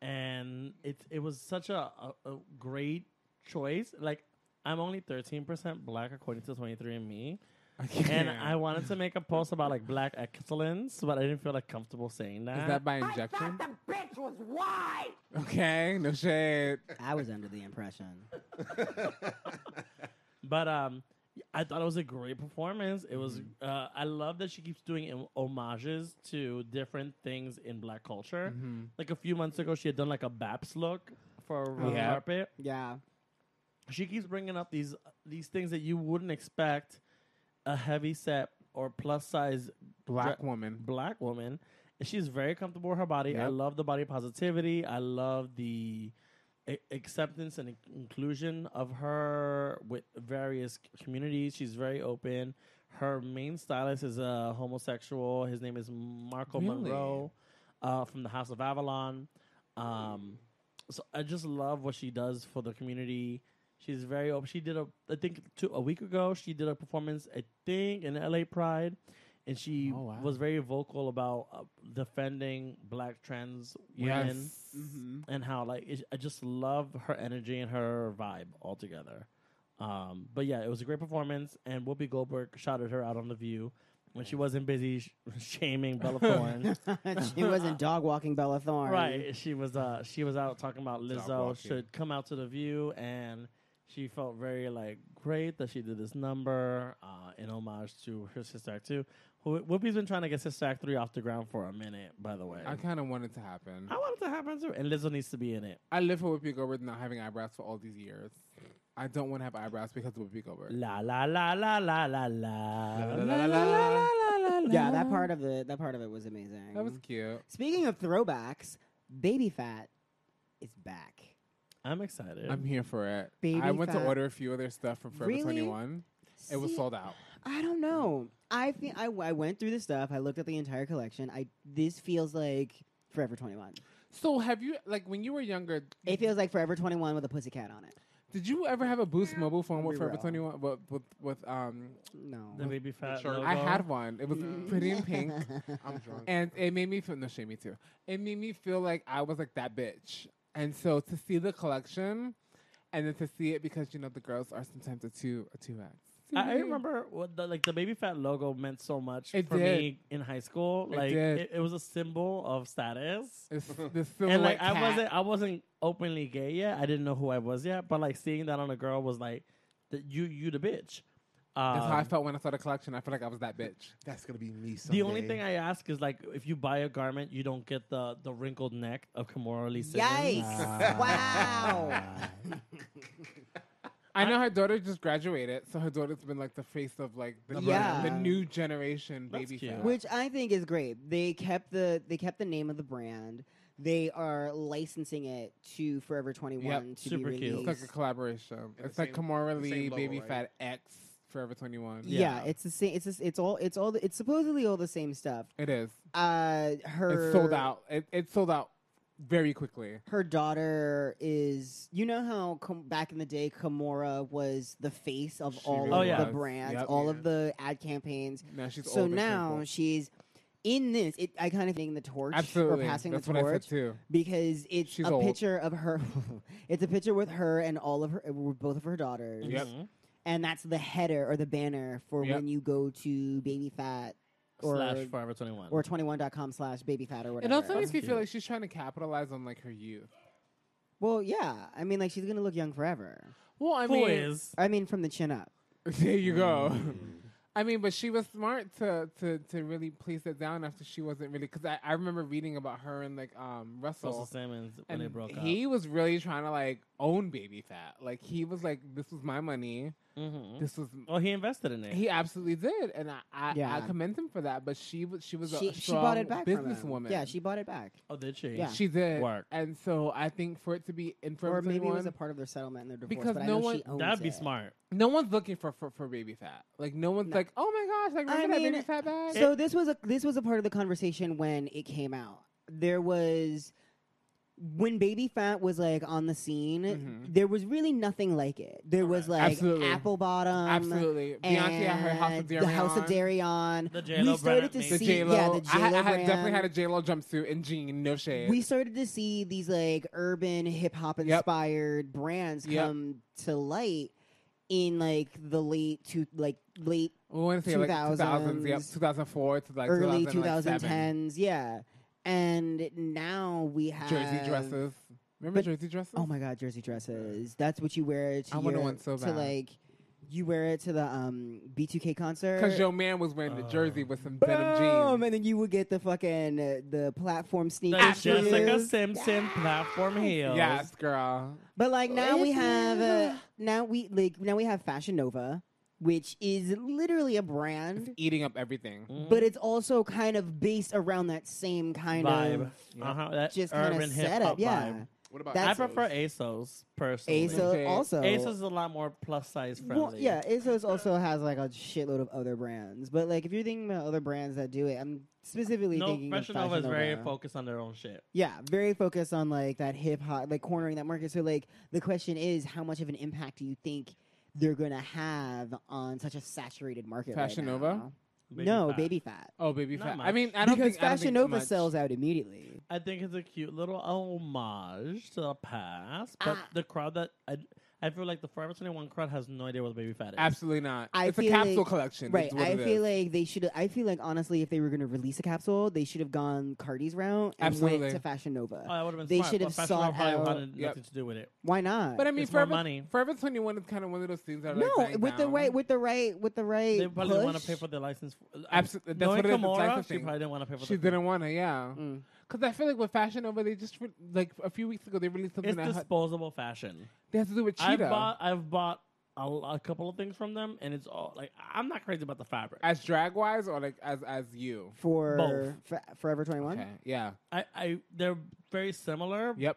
[SPEAKER 3] and it it was such a, a, a great choice. Like I'm only 13% black according to 23andMe, and I wanted to make a post about like black excellence, but I didn't feel like comfortable saying that.
[SPEAKER 1] Is that by injection?
[SPEAKER 5] the bitch was white.
[SPEAKER 1] Okay, no shade.
[SPEAKER 2] it? I was under the impression.
[SPEAKER 3] But um, I thought it was a great performance. It was. Uh, I love that she keeps doing hom- homages to different things in Black culture. Like a few months ago, she had done like a Baps look for a red
[SPEAKER 1] Yeah.
[SPEAKER 3] carpet.
[SPEAKER 2] Yeah,
[SPEAKER 3] She keeps bringing up these these things that you wouldn't expect a heavy set or plus size
[SPEAKER 1] Black
[SPEAKER 3] Dra-
[SPEAKER 1] woman.
[SPEAKER 3] black woman. She's very comfortable with her body. I
[SPEAKER 1] Yep.
[SPEAKER 3] love the body positivity. I love the a- acceptance and in- inclusion of her with various c- communities. She's very open. Her main stylist is a homosexual. His name is Marco
[SPEAKER 1] Really?
[SPEAKER 3] Monroe uh, from the House of Avalon. Um, so I just love what she does for the community. She's very open. She did a, I think, two, a week ago. She did a performance, I think, in LA Pride, and she
[SPEAKER 1] Oh, wow.
[SPEAKER 3] was very vocal about uh, defending Black trans women Mm-hmm.
[SPEAKER 1] Yes.
[SPEAKER 2] Mhm.
[SPEAKER 3] and how like it, I just love her energy and her vibe altogether. Um, but yeah, it was a great performance, and Whoopi Goldberg shouted her out on the View when she wasn't busy sh- shaming Bella Thorne.
[SPEAKER 2] she wasn't dog walking Bella Thorne.
[SPEAKER 3] right, she was uh, she was out talking about Lizzo
[SPEAKER 1] walking.
[SPEAKER 3] should come out to the View, and she felt very like great that she did this number uh, in homage to her sister act two. Who Whoopi's been trying to get sister act three off the ground for a minute, by the way.
[SPEAKER 1] I kind of want it to happen.
[SPEAKER 3] I want it to happen too, and Lizzo needs to be in it.
[SPEAKER 1] I live for Whoopi Goldberg not having eyebrows for all these years. I don't want to have eyebrows because of Whoopi Goldberg.
[SPEAKER 3] La la la la la la la.
[SPEAKER 1] la, la, la, la, la,
[SPEAKER 2] Yeah,
[SPEAKER 1] la.
[SPEAKER 2] that part of the that part of it was amazing.
[SPEAKER 1] That was cute.
[SPEAKER 2] Speaking of throwbacks, Baby Fat is back.
[SPEAKER 3] I'm excited.
[SPEAKER 1] I'm here for it.
[SPEAKER 2] Baby
[SPEAKER 1] I went to
[SPEAKER 2] fat.
[SPEAKER 1] order a few of their stuff from Forever
[SPEAKER 2] Really?
[SPEAKER 1] 21. It was
[SPEAKER 2] See,
[SPEAKER 1] sold out.
[SPEAKER 2] I don't know. I think I, I went through the stuff. I looked at the entire collection. I this feels like Forever 21.
[SPEAKER 1] So have you like when you were younger?
[SPEAKER 2] It feels like Forever 21 with a pussycat on it.
[SPEAKER 1] Did you ever have a Boost mobile phone with
[SPEAKER 2] Be
[SPEAKER 1] Forever
[SPEAKER 2] real.
[SPEAKER 1] 21? With, with, with um,
[SPEAKER 2] No.
[SPEAKER 3] the baby fat.
[SPEAKER 4] shirt.
[SPEAKER 3] Logo.
[SPEAKER 1] I had one. It was
[SPEAKER 2] Mm-hmm.
[SPEAKER 1] pretty in pink.
[SPEAKER 4] I'm drunk.
[SPEAKER 1] And it made me feel no shame me too. It made me feel like I was like that bitch. And so to see the collection, and then to see it because you know the girls are sometimes a two a two X.
[SPEAKER 3] I I remember what the, like the baby fat logo meant so much
[SPEAKER 1] It
[SPEAKER 3] for
[SPEAKER 1] did.
[SPEAKER 3] me in high school.
[SPEAKER 1] It
[SPEAKER 3] Like
[SPEAKER 1] did.
[SPEAKER 3] it, it was a symbol of status.
[SPEAKER 1] It's the
[SPEAKER 3] And
[SPEAKER 1] silhouette
[SPEAKER 3] like
[SPEAKER 1] cat.
[SPEAKER 3] I wasn't, I wasn't openly gay yet. I didn't know who I was yet. But like seeing that on a girl was like, the, you, you the bitch. Um,
[SPEAKER 1] That's how I felt when I saw the collection. I feel like I was that bitch.
[SPEAKER 4] That's gonna be me. Someday.
[SPEAKER 3] The only thing I ask is like, if you buy a garment, you don't get the the wrinkled neck of Kimora Lee Simmons.
[SPEAKER 2] Yikes! wow.
[SPEAKER 1] I know her daughter just graduated, so her daughter's been like the face of like the,
[SPEAKER 2] Yeah.
[SPEAKER 1] the new generation
[SPEAKER 3] That's
[SPEAKER 1] baby.
[SPEAKER 3] cute.
[SPEAKER 1] fat.
[SPEAKER 2] Which I think is great. They kept the they kept the name of the brand. They are licensing it to Forever 21 to
[SPEAKER 3] super
[SPEAKER 2] be
[SPEAKER 3] cute.
[SPEAKER 1] It's like a
[SPEAKER 2] released.
[SPEAKER 1] collaboration.
[SPEAKER 4] the
[SPEAKER 1] It's like
[SPEAKER 4] same-
[SPEAKER 1] Kamora
[SPEAKER 4] the same
[SPEAKER 1] Lee,
[SPEAKER 4] logo,
[SPEAKER 1] Baby
[SPEAKER 4] right?
[SPEAKER 1] Fat X, Forever 21.
[SPEAKER 2] yeah.
[SPEAKER 3] Yeah.
[SPEAKER 2] it's the same. It's the s- it's all it's all the, it's supposedly all the same stuff.
[SPEAKER 1] It is.
[SPEAKER 2] Uh, her
[SPEAKER 1] It's sold out. It, it sold out very quickly.
[SPEAKER 2] her daughter is you know how Kam- back in the day Kimura was the face of
[SPEAKER 1] She
[SPEAKER 2] all
[SPEAKER 1] really
[SPEAKER 2] of
[SPEAKER 3] Oh, yeah.
[SPEAKER 2] the brands
[SPEAKER 1] Yep.
[SPEAKER 2] all of the ad campaigns
[SPEAKER 1] Now she's
[SPEAKER 2] so
[SPEAKER 1] old and
[SPEAKER 2] now
[SPEAKER 1] wrinkled.
[SPEAKER 2] she's in this, it, I kind of think the torch
[SPEAKER 1] Absolutely.
[SPEAKER 2] or passing
[SPEAKER 1] That's
[SPEAKER 2] the
[SPEAKER 1] what I said
[SPEAKER 2] torch
[SPEAKER 1] too.
[SPEAKER 2] because it's
[SPEAKER 1] She's
[SPEAKER 2] a
[SPEAKER 1] old.
[SPEAKER 2] picture of her. it's a picture with her and all of her, uh, with both of her daughters.
[SPEAKER 1] Yep.
[SPEAKER 3] Mm-hmm.
[SPEAKER 2] And that's the header or the banner for
[SPEAKER 1] Yep.
[SPEAKER 2] when you go to Baby Fat or
[SPEAKER 3] slash Forever Twenty One.
[SPEAKER 2] or 21.com slash baby fat or
[SPEAKER 1] It
[SPEAKER 2] whatever.
[SPEAKER 1] also makes me
[SPEAKER 3] cute.
[SPEAKER 1] feel like she's trying to capitalize on like her youth.
[SPEAKER 2] well, yeah. I mean, like, she's going to look young forever.
[SPEAKER 1] Well, I mean,
[SPEAKER 3] Boys.
[SPEAKER 2] I mean, from the chin up.
[SPEAKER 1] there you go. I mean, but she was smart to to to really place it down after she wasn't really because I, I remember reading about her and like um
[SPEAKER 3] Russell
[SPEAKER 1] Russell.
[SPEAKER 3] Simmons when
[SPEAKER 1] And
[SPEAKER 3] they broke
[SPEAKER 1] he was really trying to like own baby fat. Like he was like, "This was my money.
[SPEAKER 3] up. Mm-hmm.
[SPEAKER 1] This was
[SPEAKER 3] Well, he invested in it.
[SPEAKER 1] He absolutely did, and I I, I
[SPEAKER 2] Yeah.
[SPEAKER 1] commend him for that. But she was she was
[SPEAKER 2] She,
[SPEAKER 1] a
[SPEAKER 2] she bought
[SPEAKER 1] strong
[SPEAKER 2] it back. from him.
[SPEAKER 1] businesswoman.
[SPEAKER 2] Yeah, she bought it back.
[SPEAKER 3] oh, did she?
[SPEAKER 2] Yeah.
[SPEAKER 1] she did,
[SPEAKER 3] Work.
[SPEAKER 1] and so I think for it to be in
[SPEAKER 2] Or
[SPEAKER 1] Forever
[SPEAKER 2] maybe it was
[SPEAKER 1] 21,
[SPEAKER 2] a part of their settlement and their divorce.
[SPEAKER 1] Because
[SPEAKER 2] but
[SPEAKER 1] no
[SPEAKER 2] I know
[SPEAKER 1] one-
[SPEAKER 2] she owns
[SPEAKER 3] That'd be
[SPEAKER 2] it.
[SPEAKER 3] smart.
[SPEAKER 1] no one's looking for, for for baby fat. Like no one's
[SPEAKER 2] No.
[SPEAKER 1] like, oh my gosh, like
[SPEAKER 2] I
[SPEAKER 1] remember that
[SPEAKER 2] mean,
[SPEAKER 1] baby fat bag?
[SPEAKER 2] So this was a this was a part of the conversation when it came out. There was when Baby Fat was like on the scene.
[SPEAKER 1] Mhm.
[SPEAKER 2] There was really nothing like it. There was like
[SPEAKER 1] Absolutely.
[SPEAKER 2] Apple Bottom,
[SPEAKER 1] absolutely, Beyonce had her House of
[SPEAKER 2] and the
[SPEAKER 1] Darion.
[SPEAKER 2] House of Darion.
[SPEAKER 3] The J.Lo
[SPEAKER 2] we started
[SPEAKER 3] brand
[SPEAKER 2] to
[SPEAKER 3] name.
[SPEAKER 1] the
[SPEAKER 2] see,
[SPEAKER 1] J Lo.
[SPEAKER 2] yeah, the
[SPEAKER 1] I,
[SPEAKER 2] J Lo
[SPEAKER 1] I had definitely had a J Lo jumpsuit and jean, no shade.
[SPEAKER 2] we started to see these like urban hip hop
[SPEAKER 1] Yep.
[SPEAKER 2] inspired brands
[SPEAKER 1] Yep.
[SPEAKER 2] come to light in like the late to like late
[SPEAKER 1] we want to say like 2000s, yep,
[SPEAKER 2] 2000s,
[SPEAKER 1] 2004 to like
[SPEAKER 2] early
[SPEAKER 1] 2010.
[SPEAKER 2] 2010s. Yeah. And now we have
[SPEAKER 1] Jersey dresses. Remember
[SPEAKER 2] But-
[SPEAKER 1] jersey dresses?
[SPEAKER 2] Oh my god, jersey dresses. That's what you wear to
[SPEAKER 1] I wanna
[SPEAKER 2] your-
[SPEAKER 1] one so
[SPEAKER 2] to
[SPEAKER 1] bad.
[SPEAKER 2] like you wear it to the um B2K concert.
[SPEAKER 1] Because your man was wearing the
[SPEAKER 3] Oh.
[SPEAKER 1] jersey with some denim
[SPEAKER 2] Boom,
[SPEAKER 1] jeans.
[SPEAKER 2] and then you would get the fucking uh, the platform sneakers.
[SPEAKER 3] The Jessica
[SPEAKER 2] shoes.
[SPEAKER 3] Simpson platform heels.
[SPEAKER 1] Yes, girl.
[SPEAKER 2] But like now we have uh,
[SPEAKER 1] Listen.
[SPEAKER 2] now we like now we have Fashion Nova, which is literally a brand,
[SPEAKER 1] Eating up everything.
[SPEAKER 3] Mhm.
[SPEAKER 2] but it's also kind of based around that same kind
[SPEAKER 3] vibe.
[SPEAKER 2] of
[SPEAKER 3] Uh huh. That
[SPEAKER 2] just kind
[SPEAKER 3] urban
[SPEAKER 2] of
[SPEAKER 3] hip
[SPEAKER 2] setup.
[SPEAKER 3] hop
[SPEAKER 2] Yeah,
[SPEAKER 3] vibe.
[SPEAKER 4] What about
[SPEAKER 3] I
[SPEAKER 2] That's-
[SPEAKER 3] prefer ASOS personally.
[SPEAKER 2] ASOS
[SPEAKER 1] Okay.
[SPEAKER 2] also
[SPEAKER 3] ASOS is a lot more plus size friendly.
[SPEAKER 2] Well, yeah, ASOS also has like a shitload of other brands, but like if you're thinking about other brands that do it, I'm specifically
[SPEAKER 3] No,
[SPEAKER 2] thinking
[SPEAKER 3] Fashion
[SPEAKER 2] of
[SPEAKER 3] Nova is very
[SPEAKER 2] Nova.
[SPEAKER 3] focused on their own shit.
[SPEAKER 2] Yeah, very focused on like that hip hop, like cornering that market. So like the question is, how much of an impact do you think they're gonna have on such a saturated market? right
[SPEAKER 1] Fashion
[SPEAKER 2] now?
[SPEAKER 1] Nova?
[SPEAKER 2] no,
[SPEAKER 3] fat.
[SPEAKER 2] baby fat.
[SPEAKER 1] Oh, baby
[SPEAKER 3] Not
[SPEAKER 1] fat. I
[SPEAKER 3] much.
[SPEAKER 1] mean, I don't
[SPEAKER 2] because
[SPEAKER 1] think I don't
[SPEAKER 2] Fashion
[SPEAKER 1] think
[SPEAKER 2] Nova
[SPEAKER 1] much.
[SPEAKER 2] sells out immediately.
[SPEAKER 3] I think it's a cute little homage to the past, but
[SPEAKER 2] Ah.
[SPEAKER 3] the crowd that I, I feel like the Forever 21 crowd has no idea what baby fat is.
[SPEAKER 1] Absolutely not.
[SPEAKER 2] I
[SPEAKER 1] it's a
[SPEAKER 2] feel
[SPEAKER 1] capsule
[SPEAKER 2] like-
[SPEAKER 1] collection.
[SPEAKER 2] Right. I feel like they should. I feel like honestly, if they were gonna release a capsule, they should have gone Cardi's route and
[SPEAKER 1] Absolutely.
[SPEAKER 2] went to Fashion Nova.
[SPEAKER 3] Oh, that would have been
[SPEAKER 2] They
[SPEAKER 3] smart,
[SPEAKER 2] should
[SPEAKER 3] but
[SPEAKER 2] have
[SPEAKER 3] Fashion Nova
[SPEAKER 2] sought
[SPEAKER 3] probably
[SPEAKER 2] out-
[SPEAKER 3] wanted
[SPEAKER 1] Yep.
[SPEAKER 3] nothing to do with it.
[SPEAKER 2] Why not?
[SPEAKER 1] But I mean,
[SPEAKER 3] it's more
[SPEAKER 1] Forever,
[SPEAKER 3] money.
[SPEAKER 1] Forever 21 is kind of one of those things that are
[SPEAKER 2] no,
[SPEAKER 1] like dying
[SPEAKER 2] with the
[SPEAKER 1] down.
[SPEAKER 2] right, with the right, with the right.
[SPEAKER 3] They probably didn't want to
[SPEAKER 2] push.
[SPEAKER 3] pay for the license. For,
[SPEAKER 1] Absolutely. That's
[SPEAKER 3] Knowing
[SPEAKER 1] what it is. It's
[SPEAKER 3] Kimora,
[SPEAKER 1] licensing.
[SPEAKER 3] she probably didn't want to pay for
[SPEAKER 1] She
[SPEAKER 3] the
[SPEAKER 1] didn't want to, yeah.
[SPEAKER 2] Mm.
[SPEAKER 1] Because I feel like with Fashion Nova, they just, re- like, a few weeks ago, they released something
[SPEAKER 3] It's
[SPEAKER 1] that had,
[SPEAKER 3] disposable fashion.
[SPEAKER 1] they has to do with
[SPEAKER 3] I've
[SPEAKER 1] Cheetah.
[SPEAKER 3] bought, I've bought a, l- a couple of things from them, and it's all like I'm not crazy about the fabric.
[SPEAKER 1] as drag wise or, like, as as you?
[SPEAKER 2] for
[SPEAKER 3] Both.
[SPEAKER 2] Fa- Forever Twenty One.
[SPEAKER 1] Okay. Yeah.
[SPEAKER 3] I, I they're very similar.
[SPEAKER 1] Yep.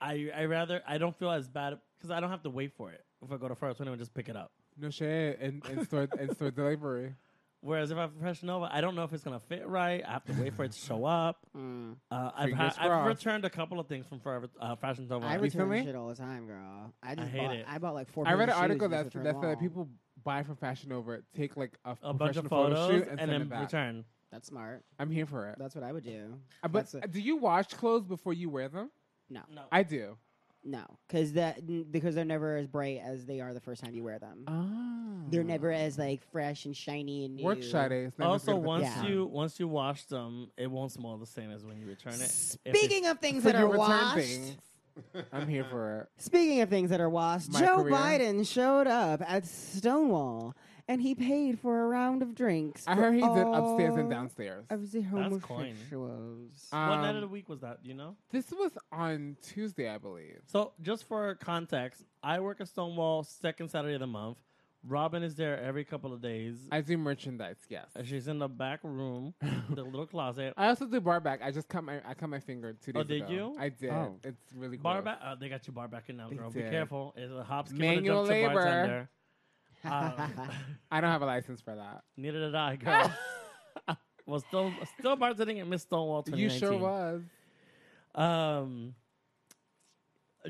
[SPEAKER 3] I, I rather I don't feel as bad because I don't have to wait for it if I go to Forever 21 just pick it up.
[SPEAKER 1] No shade. And, and, store, and store delivery.
[SPEAKER 3] Whereas if I have Fresh Nova, I don't know if it's gonna fit right. I have to wait for it to show up.
[SPEAKER 2] Hmm.
[SPEAKER 3] Uh, I've,
[SPEAKER 1] Fingers
[SPEAKER 3] ha- I've
[SPEAKER 1] crossed.
[SPEAKER 3] returned a coual of things from Forever uh, Fashion Nova.
[SPEAKER 2] I return
[SPEAKER 1] Recently?
[SPEAKER 2] shit all the time, girl. I just
[SPEAKER 3] hate
[SPEAKER 2] bought,
[SPEAKER 3] it.
[SPEAKER 2] I bought like four.
[SPEAKER 1] I read
[SPEAKER 2] pairs
[SPEAKER 1] an
[SPEAKER 2] of shoes
[SPEAKER 1] article
[SPEAKER 2] just
[SPEAKER 1] that
[SPEAKER 2] to turn
[SPEAKER 1] that
[SPEAKER 2] them
[SPEAKER 1] said that
[SPEAKER 2] all.
[SPEAKER 1] people buy from Fashion Nova, take like a,
[SPEAKER 3] a bunch of
[SPEAKER 1] professional photo
[SPEAKER 3] photos
[SPEAKER 1] shoot
[SPEAKER 3] and,
[SPEAKER 1] send
[SPEAKER 3] then
[SPEAKER 1] it back.
[SPEAKER 3] return.
[SPEAKER 2] That's smart.
[SPEAKER 1] I'm here for it.
[SPEAKER 2] That's what I would do.
[SPEAKER 1] Uh, but
[SPEAKER 2] that's a-
[SPEAKER 1] do you wash clothes before you wear them?
[SPEAKER 2] No,
[SPEAKER 3] No,
[SPEAKER 1] I do.
[SPEAKER 2] no, because that n- because they're never as bright as they are the first time you wear them.
[SPEAKER 1] Oh.
[SPEAKER 2] They're never as like fresh and shiny and new.
[SPEAKER 1] work shiny. It's never as good
[SPEAKER 3] also
[SPEAKER 1] as the
[SPEAKER 3] once
[SPEAKER 1] first
[SPEAKER 2] Yeah.
[SPEAKER 1] time.
[SPEAKER 3] you once you wash them, it won't smell the same as when you return it. If it's-
[SPEAKER 2] Speaking of things
[SPEAKER 1] So
[SPEAKER 2] that
[SPEAKER 1] you
[SPEAKER 2] are
[SPEAKER 1] return
[SPEAKER 2] washed,
[SPEAKER 1] things. I'm here for it.
[SPEAKER 2] speaking of things that are washed,
[SPEAKER 1] My
[SPEAKER 2] Joe
[SPEAKER 1] career.
[SPEAKER 2] Biden showed up at Stonewall and he paid for a round of drinks.
[SPEAKER 1] I
[SPEAKER 2] for
[SPEAKER 1] heard he did upstairs
[SPEAKER 2] all
[SPEAKER 1] and downstairs.
[SPEAKER 2] Of the
[SPEAKER 3] That's coin.
[SPEAKER 2] homosexuals.
[SPEAKER 3] what night of the
[SPEAKER 1] Um,
[SPEAKER 3] week was that? Do you know?
[SPEAKER 1] this was on Tuesday, I believe.
[SPEAKER 3] So just for context, I work at Stonewall second Saturday of the month. Robin is there every couple of days.
[SPEAKER 1] I do merchandise. Yes.
[SPEAKER 3] Uh, She's in the back room, the little closet.
[SPEAKER 1] I also do bar back. I just cut my I cut my finger two
[SPEAKER 3] Oh,
[SPEAKER 1] days
[SPEAKER 3] did
[SPEAKER 1] ago.
[SPEAKER 3] you?
[SPEAKER 1] I did.
[SPEAKER 2] Oh.
[SPEAKER 1] It's really cool.
[SPEAKER 3] Bar back. Uh, they got you bar backing now,
[SPEAKER 1] They
[SPEAKER 3] girl. Be
[SPEAKER 1] did.
[SPEAKER 3] careful. It's a hop, skip,
[SPEAKER 1] Manual
[SPEAKER 3] and a jump to
[SPEAKER 1] labor.
[SPEAKER 3] bartender.
[SPEAKER 1] Uh,
[SPEAKER 3] Um,
[SPEAKER 1] I don't have a license for that.
[SPEAKER 3] neither did I, girl. well, still, still bartending at Miss Stonewall.
[SPEAKER 1] You sure
[SPEAKER 3] 2019.
[SPEAKER 1] was.
[SPEAKER 3] Um,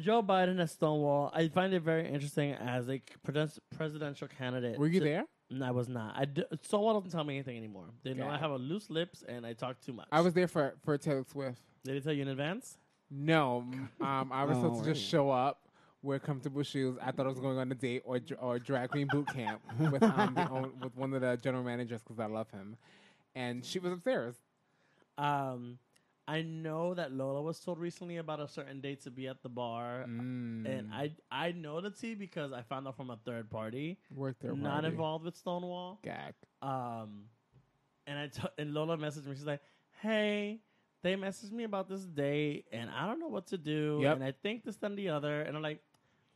[SPEAKER 3] Joe Biden at Stonewall. I find it very interesting as a pres- presidential candidate.
[SPEAKER 1] Were you
[SPEAKER 3] to-
[SPEAKER 1] there?
[SPEAKER 3] No, I was not. I d- Someone doesn't tell me anything anymore. They know I
[SPEAKER 1] Got
[SPEAKER 3] have a loose lips and I talk too much.
[SPEAKER 1] I was there for for Taylor Swift.
[SPEAKER 3] Did they tell you in advance?
[SPEAKER 1] No, m- um, I was
[SPEAKER 2] Oh,
[SPEAKER 1] supposed to
[SPEAKER 2] right.
[SPEAKER 1] just show up, wear comfortable shoes. I thought I was going on a date or dr- or drag queen boot camp with um, the own, with one of the general managers because I love him, and she was upstairs.
[SPEAKER 3] Um, I know that Lola was told recently about a certain date to be at the bar,
[SPEAKER 1] Mm.
[SPEAKER 3] and I I know the tea because I found out from a third party,
[SPEAKER 1] Worked there.
[SPEAKER 3] not
[SPEAKER 1] party.
[SPEAKER 3] involved with Stonewall.
[SPEAKER 1] Gag.
[SPEAKER 3] Um, and I t- and Lola messaged me. She's like, "Hey, they messaged me about this date, and I don't know what to do.
[SPEAKER 1] Yep.
[SPEAKER 3] And I think this then the other. And I'm like,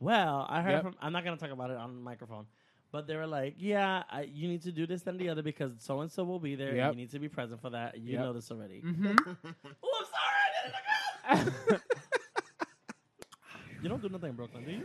[SPEAKER 3] well, I heard
[SPEAKER 1] Yep.
[SPEAKER 3] from. I'm not gonna talk about it on the microphone." But they were like, "Yeah, I, you need to do this, then the other, because so and so will be there.
[SPEAKER 1] Yep.
[SPEAKER 3] And you need to be present for that. You
[SPEAKER 1] Yep.
[SPEAKER 3] know this already."
[SPEAKER 1] hmm
[SPEAKER 3] Oh, I'm sorry. I didn't look up. you don't do nothing in Brooklyn, do you?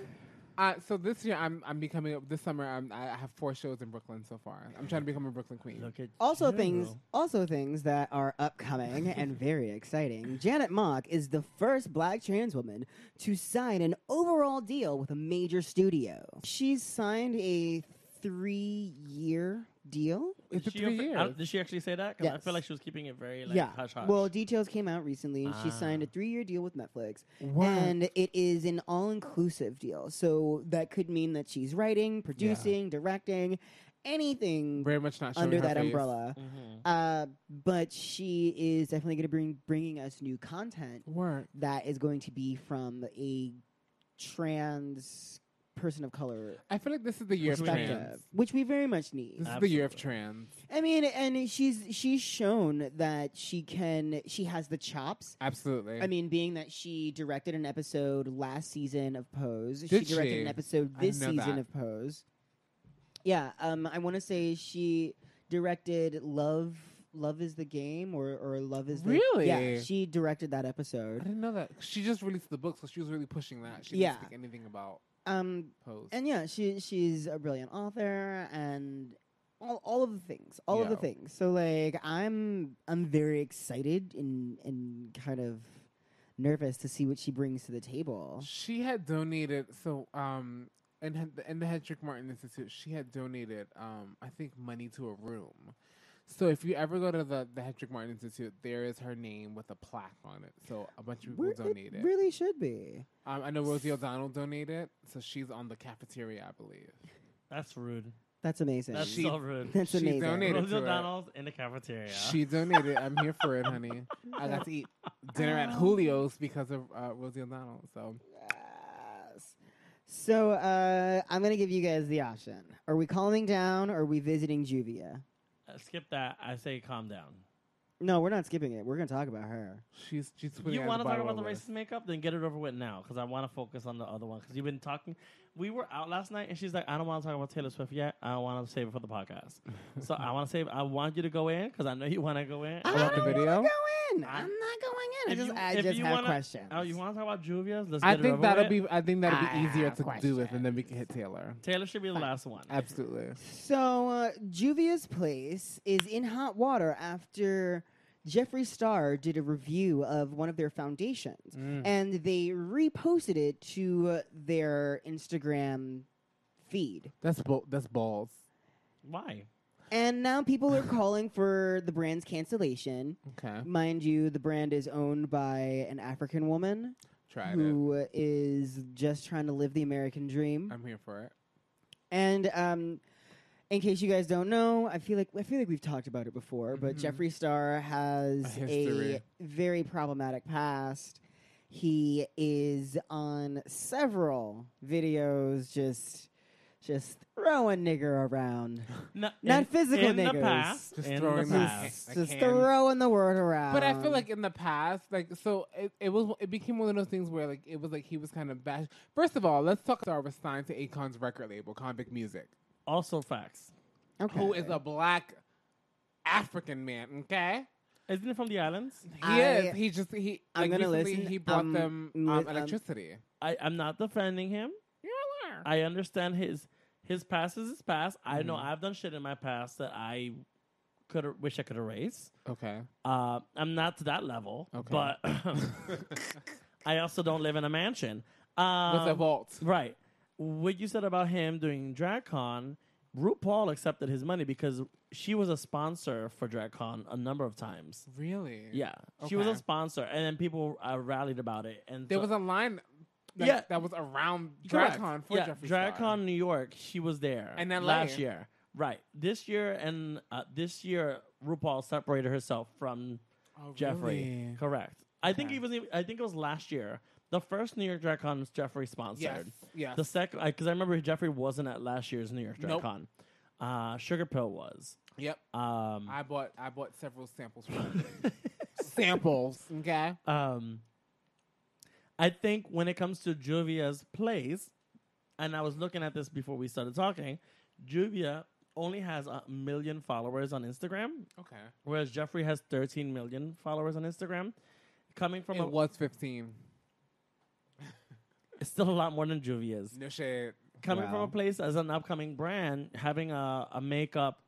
[SPEAKER 1] Uh, so this year I'm I'm becoming a- this summer I'm, I have four shows in Brooklyn so far. I'm trying to become a Brooklyn queen.
[SPEAKER 3] Look at
[SPEAKER 2] Also, things also things that are upcoming and very exciting. Janet Mock is the first black trans woman to sign an overall deal with a major studio. She's signed a three-year deal.
[SPEAKER 1] It's a
[SPEAKER 3] Did she,
[SPEAKER 1] three
[SPEAKER 3] offi- I don't-
[SPEAKER 1] years.
[SPEAKER 3] did she actually say that? 'Cause I
[SPEAKER 2] Yes.
[SPEAKER 3] feel like she was keeping it very like
[SPEAKER 2] yeah.
[SPEAKER 3] hush hush.
[SPEAKER 2] Well, details came out recently. She signed a
[SPEAKER 3] Ah.
[SPEAKER 2] three-year deal with Netflix,
[SPEAKER 1] What?
[SPEAKER 2] and it is an all-inclusive deal. So that could mean that she's writing, producing, directing, anything
[SPEAKER 1] Very much not showing
[SPEAKER 2] under
[SPEAKER 1] her
[SPEAKER 2] that
[SPEAKER 1] face.
[SPEAKER 2] umbrella.
[SPEAKER 3] Mhm.
[SPEAKER 2] Uh, but she is definitely going to bring bringing us new content
[SPEAKER 1] Work.
[SPEAKER 2] that is going to be from a trans person of color
[SPEAKER 1] I feel like this is the year of
[SPEAKER 3] Which we need.
[SPEAKER 1] trans. Uh.
[SPEAKER 2] perspective, which we very much need.
[SPEAKER 1] This is the year of
[SPEAKER 3] Absolutely.
[SPEAKER 1] trans.
[SPEAKER 2] I mean, and she's she's shown that she can she has the chops.
[SPEAKER 1] Absolutely.
[SPEAKER 2] I mean, being that she directed an episode last season of Pose,
[SPEAKER 1] Did
[SPEAKER 2] she directed
[SPEAKER 1] she?
[SPEAKER 2] an episode
[SPEAKER 1] I
[SPEAKER 2] this
[SPEAKER 1] didn't
[SPEAKER 2] season
[SPEAKER 1] know that.
[SPEAKER 2] of Pose. Yeah, um, I want to say she directed Love. Love is the game, or or Love is the,
[SPEAKER 1] Really?
[SPEAKER 2] Yeah, she directed that
[SPEAKER 1] I
[SPEAKER 2] episode.
[SPEAKER 1] didn't know that. She just released the book, so she was really pushing that. She didn't
[SPEAKER 2] Yeah.
[SPEAKER 1] speak anything about
[SPEAKER 2] Um,
[SPEAKER 1] pose.
[SPEAKER 2] and yeah, she she's a brilliant author and all all of the things, all of the
[SPEAKER 1] Yeah.
[SPEAKER 2] things. So like, I'm I'm very excited and and kind of nervous to see what she brings to the table.
[SPEAKER 1] she had donated so um and had- and the Hedrick Martin Institute. She had donated um I think money to a room. So if you ever go to the the Hedrick Martin Institute, there is her name with a plaque on it. So a bunch of people
[SPEAKER 2] Where
[SPEAKER 1] donated.
[SPEAKER 2] It really should be.
[SPEAKER 1] Um, I know Rosie O'Donnell donated, so she's on the cafeteria, I believe.
[SPEAKER 3] That's rude.
[SPEAKER 2] That's amazing.
[SPEAKER 3] That's
[SPEAKER 2] That's,
[SPEAKER 1] She-
[SPEAKER 3] so rude.
[SPEAKER 1] she
[SPEAKER 2] amazing.
[SPEAKER 1] donated-
[SPEAKER 3] Rosie
[SPEAKER 1] to it.
[SPEAKER 3] O'Donnell's in the cafeteria.
[SPEAKER 1] She donated. I'm here for it, honey. I got to eat dinner at
[SPEAKER 2] Oh.
[SPEAKER 1] Julio's because of uh, Rosie O'Donnell. So
[SPEAKER 2] Yes. So uh, I'm gonna give you guys the option: Are we calming down, or are we visiting Juvia?
[SPEAKER 3] Uh, Skip that. I say calm down.
[SPEAKER 2] No, we're not skipping it. We're gonna talk about her.
[SPEAKER 1] she's she's.
[SPEAKER 3] you
[SPEAKER 1] want to
[SPEAKER 3] talk about the racist makeup? Then get it over with now, because I want to focus on the other one. Because you've been talking. We were out last night, and she's like, "I don't want to talk about Taylor Swift yet. I want to save it for the podcast." so I want to save. I want you to go in because I know you want to go
[SPEAKER 2] I
[SPEAKER 3] in.
[SPEAKER 1] About
[SPEAKER 2] don't
[SPEAKER 1] the
[SPEAKER 2] wanna
[SPEAKER 1] video?
[SPEAKER 2] go in.
[SPEAKER 3] I-
[SPEAKER 2] I'm not going in. I
[SPEAKER 3] If
[SPEAKER 2] just,
[SPEAKER 3] you-
[SPEAKER 2] I
[SPEAKER 3] if
[SPEAKER 2] just
[SPEAKER 3] you
[SPEAKER 2] have
[SPEAKER 3] wanna-
[SPEAKER 2] questions.
[SPEAKER 3] Oh, you want to talk about Juvia's? Let's
[SPEAKER 1] I
[SPEAKER 3] get it
[SPEAKER 1] think
[SPEAKER 3] over
[SPEAKER 1] that'll
[SPEAKER 3] with.
[SPEAKER 1] be. I think that'll
[SPEAKER 2] I
[SPEAKER 1] be easier
[SPEAKER 2] have
[SPEAKER 1] to do with, and then we can hit Taylor.
[SPEAKER 3] Taylor should be the last one.
[SPEAKER 1] Absolutely.
[SPEAKER 2] So uh, Juvia's Place is in hot water after Jeffree Star did a review of one of their foundations,
[SPEAKER 1] Mm.
[SPEAKER 2] and they reposted it to uh, their Instagram feed.
[SPEAKER 1] That's bo- that's balls.
[SPEAKER 3] Why?
[SPEAKER 2] And now people are calling for the brand's cancellation.
[SPEAKER 1] Okay,
[SPEAKER 2] Mind you, the brand is owned by an African woman
[SPEAKER 1] tried it.
[SPEAKER 2] who is just trying to live the American dream.
[SPEAKER 1] I'm here for it.
[SPEAKER 2] And um, in case you guys don't know, I feel like I feel like we've talked about it before, but
[SPEAKER 1] Mhm.
[SPEAKER 3] Mm-hmm.
[SPEAKER 2] Jeffree Star has
[SPEAKER 1] A
[SPEAKER 2] a,
[SPEAKER 1] history.
[SPEAKER 2] very problematic past. He is on several videos just just throwing nigger around.
[SPEAKER 3] No,
[SPEAKER 2] Not
[SPEAKER 3] in-
[SPEAKER 2] physical
[SPEAKER 3] in the
[SPEAKER 2] niggas.
[SPEAKER 3] past.
[SPEAKER 1] Just
[SPEAKER 3] in the
[SPEAKER 1] throwing that.
[SPEAKER 3] past.
[SPEAKER 2] Just,
[SPEAKER 1] I
[SPEAKER 2] just
[SPEAKER 1] can.
[SPEAKER 2] throwing the word around.
[SPEAKER 1] But I feel like in the past, like so, it, it was it became one of those things where like it was like he was kind of bash. First of all, let's talk. Star was signed to Akon's record label, Convict Music,
[SPEAKER 3] Also facts.
[SPEAKER 2] okay.
[SPEAKER 1] who is a black African man. Okay,
[SPEAKER 3] Isn't it from the islands?
[SPEAKER 1] he
[SPEAKER 2] I-
[SPEAKER 1] is. He just he.
[SPEAKER 2] I'm
[SPEAKER 1] like,
[SPEAKER 2] gonna
[SPEAKER 1] recently
[SPEAKER 2] listen,
[SPEAKER 1] He brought
[SPEAKER 2] um,
[SPEAKER 1] them
[SPEAKER 2] li-
[SPEAKER 1] um,
[SPEAKER 2] um,
[SPEAKER 1] electricity.
[SPEAKER 3] I, I'm not defending him.
[SPEAKER 1] You're a liar.
[SPEAKER 3] I understand his his past is his past. I know
[SPEAKER 1] Mhm.
[SPEAKER 3] I've done shit in my past that I could wish I could erase.
[SPEAKER 1] Okay.
[SPEAKER 3] Uh, I'm not to that level,
[SPEAKER 1] Okay.
[SPEAKER 3] but I also don't live in a mansion. Um,
[SPEAKER 1] With a vault.
[SPEAKER 3] Right. What you said about him doing DragCon RuPaul accepted his money because she was a sponsor for DragCon a number of times.
[SPEAKER 1] Really?
[SPEAKER 3] Yeah, she was a
[SPEAKER 1] Okay.
[SPEAKER 3] sponsor, and then people uh, rallied about it. And
[SPEAKER 1] There
[SPEAKER 3] so-
[SPEAKER 1] was a line like,
[SPEAKER 3] Yeah.
[SPEAKER 1] that was around
[SPEAKER 3] Correct.
[SPEAKER 1] DragCon for
[SPEAKER 3] yeah,
[SPEAKER 1] Jeffree
[SPEAKER 3] DragCon
[SPEAKER 1] Star.
[SPEAKER 3] New York. She was there,
[SPEAKER 1] And LA.
[SPEAKER 3] last year, right? This year and uh, this year, RuPaul separated herself from
[SPEAKER 1] Oh,
[SPEAKER 3] Jeffrey.
[SPEAKER 1] really?
[SPEAKER 3] Correct. I think it was. even- I think it was last year. The first New York DragCon was Jeffrey sponsored.
[SPEAKER 1] Yes. Yes.
[SPEAKER 3] The second, because I remember Jeffrey wasn't at last year's New York
[SPEAKER 1] Nope.
[SPEAKER 3] DragCon. Uh, Sugar Pill was.
[SPEAKER 1] yep.
[SPEAKER 3] Um,
[SPEAKER 1] I bought I bought several samples from him. samples. Okay.
[SPEAKER 3] um, I think when it comes to Juvia's plays, and I was looking at this before we started talking, Juvia only has a million followers on Instagram,
[SPEAKER 1] Okay.
[SPEAKER 3] whereas Jeffrey has 13 million followers on Instagram. Coming from a,
[SPEAKER 1] It was 15.
[SPEAKER 3] it's still a lot more than Juvia's.
[SPEAKER 1] No shade.
[SPEAKER 3] Coming from
[SPEAKER 2] Wow.
[SPEAKER 3] a place as an upcoming brand, having a, a makeup.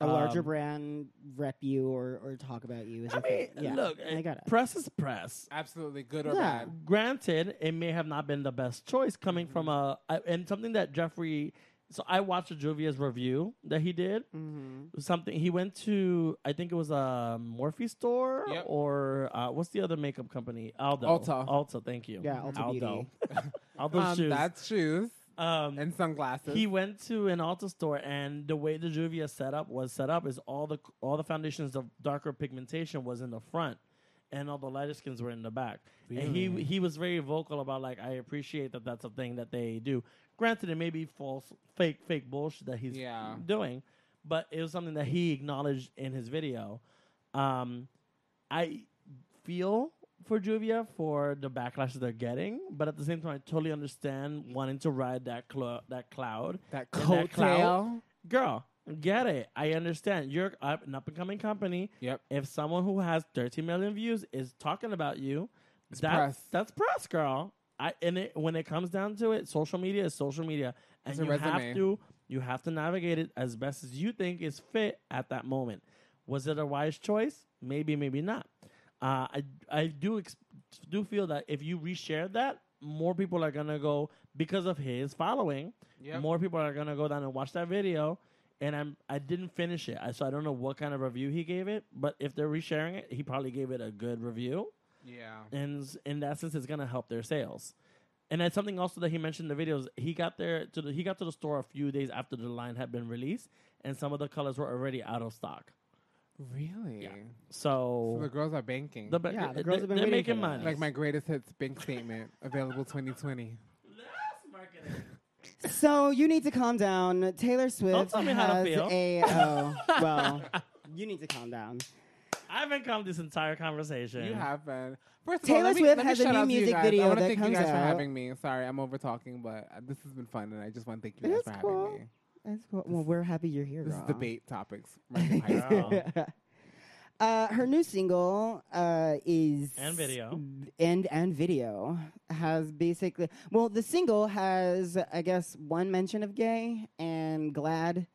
[SPEAKER 2] a larger
[SPEAKER 3] um,
[SPEAKER 2] brand rep you or, or talk about you. Is
[SPEAKER 3] I
[SPEAKER 2] a thing.
[SPEAKER 3] mean,
[SPEAKER 2] yeah,
[SPEAKER 3] look,
[SPEAKER 2] I got it.
[SPEAKER 3] press is press.
[SPEAKER 1] Absolutely good or
[SPEAKER 2] Yeah.
[SPEAKER 1] bad.
[SPEAKER 3] granted, it may have not been the best choice coming from a
[SPEAKER 1] Mm-hmm.
[SPEAKER 3] I- and something that Jeffrey. So I watched Jovia's review that he did. Mm-hmm.
[SPEAKER 2] hmm
[SPEAKER 3] Something he went to, I think it was a Morphe store
[SPEAKER 1] Yep.
[SPEAKER 3] or uh, what's the other makeup company? Aldo.
[SPEAKER 1] Ulta.
[SPEAKER 3] Alta. Thank you.
[SPEAKER 2] Yeah, Ulta
[SPEAKER 3] Aldo. Aldo's
[SPEAKER 1] Um,
[SPEAKER 3] shoes.
[SPEAKER 1] That's shoes
[SPEAKER 3] um,
[SPEAKER 1] and sunglasses.
[SPEAKER 3] he went to an Ulta store, and the way the Juvia setup was set up is all the all the foundations of darker pigmentation was in the front, and all the lighter skins were in the back. And he he was very vocal about like I appreciate that that's a thing that they do. Granted, it may be false, fake, fake bullshit that he's
[SPEAKER 1] Yeah.
[SPEAKER 3] doing, but it was something that he acknowledged in his video. Um, I feel for Juvia for the backlash that they're getting, but at the same time, I totally understand wanting to ride that clo- that cloud.
[SPEAKER 1] that
[SPEAKER 3] and that clout.
[SPEAKER 1] coattail.
[SPEAKER 3] Girl, get it. I understand. You're up- an up and coming company.
[SPEAKER 1] Yep.
[SPEAKER 3] If someone who has 13 million views is talking about you, that's
[SPEAKER 1] press.
[SPEAKER 3] that's press, girl. I and it when it comes down to it, social media is social media, and
[SPEAKER 1] It's a
[SPEAKER 3] you have
[SPEAKER 1] resume.
[SPEAKER 3] to you have to navigate it as best as you think is fit at that moment. Was it a wise choice? Maybe, maybe not. Uh, I I do ex- do feel that if you reshare that, more people are gonna go because of his following.
[SPEAKER 1] Yep.
[SPEAKER 3] More people are gonna go down and watch that video. And I'm I didn't finish it, I- so I don't know what kind of review he gave it. But if they're resharing it, he probably gave it a good review
[SPEAKER 1] Yeah.
[SPEAKER 3] and s- in that sense, it's gonna help their sales. And that's something also that he mentioned in the videos. He got there to the, he got to the store a few days after the line had been released, and some of the colors were already out of stock.
[SPEAKER 1] Really?
[SPEAKER 3] So,
[SPEAKER 1] So the girls are banking.
[SPEAKER 3] the, ba-
[SPEAKER 2] Yeah, the
[SPEAKER 3] they-
[SPEAKER 2] girls have been
[SPEAKER 3] they're
[SPEAKER 2] waiting
[SPEAKER 3] making
[SPEAKER 2] for that.
[SPEAKER 3] money.
[SPEAKER 1] like my greatest hits bank statement available 2020.
[SPEAKER 2] So you need to calm down. Taylor Swift
[SPEAKER 3] Oh, tell me
[SPEAKER 2] has
[SPEAKER 3] how to feel.
[SPEAKER 2] a oh well. You need to calm down.
[SPEAKER 3] I haven't come this entire conversation.
[SPEAKER 1] You have been. First of
[SPEAKER 2] Taylor
[SPEAKER 1] all, let me-
[SPEAKER 2] Swift
[SPEAKER 1] let me
[SPEAKER 2] has a
[SPEAKER 1] shout
[SPEAKER 2] new
[SPEAKER 1] out to you
[SPEAKER 2] music
[SPEAKER 1] guys.
[SPEAKER 2] video
[SPEAKER 1] I wanna
[SPEAKER 2] that
[SPEAKER 1] thank
[SPEAKER 2] comes
[SPEAKER 1] you guys for
[SPEAKER 2] out.
[SPEAKER 1] having me. Sorry, I'm over talking, but uh, this has been fun, and I just want to thank you guys
[SPEAKER 2] It's
[SPEAKER 1] for having
[SPEAKER 2] cool.
[SPEAKER 1] me.
[SPEAKER 2] That's cool. Well, we're happy you're here.
[SPEAKER 1] This
[SPEAKER 2] girl.
[SPEAKER 1] is debate topics. right in high school.
[SPEAKER 2] Uh, her new single uh, is
[SPEAKER 3] And video.
[SPEAKER 2] and and video has basically well the single has I guess one mention of gay and glad.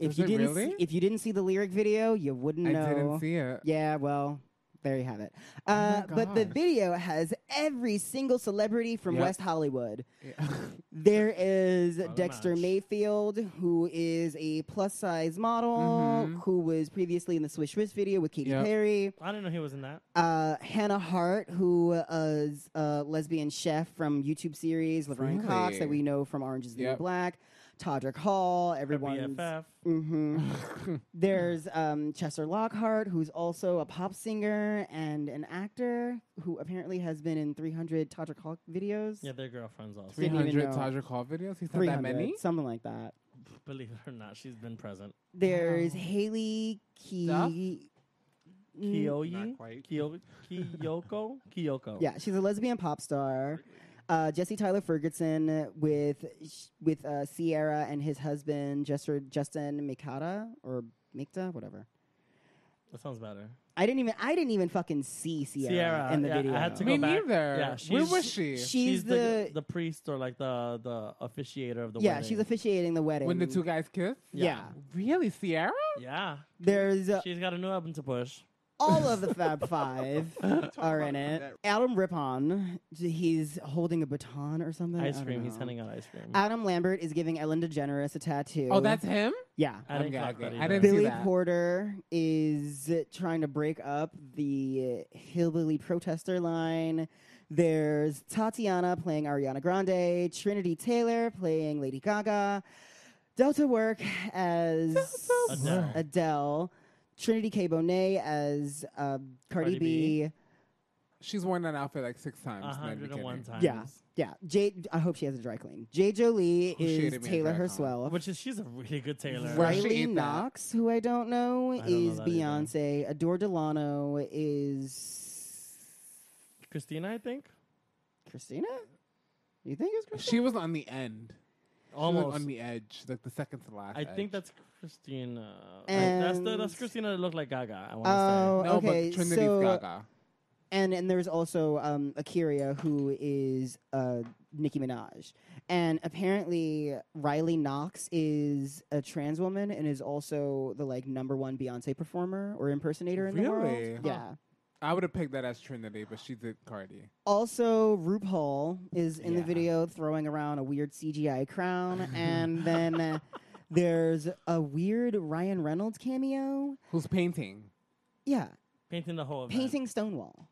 [SPEAKER 2] If
[SPEAKER 1] Does
[SPEAKER 2] you
[SPEAKER 1] it
[SPEAKER 2] didn't
[SPEAKER 1] really?
[SPEAKER 2] see, if you didn't see the lyric video, you wouldn't
[SPEAKER 1] I
[SPEAKER 2] know.
[SPEAKER 1] didn't see it.
[SPEAKER 2] Yeah, well, there you have it.
[SPEAKER 1] Oh my
[SPEAKER 2] Uh, but the
[SPEAKER 1] gosh.
[SPEAKER 2] video has every single celebrity from
[SPEAKER 1] Yep.
[SPEAKER 2] West Hollywood.
[SPEAKER 1] Yeah.
[SPEAKER 2] There is
[SPEAKER 3] What a
[SPEAKER 2] Dexter
[SPEAKER 3] match.
[SPEAKER 2] Mayfield, who is a plus size model,
[SPEAKER 1] Mhm.
[SPEAKER 2] who was previously in the Swish Swish video with Katy
[SPEAKER 1] Yep.
[SPEAKER 2] Perry.
[SPEAKER 3] I didn't know he was in that.
[SPEAKER 2] Uh, Hannah Hart, who is a lesbian chef from YouTube series Laverne Cox, that
[SPEAKER 1] Really?
[SPEAKER 2] we know from Orange is the New
[SPEAKER 1] Yep.
[SPEAKER 2] Black. Todrick Hall,
[SPEAKER 3] Her
[SPEAKER 2] everyone's
[SPEAKER 3] BFF.
[SPEAKER 2] hmm There's um, Chester Lockhart, who's also a pop singer and an actor who apparently has been in 300 Todrick Hawk videos.
[SPEAKER 3] Yeah, they're girlfriends also.
[SPEAKER 2] Didn't even
[SPEAKER 1] 300
[SPEAKER 2] know.
[SPEAKER 1] Tajra Call videos. He's had that many.
[SPEAKER 2] Something like that.
[SPEAKER 3] Believe it or not, she's been present.
[SPEAKER 2] There's Haley Key. Mm,
[SPEAKER 3] Kiyoyi,
[SPEAKER 4] quite.
[SPEAKER 3] Kiyo- Kiyoko, Kiyoko.
[SPEAKER 2] Yeah, she's a lesbian pop star. Uh, Jesse Tyler Ferguson with sh- with uh, Sierra and his husband Jester, Justin Mikata or Mikta, whatever.
[SPEAKER 3] that sounds better.
[SPEAKER 2] I didn't even I didn't even fucking see Sierra,
[SPEAKER 3] Sierra,
[SPEAKER 2] in the
[SPEAKER 3] yeah, I
[SPEAKER 2] video.
[SPEAKER 3] had to
[SPEAKER 1] Me
[SPEAKER 3] go back.
[SPEAKER 1] neither.
[SPEAKER 3] Yeah,
[SPEAKER 1] Where
[SPEAKER 3] she's-
[SPEAKER 1] was she?
[SPEAKER 2] She's,
[SPEAKER 3] the,
[SPEAKER 2] the,
[SPEAKER 3] the priest or like the the officiator of the
[SPEAKER 2] yeah,
[SPEAKER 3] wedding.
[SPEAKER 2] she's officiating the wedding.
[SPEAKER 1] when the two guys kissed?
[SPEAKER 2] yeah.
[SPEAKER 1] Really, Sierra?
[SPEAKER 3] yeah.
[SPEAKER 2] There's uh, Mm,
[SPEAKER 3] She's got a new album to push.
[SPEAKER 2] all of the Fab Five are in it. Adam Rippon, he's holding a baton or something. I
[SPEAKER 3] Ice
[SPEAKER 2] don't
[SPEAKER 3] cream. He's
[SPEAKER 2] know.
[SPEAKER 3] handing out ice cream.
[SPEAKER 2] Adam Lambert is giving Ellen DeGeneres a tattoo.
[SPEAKER 1] Oh, that's him.
[SPEAKER 2] yeah.
[SPEAKER 3] I
[SPEAKER 1] I'm
[SPEAKER 3] didn't
[SPEAKER 1] glad
[SPEAKER 3] clock that
[SPEAKER 1] that-
[SPEAKER 3] either.
[SPEAKER 1] I didn't- see
[SPEAKER 2] Billy
[SPEAKER 1] that.
[SPEAKER 2] Porter is trying to break up the hillbilly protester line. There's Tatiana playing Ariana Grande, Trinity Taylor playing Lady Gaga, Delta Work as
[SPEAKER 3] Adele.
[SPEAKER 2] Adele, Trinity K. Bonet as uh, Cardi,
[SPEAKER 3] Cardi
[SPEAKER 2] B.
[SPEAKER 3] B.
[SPEAKER 1] She's worn that outfit like six times.
[SPEAKER 3] A
[SPEAKER 1] not even
[SPEAKER 3] hundred and one
[SPEAKER 1] kidding.
[SPEAKER 3] times.
[SPEAKER 2] Yeah, yeah. J. I hope she has a dry clean. J. Jolie
[SPEAKER 1] Who shaded me
[SPEAKER 2] is
[SPEAKER 1] in
[SPEAKER 2] Taylor
[SPEAKER 1] drag con?
[SPEAKER 2] herself.
[SPEAKER 3] Which is she's a really good tailor.
[SPEAKER 1] Right. She
[SPEAKER 2] Riley
[SPEAKER 1] ain't that.
[SPEAKER 2] Knox, who I don't know,
[SPEAKER 3] don't know
[SPEAKER 2] is
[SPEAKER 3] that either.
[SPEAKER 2] Beyonce. Adore Delano is
[SPEAKER 3] Christina, I think.
[SPEAKER 2] Christina. You think it's Christina?
[SPEAKER 1] She was on the end. She was
[SPEAKER 3] Almost.
[SPEAKER 1] on the edge, like the second to last.
[SPEAKER 3] I
[SPEAKER 1] edge.
[SPEAKER 3] think that's Christina. Like, that's the, that's
[SPEAKER 2] And-
[SPEAKER 3] Christina that looked like Gaga. I want to
[SPEAKER 2] Oh,
[SPEAKER 3] say.
[SPEAKER 1] no,
[SPEAKER 2] okay.
[SPEAKER 1] but Trinity's
[SPEAKER 2] so
[SPEAKER 1] Gaga.
[SPEAKER 2] and and there's also um, Akira, who is uh, Nicki Minaj, and apparently Riley Knox is a trans woman and is also the like number one Beyonce performer or impersonator in the
[SPEAKER 1] Really?
[SPEAKER 2] world.
[SPEAKER 1] Huh.
[SPEAKER 2] Yeah.
[SPEAKER 1] I would have picked that as Trinity, but she did Cardi.
[SPEAKER 2] Also, RuPaul is in the
[SPEAKER 1] Yeah.
[SPEAKER 2] video throwing around a weird CGI crown, and then uh, there's a weird Ryan Reynolds cameo.
[SPEAKER 1] Who's painting?
[SPEAKER 2] Yeah,
[SPEAKER 3] Painting the whole event.
[SPEAKER 2] painting Stonewall.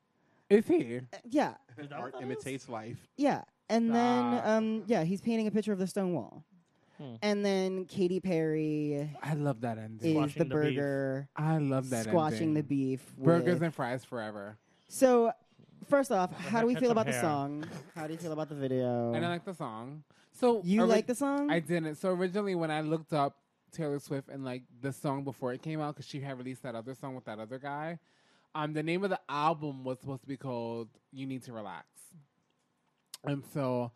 [SPEAKER 1] Is he?
[SPEAKER 2] Uh, Yeah,
[SPEAKER 3] Is that what
[SPEAKER 4] Art
[SPEAKER 3] that is?
[SPEAKER 4] imitates life.
[SPEAKER 2] yeah, and then
[SPEAKER 1] Stop.
[SPEAKER 2] um, yeah, he's painting a picture of the Stonewall,
[SPEAKER 3] Hmm.
[SPEAKER 2] and then Katy Perry
[SPEAKER 1] I love that ending.
[SPEAKER 2] is
[SPEAKER 3] Squashing
[SPEAKER 2] the,
[SPEAKER 3] the beef.
[SPEAKER 2] burger,
[SPEAKER 1] I love that
[SPEAKER 2] squashing
[SPEAKER 1] ending.
[SPEAKER 2] the beef.
[SPEAKER 1] Burgers
[SPEAKER 2] with-
[SPEAKER 1] and fries forever.
[SPEAKER 2] so, first off, how do we
[SPEAKER 3] had
[SPEAKER 2] feel
[SPEAKER 3] some
[SPEAKER 2] about the
[SPEAKER 3] hair.
[SPEAKER 2] song? How do you feel about the video?
[SPEAKER 1] And I like the song. So
[SPEAKER 2] Oh. you
[SPEAKER 1] ori-
[SPEAKER 2] like the song?
[SPEAKER 1] I didn't. So originally, when I looked up Taylor Swift and like the song before it came out, because she had released that other song with that other guy, um, the name of the album was supposed to be called "You Need to Relax," and so.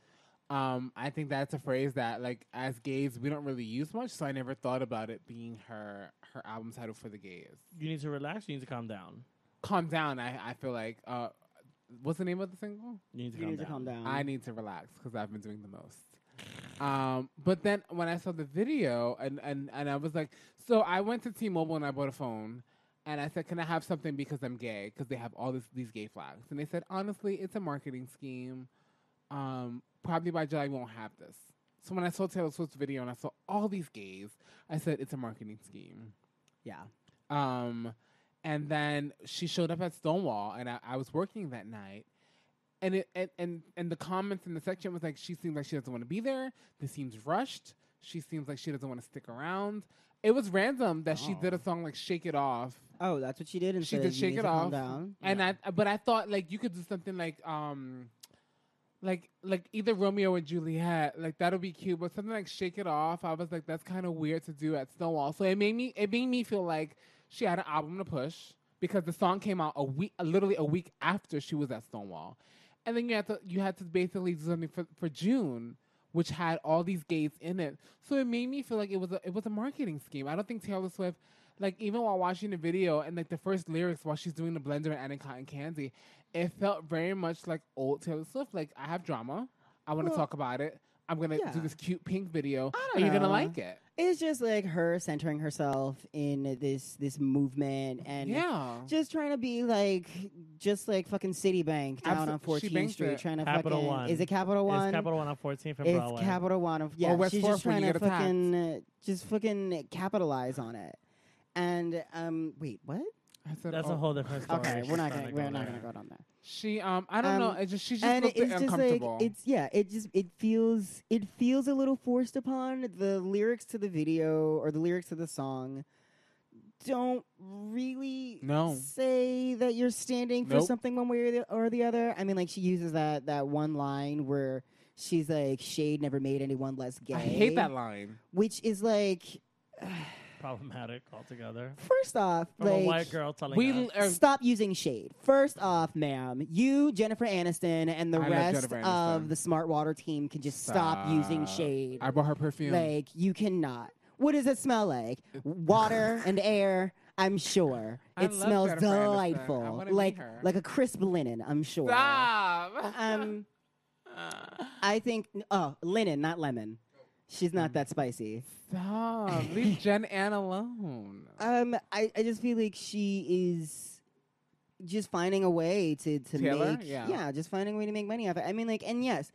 [SPEAKER 1] Um, I think that's a phrase that, like, as gays, we don't really use much. So I never thought about it being her her album title for the gays.
[SPEAKER 3] You need to relax. You need to calm down.
[SPEAKER 1] Calm down. I I feel like uh, what's the name of the single?
[SPEAKER 3] You need to,
[SPEAKER 2] you
[SPEAKER 3] calm,
[SPEAKER 2] need to
[SPEAKER 3] down.
[SPEAKER 2] calm down.
[SPEAKER 1] I need to relax because I've been doing the most. Um, but then when I saw the video and, and, and I was like, so I went to T-Mobile and I bought a phone and I said, can I have something because I'm gay? Because they have all this, these gay flags. And they said, honestly, it's a marketing scheme. Um, probably by July we won't have this. So when I saw Taylor Swift's video and I saw all these gays, I said, it's a marketing scheme.
[SPEAKER 2] Yeah.
[SPEAKER 1] Um, and then she showed up at Stonewall, and I, I was working that night. And it and, and and the comments in the section was like, she seems like she doesn't want to be there. This seems rushed. She seems like she doesn't want to stick around. It was random that she did a song like "Shake It Off,"
[SPEAKER 2] Oh, that's what she did
[SPEAKER 1] She
[SPEAKER 2] instead
[SPEAKER 1] did
[SPEAKER 2] of you
[SPEAKER 1] Shake
[SPEAKER 2] need
[SPEAKER 1] It
[SPEAKER 2] to calm
[SPEAKER 1] Off.
[SPEAKER 2] down.
[SPEAKER 1] and I but I thought like you could do something like um, like like either Romeo and Juliet, like that'll be cute, but something like "Shake It Off." I was like, that's kind of weird to do at Stonewall. So it made me it made me feel like she had an album to push because the song came out a week, literally a week after she was at Stonewall, and then you had to you had to basically do something for for June, which had all these gays in it. So it made me feel like it was a, it was a marketing scheme. I don't think Taylor Swift. Like even while watching the video and like the first lyrics while she's doing the blender and adding cotton candy, it felt very much like old Taylor Swift. Like I have drama, I want to
[SPEAKER 2] Well,
[SPEAKER 1] talk about it. I'm gonna
[SPEAKER 2] yeah.
[SPEAKER 1] do this cute pink video,
[SPEAKER 2] I don't
[SPEAKER 1] and you're gonna
[SPEAKER 2] know.
[SPEAKER 1] like it.
[SPEAKER 2] It's just like her centering herself in this this movement and
[SPEAKER 1] yeah,
[SPEAKER 2] just trying to be like just like fucking Citibank down
[SPEAKER 1] Abso-
[SPEAKER 2] on
[SPEAKER 1] she
[SPEAKER 2] 14th
[SPEAKER 1] banks
[SPEAKER 2] Street
[SPEAKER 1] it.
[SPEAKER 2] trying to
[SPEAKER 3] Capital
[SPEAKER 2] fucking
[SPEAKER 3] One.
[SPEAKER 2] is it Capital One?
[SPEAKER 3] It's Capital One on 14th and
[SPEAKER 2] It's
[SPEAKER 3] Broadway.
[SPEAKER 2] Capital One. Yeah,
[SPEAKER 1] West
[SPEAKER 2] she's just
[SPEAKER 1] Fourth when
[SPEAKER 2] trying
[SPEAKER 1] you
[SPEAKER 2] to
[SPEAKER 1] get attacked.
[SPEAKER 2] fucking uh, just fucking capitalize on it. And um wait, what?
[SPEAKER 1] I said,
[SPEAKER 3] That's
[SPEAKER 1] oh.
[SPEAKER 3] a whole different story.
[SPEAKER 2] Okay, we're
[SPEAKER 3] She's
[SPEAKER 2] not
[SPEAKER 3] trying
[SPEAKER 2] gonna
[SPEAKER 3] to
[SPEAKER 2] we're not
[SPEAKER 3] there.
[SPEAKER 2] gonna go down there.
[SPEAKER 1] She um, I don't know.
[SPEAKER 2] Um,
[SPEAKER 1] It's just she just
[SPEAKER 2] and
[SPEAKER 1] looked
[SPEAKER 2] it's just like
[SPEAKER 1] uncomfortable.
[SPEAKER 2] it's yeah it just it feels it feels a little forced upon the lyrics to the video or the lyrics to the song don't really
[SPEAKER 1] No.
[SPEAKER 2] say that you're standing for
[SPEAKER 1] Nope.
[SPEAKER 2] something one way or the, or the other i mean like she uses that that one line where she's like shade never made anyone less gay
[SPEAKER 1] I hate that line.
[SPEAKER 2] which is like
[SPEAKER 3] Problematic altogether.
[SPEAKER 2] first off
[SPEAKER 3] From
[SPEAKER 2] like
[SPEAKER 3] a white girl telling
[SPEAKER 1] We
[SPEAKER 3] us.
[SPEAKER 1] l- er,
[SPEAKER 2] Stop using shade. First off, ma'am, you, Jennifer Aniston, and the
[SPEAKER 1] I love
[SPEAKER 2] rest
[SPEAKER 1] Jennifer
[SPEAKER 2] of
[SPEAKER 1] Aniston.
[SPEAKER 2] the Smart Water team can just stop, using
[SPEAKER 1] Stop.
[SPEAKER 2] shade.
[SPEAKER 1] I bought her perfume.
[SPEAKER 2] Like, you cannot. What does it smell like? Water and air. I'm sure
[SPEAKER 1] I
[SPEAKER 2] it
[SPEAKER 1] love
[SPEAKER 2] smells
[SPEAKER 1] Jennifer Aniston. I
[SPEAKER 2] delightful,
[SPEAKER 1] wanna meet
[SPEAKER 2] like
[SPEAKER 1] her.
[SPEAKER 2] like a crisp linen. I'm sure.
[SPEAKER 1] Stop.
[SPEAKER 2] Um, I think oh linen, not lemon. She's not that spicy.
[SPEAKER 1] Stop. Leave Jen Ann alone.
[SPEAKER 2] Um, I, I just feel like she is just finding a way to to
[SPEAKER 1] Taylor?
[SPEAKER 2] make
[SPEAKER 1] Yeah.
[SPEAKER 2] just finding a way to make money off it. I mean, like, and yes,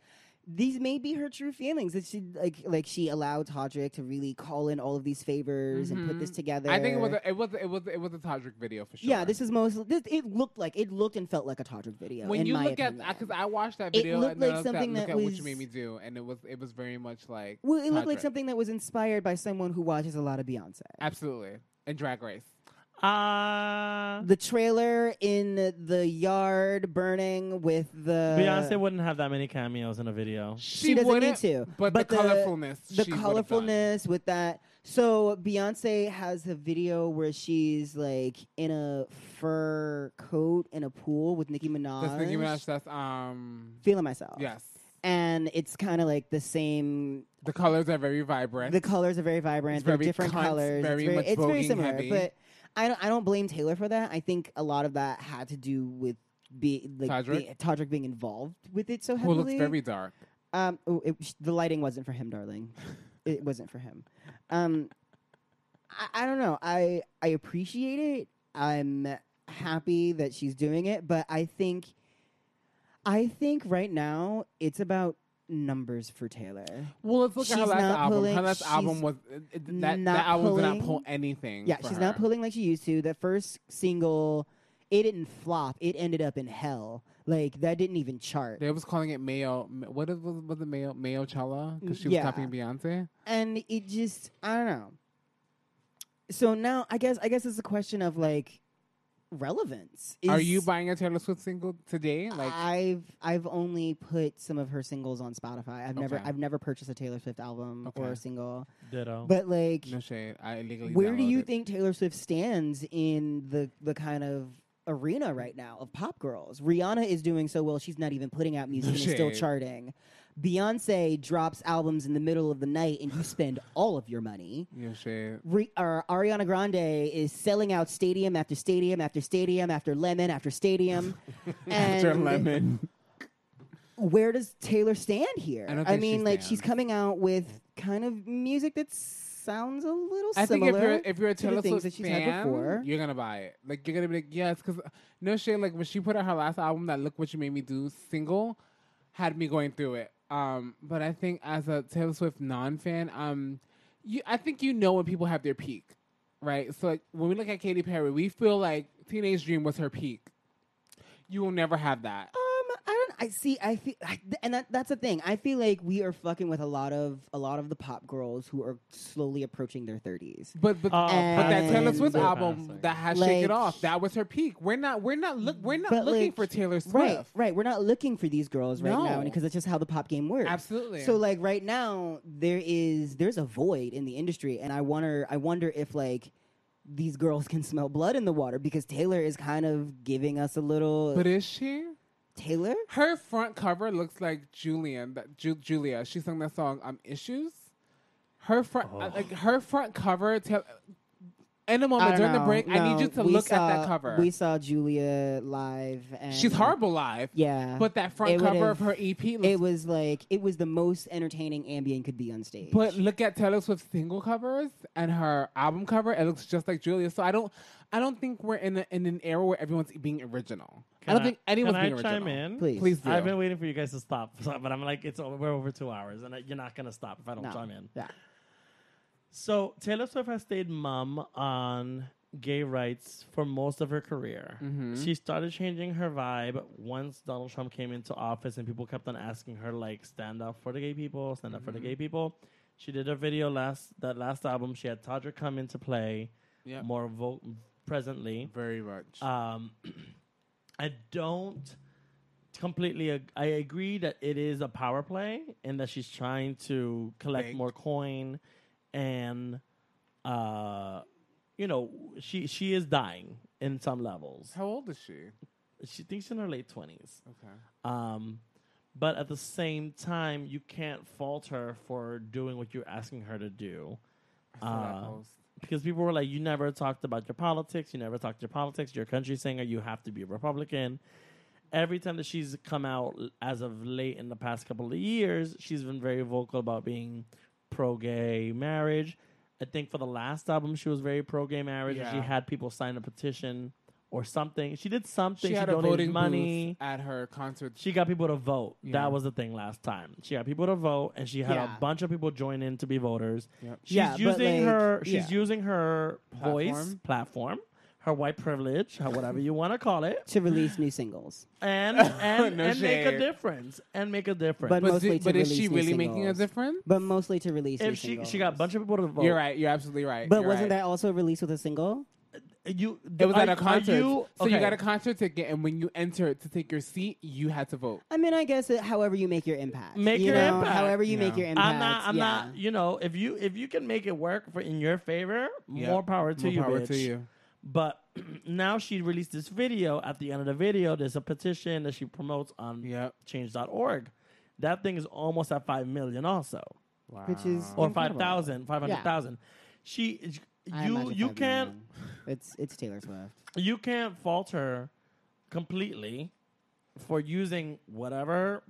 [SPEAKER 2] these may be her true feelings that she like like she allowed Todrick to really call in all of these favors and put this together.
[SPEAKER 1] Mm-hmm. I think it was a, it was a, it was a, it was a Todrick video for sure.
[SPEAKER 2] Yeah, this is mostly. This, it looked like it looked and felt like a Todrick video.
[SPEAKER 1] when
[SPEAKER 2] in
[SPEAKER 1] you
[SPEAKER 2] my
[SPEAKER 1] look at
[SPEAKER 2] opinion.
[SPEAKER 1] because I watched that
[SPEAKER 2] It
[SPEAKER 1] video
[SPEAKER 2] looked
[SPEAKER 1] and
[SPEAKER 2] like
[SPEAKER 1] then I looked at-
[SPEAKER 2] something
[SPEAKER 1] look
[SPEAKER 2] that
[SPEAKER 1] at what
[SPEAKER 2] was-
[SPEAKER 1] you made me do, and it was it was very much like
[SPEAKER 2] well, it looked like
[SPEAKER 1] Todrick.
[SPEAKER 2] something that was inspired by someone who watches a lot of Beyonce.
[SPEAKER 1] absolutely and Drag Race.
[SPEAKER 3] Ah,
[SPEAKER 2] The trailer in the yard burning with the
[SPEAKER 3] Beyonce wouldn't have that many cameos in a video.
[SPEAKER 2] She, doesn't need
[SPEAKER 1] wouldn't,
[SPEAKER 2] to,
[SPEAKER 1] but, the, colorfulness,
[SPEAKER 2] the
[SPEAKER 1] she would've done.
[SPEAKER 2] colorfulness with that. So Beyonce has a video where she's like in a fur coat in a pool with Nicki Minaj.
[SPEAKER 1] That's Nicki Minaj. That's um.
[SPEAKER 2] Feeling myself.
[SPEAKER 1] Yes,
[SPEAKER 2] And it's kind of like the same.
[SPEAKER 1] the colors are very vibrant.
[SPEAKER 2] The colors are very vibrant.
[SPEAKER 1] It's
[SPEAKER 2] They're
[SPEAKER 1] very
[SPEAKER 2] different
[SPEAKER 1] cunt,
[SPEAKER 2] colors.
[SPEAKER 1] very
[SPEAKER 2] it's very,
[SPEAKER 1] much
[SPEAKER 2] it's very
[SPEAKER 1] voguing
[SPEAKER 2] similar,
[SPEAKER 1] heavy.
[SPEAKER 2] but I don't. I don't blame Taylor for that. I think a lot of that had to do with be like
[SPEAKER 1] Todrick?
[SPEAKER 2] be- Todrick being involved with it so
[SPEAKER 1] Who
[SPEAKER 2] heavily.
[SPEAKER 1] looks very dark.
[SPEAKER 2] Um, oh, it, sh- the lighting wasn't for him, darling. it wasn't for him. Um, I, I don't know. I I appreciate it. I'm happy that she's doing it, but I think, I think right now it's about numbers for Taylor.
[SPEAKER 1] Well, let's look at her
[SPEAKER 2] She's
[SPEAKER 1] last
[SPEAKER 2] not
[SPEAKER 1] album.
[SPEAKER 2] pulling-
[SPEAKER 1] her last
[SPEAKER 2] she's
[SPEAKER 1] album was it- it- that
[SPEAKER 2] not
[SPEAKER 1] that album did not
[SPEAKER 2] pulling.
[SPEAKER 1] pull anything.
[SPEAKER 2] Yeah,
[SPEAKER 1] for
[SPEAKER 2] she's
[SPEAKER 1] her.
[SPEAKER 2] not pulling like she used to. That first single, it didn't flop. It ended up in hell. Like that didn't even chart.
[SPEAKER 1] They was calling it Mayo. What is, was was it Mayo Mayo Chella? Because she
[SPEAKER 2] Yeah.
[SPEAKER 1] was copying Beyonce.
[SPEAKER 2] and it just I don't know. So now I guess I guess it's a question of like relevance.
[SPEAKER 1] Are
[SPEAKER 2] Is-
[SPEAKER 1] you buying a Taylor Swift single today? Like,
[SPEAKER 2] I've I've only put some of her singles on Spotify. I've never
[SPEAKER 1] Okay.
[SPEAKER 2] I've never purchased a Taylor Swift album or
[SPEAKER 1] Okay.
[SPEAKER 2] a single.
[SPEAKER 3] Ditto.
[SPEAKER 2] But like
[SPEAKER 1] no shade. I illegally.
[SPEAKER 2] where do you
[SPEAKER 1] downloaded.
[SPEAKER 2] think Taylor Swift stands in the the kind of arena right now of pop girls? Rihanna is doing so well; she's not even putting out music and is still
[SPEAKER 1] Shade.
[SPEAKER 2] charting. Beyonce drops albums in the middle of the night, and you spend all of your money.
[SPEAKER 1] No shade.
[SPEAKER 2] Re- or Ariana Grande is selling out stadium after stadium after stadium after lemon after stadium.
[SPEAKER 1] After
[SPEAKER 2] And
[SPEAKER 1] Lemon.
[SPEAKER 2] Where does Taylor stand here?
[SPEAKER 1] I don't think
[SPEAKER 2] mean,
[SPEAKER 1] she
[SPEAKER 2] like she's
[SPEAKER 1] stands.
[SPEAKER 2] coming out with kind of music that sounds a little
[SPEAKER 1] I think
[SPEAKER 2] similar.
[SPEAKER 1] if you're if you're a
[SPEAKER 2] to the
[SPEAKER 1] Taylor
[SPEAKER 2] things
[SPEAKER 1] Swift
[SPEAKER 2] that she's had before.
[SPEAKER 1] fan, you're gonna buy it. Like you're gonna be like, yes, because no shade. Like when she put out her last album, that "Look What You Made Me Do" single, had me going through it. Um, but I think as a Taylor Swift non-fan, um, you I think you know when people have their peak, right? So like when we look at Katy Perry, we feel like "Teenage Dream" was her peak. You will never have that.
[SPEAKER 2] Um, I don't. I see. I feel, I, th- and that, that's the thing. I feel like we are fucking with a lot of a lot of the pop girls who are slowly approaching their thirties.
[SPEAKER 1] But but,
[SPEAKER 3] Oh,
[SPEAKER 1] but that Tayller
[SPEAKER 2] and-
[SPEAKER 1] Swift
[SPEAKER 3] Passing.
[SPEAKER 1] album that has "Shake
[SPEAKER 2] Like-
[SPEAKER 1] It Off" that was her peak. We're not we're not look we're not
[SPEAKER 2] But,
[SPEAKER 1] looking
[SPEAKER 2] like,
[SPEAKER 1] for Taylor Swift.
[SPEAKER 2] Right, right. We're not looking for these girls right now
[SPEAKER 1] No.
[SPEAKER 2] because that's just how the pop game works.
[SPEAKER 1] Absolutely.
[SPEAKER 2] So like right now there is there's a void in the industry, and I wonder I wonder if like these girls can smell blood in the water because Taylor is kind of giving us a little
[SPEAKER 1] But is she?
[SPEAKER 2] Taylor.
[SPEAKER 1] Her front cover looks like Julian, that Ju- Julia. She sung that song um Issues. Her front uh,
[SPEAKER 3] Oh.
[SPEAKER 1] like her front cover tell in a
[SPEAKER 2] I
[SPEAKER 1] moment
[SPEAKER 2] don't
[SPEAKER 1] during the
[SPEAKER 2] know.
[SPEAKER 1] break, I
[SPEAKER 2] No,
[SPEAKER 1] need you to
[SPEAKER 2] we
[SPEAKER 1] look at
[SPEAKER 2] saw-
[SPEAKER 1] that cover.
[SPEAKER 2] We saw Julia live, and
[SPEAKER 1] She's horrible live.
[SPEAKER 2] Yeah,
[SPEAKER 1] But that front
[SPEAKER 2] It
[SPEAKER 1] cover
[SPEAKER 2] would've-
[SPEAKER 1] of her e- EP looks
[SPEAKER 2] It was like it was the most entertaining ambient could be on stage.
[SPEAKER 1] But look at Taylor Swift's single covers and her album cover. It looks just like Julia. So I don't, I don't think we're in, a, in an era where everyone's being original. I
[SPEAKER 3] Can
[SPEAKER 1] don't think anyone's
[SPEAKER 3] can
[SPEAKER 1] being
[SPEAKER 3] I
[SPEAKER 1] original.
[SPEAKER 3] chime in?
[SPEAKER 2] Please.
[SPEAKER 1] Please do.
[SPEAKER 3] I've been waiting for you guys to stop, so- but I'm like, it's over, we're over two hours, and I- you're not gonna stop if I don't
[SPEAKER 2] No.
[SPEAKER 3] chime in.
[SPEAKER 2] yeah,
[SPEAKER 3] So Taylor Swift has stayed mum on gay rights for most of her career. She started changing her vibe once Donald Trump came into office, and people kept on asking her like, "Stand up for the gay people, stand up for the gay people." She did a video last that last album. She had Todrick come into play
[SPEAKER 1] Yep.
[SPEAKER 3] more vo- presently.
[SPEAKER 1] Very much.
[SPEAKER 3] Um, I don't completely. Ag- I agree that it is a power play and that she's trying to collect
[SPEAKER 1] Thank-
[SPEAKER 3] more coin, and uh, you know, she she is dying in some levels.
[SPEAKER 1] How old is she?
[SPEAKER 3] She thinks she's in her late twenties.
[SPEAKER 1] Okay.
[SPEAKER 3] Um, but at the same time, you can't fault her for doing what you're asking her to do
[SPEAKER 1] I saw that
[SPEAKER 3] Uh,
[SPEAKER 1] post.
[SPEAKER 3] because people were like, "You never talked about your politics. You never talked your politics. You're a country singer. You have to be a Republican." Every time that she's come out l- as of late in the past couple of years, she's been very vocal about being pro-gay marriage. I think for the last album, she was very pro-gay marriage. and She
[SPEAKER 1] Yeah.
[SPEAKER 3] had people sign a petition or something. She did something.
[SPEAKER 1] She
[SPEAKER 3] She,
[SPEAKER 1] had a
[SPEAKER 3] donated
[SPEAKER 1] voting
[SPEAKER 3] money.
[SPEAKER 1] booth at her concert.
[SPEAKER 3] She got people to vote.
[SPEAKER 1] Yeah.
[SPEAKER 3] That was the thing last time. She got people to vote, and she had
[SPEAKER 2] Yeah.
[SPEAKER 3] a bunch of people join in to be voters.
[SPEAKER 1] Yep.
[SPEAKER 3] She's
[SPEAKER 2] Yeah, but,
[SPEAKER 3] using
[SPEAKER 2] like,
[SPEAKER 3] her. She's
[SPEAKER 2] yeah.
[SPEAKER 3] using her voice
[SPEAKER 1] Platform.
[SPEAKER 3] platform, her white privilege, her whatever you want to call it,
[SPEAKER 2] to release new singles.
[SPEAKER 3] and and,
[SPEAKER 1] No
[SPEAKER 3] and make a
[SPEAKER 1] shade.
[SPEAKER 3] difference. And make a difference.
[SPEAKER 2] But
[SPEAKER 3] But
[SPEAKER 1] but
[SPEAKER 2] mostly
[SPEAKER 1] di-
[SPEAKER 2] to
[SPEAKER 1] but is she
[SPEAKER 2] release new
[SPEAKER 1] really making a
[SPEAKER 2] singles.
[SPEAKER 1] difference?
[SPEAKER 2] But mostly to release new
[SPEAKER 3] if she
[SPEAKER 2] singles.
[SPEAKER 3] she got a bunch of people to vote,
[SPEAKER 1] You're right. You're absolutely right.
[SPEAKER 2] But
[SPEAKER 1] You're
[SPEAKER 2] wasn't
[SPEAKER 1] right.
[SPEAKER 2] that also released with a single?
[SPEAKER 3] You
[SPEAKER 1] It was
[SPEAKER 3] are-
[SPEAKER 1] at a
[SPEAKER 3] are
[SPEAKER 1] concert.
[SPEAKER 3] you-
[SPEAKER 1] So you
[SPEAKER 3] okay.
[SPEAKER 1] got a concert ticket, and when you entered to take your seat, you had to vote.
[SPEAKER 2] I mean, I guess it, however you make your impact.
[SPEAKER 3] Make
[SPEAKER 2] you
[SPEAKER 3] your
[SPEAKER 2] know,
[SPEAKER 3] impact.
[SPEAKER 2] However you
[SPEAKER 1] Yeah.
[SPEAKER 2] make your impact.
[SPEAKER 3] I'm not. I'm
[SPEAKER 2] yeah.
[SPEAKER 3] not. You know, if you if you can make it work for in your favor, more power to
[SPEAKER 1] More
[SPEAKER 3] you,
[SPEAKER 1] power
[SPEAKER 3] bitch.
[SPEAKER 1] to you.
[SPEAKER 3] But now she released this video. At the end of the video, there's a petition that she promotes on
[SPEAKER 1] Yep.
[SPEAKER 3] change.org. That thing is almost at 5 million also,
[SPEAKER 1] Wow.
[SPEAKER 2] Which is
[SPEAKER 3] or
[SPEAKER 2] incredible.
[SPEAKER 3] 5,000, 500,000. She
[SPEAKER 2] I
[SPEAKER 3] you
[SPEAKER 2] imagine
[SPEAKER 3] you
[SPEAKER 2] five
[SPEAKER 3] can't
[SPEAKER 2] million. It's it's Taylor Swift.
[SPEAKER 3] you can't fault her completely for using whatever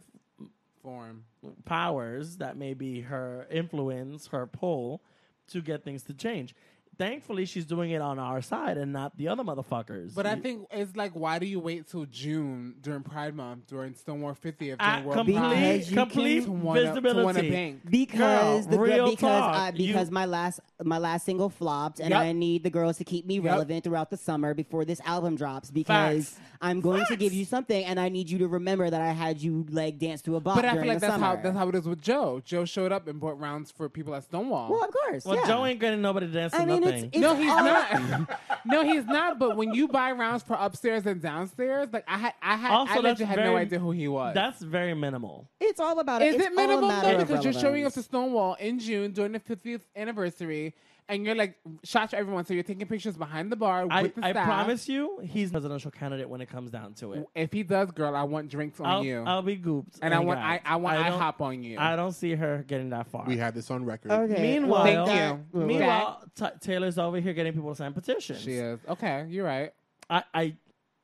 [SPEAKER 1] form.
[SPEAKER 3] powers that may be her influence, her pull to get things to change. Thankfully, she's doing it on our side and not the other motherfuckers.
[SPEAKER 1] But I
[SPEAKER 3] You-
[SPEAKER 1] think it's like, why do you wait till June during Pride Month, during Stonewall 50th, during
[SPEAKER 3] at
[SPEAKER 1] World
[SPEAKER 3] Ah, complete,
[SPEAKER 1] Pride,
[SPEAKER 2] Because you can-
[SPEAKER 3] complete
[SPEAKER 1] to wanna- to wanna
[SPEAKER 3] visibility.
[SPEAKER 1] bank?
[SPEAKER 2] Because
[SPEAKER 3] Girl,
[SPEAKER 2] the girl,
[SPEAKER 3] real
[SPEAKER 2] because
[SPEAKER 3] talk.
[SPEAKER 2] I,
[SPEAKER 3] You-
[SPEAKER 2] because my last my last single flopped, and
[SPEAKER 1] Yep.
[SPEAKER 2] I need the girls to keep me relevant throughout the summer before this album drops. Because
[SPEAKER 3] Facts.
[SPEAKER 2] I'm going to give you something, and I need you to remember that I had you like dance to a bop
[SPEAKER 1] But I
[SPEAKER 2] during
[SPEAKER 1] feel like
[SPEAKER 2] the
[SPEAKER 1] that's how
[SPEAKER 2] summer.
[SPEAKER 1] that's how it is with Joe. Joe showed up and bought rounds for people at Stonewall.
[SPEAKER 2] well, of course.
[SPEAKER 3] Well,
[SPEAKER 2] yeah.
[SPEAKER 3] Joe ain't getting nobody to dance to
[SPEAKER 2] I mean,
[SPEAKER 3] nothing.
[SPEAKER 2] it's, it's
[SPEAKER 1] no, he's
[SPEAKER 2] all-
[SPEAKER 1] not. no, he's not. But when you buy rounds for upstairs and downstairs, like I had, I had,
[SPEAKER 3] Also,
[SPEAKER 1] I
[SPEAKER 3] that's
[SPEAKER 1] legit had no
[SPEAKER 3] very-
[SPEAKER 1] idea who he was.
[SPEAKER 3] That's very minimal.
[SPEAKER 2] It's all about
[SPEAKER 1] Is
[SPEAKER 2] it's
[SPEAKER 1] it
[SPEAKER 2] all a
[SPEAKER 1] minimal
[SPEAKER 2] matter
[SPEAKER 1] though?
[SPEAKER 2] of
[SPEAKER 1] Because you're showing up
[SPEAKER 2] relevance.
[SPEAKER 1] to Stonewall in June during the 50th anniversary, and you're like shots for everyone. So you're taking pictures behind the bar
[SPEAKER 3] I,
[SPEAKER 1] with the
[SPEAKER 3] I
[SPEAKER 1] staff.
[SPEAKER 3] promise you, he's a presidential candidate when it comes down to it.
[SPEAKER 1] If he does, girl, I want drinks on
[SPEAKER 3] I'll,
[SPEAKER 1] you,
[SPEAKER 3] I'll be gooped.
[SPEAKER 1] and I
[SPEAKER 3] Thank
[SPEAKER 1] want,
[SPEAKER 3] God.
[SPEAKER 1] I, I want
[SPEAKER 3] don't-
[SPEAKER 1] IHOP on you.
[SPEAKER 3] I don't see her getting that far.
[SPEAKER 4] We have this on record.
[SPEAKER 2] Okay.
[SPEAKER 3] Meanwhile-
[SPEAKER 2] well,
[SPEAKER 1] Thank you.
[SPEAKER 3] Meanwhile, t- Taylor's over here getting people to sign petitions.
[SPEAKER 1] she is okay. You're right.
[SPEAKER 3] I, I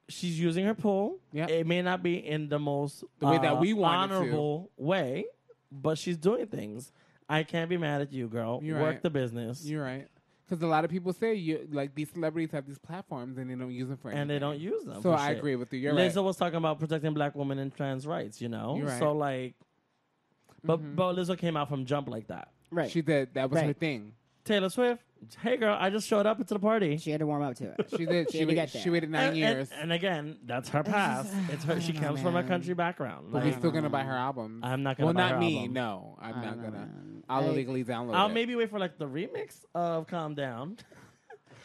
[SPEAKER 3] she's using her pull.
[SPEAKER 1] Yep.
[SPEAKER 3] It may not be in the most
[SPEAKER 1] The way that
[SPEAKER 3] uh,
[SPEAKER 1] we want it to.
[SPEAKER 3] honorable way, but she's doing things. I can't be mad at you, girl.
[SPEAKER 1] You're
[SPEAKER 3] Work
[SPEAKER 1] right.
[SPEAKER 3] the business.
[SPEAKER 1] You're right. Because a lot of people say you like these celebrities have these platforms and they don't use them for anything.
[SPEAKER 3] and they don't use them.
[SPEAKER 1] So
[SPEAKER 3] for
[SPEAKER 1] I
[SPEAKER 3] shit.
[SPEAKER 1] agree with you. You're
[SPEAKER 3] Lizzo
[SPEAKER 1] right.
[SPEAKER 3] was talking about protecting black women and trans rights, you know?
[SPEAKER 1] You're right. Mm-hmm.
[SPEAKER 3] So like but but Lizzo came out from jump like that.
[SPEAKER 2] Right.
[SPEAKER 1] She
[SPEAKER 2] She,
[SPEAKER 1] did. That was her
[SPEAKER 2] Right.
[SPEAKER 1] thing.
[SPEAKER 3] Taylor Swift, hey girl, I just showed up to the party.
[SPEAKER 2] had to warm up to it.
[SPEAKER 1] She did. she,
[SPEAKER 2] She had to
[SPEAKER 1] waited,
[SPEAKER 2] get there.
[SPEAKER 1] she waited nine
[SPEAKER 3] and, and-
[SPEAKER 1] years,
[SPEAKER 3] and again, that's her past. it's her she comes from a
[SPEAKER 2] oh, man.
[SPEAKER 3] country background.
[SPEAKER 1] but
[SPEAKER 3] Like,
[SPEAKER 1] we're still gonna buy her album.
[SPEAKER 3] I'm not gonna
[SPEAKER 1] Well,
[SPEAKER 3] buy
[SPEAKER 1] not
[SPEAKER 3] her
[SPEAKER 1] me.
[SPEAKER 3] album.
[SPEAKER 1] No, I'm
[SPEAKER 2] I
[SPEAKER 1] not
[SPEAKER 2] don't
[SPEAKER 1] gonna.
[SPEAKER 2] know.
[SPEAKER 1] I'll
[SPEAKER 2] Um, I-
[SPEAKER 1] illegally download
[SPEAKER 3] I'll
[SPEAKER 1] it.
[SPEAKER 3] maybe wait for like the remix of Calm Down.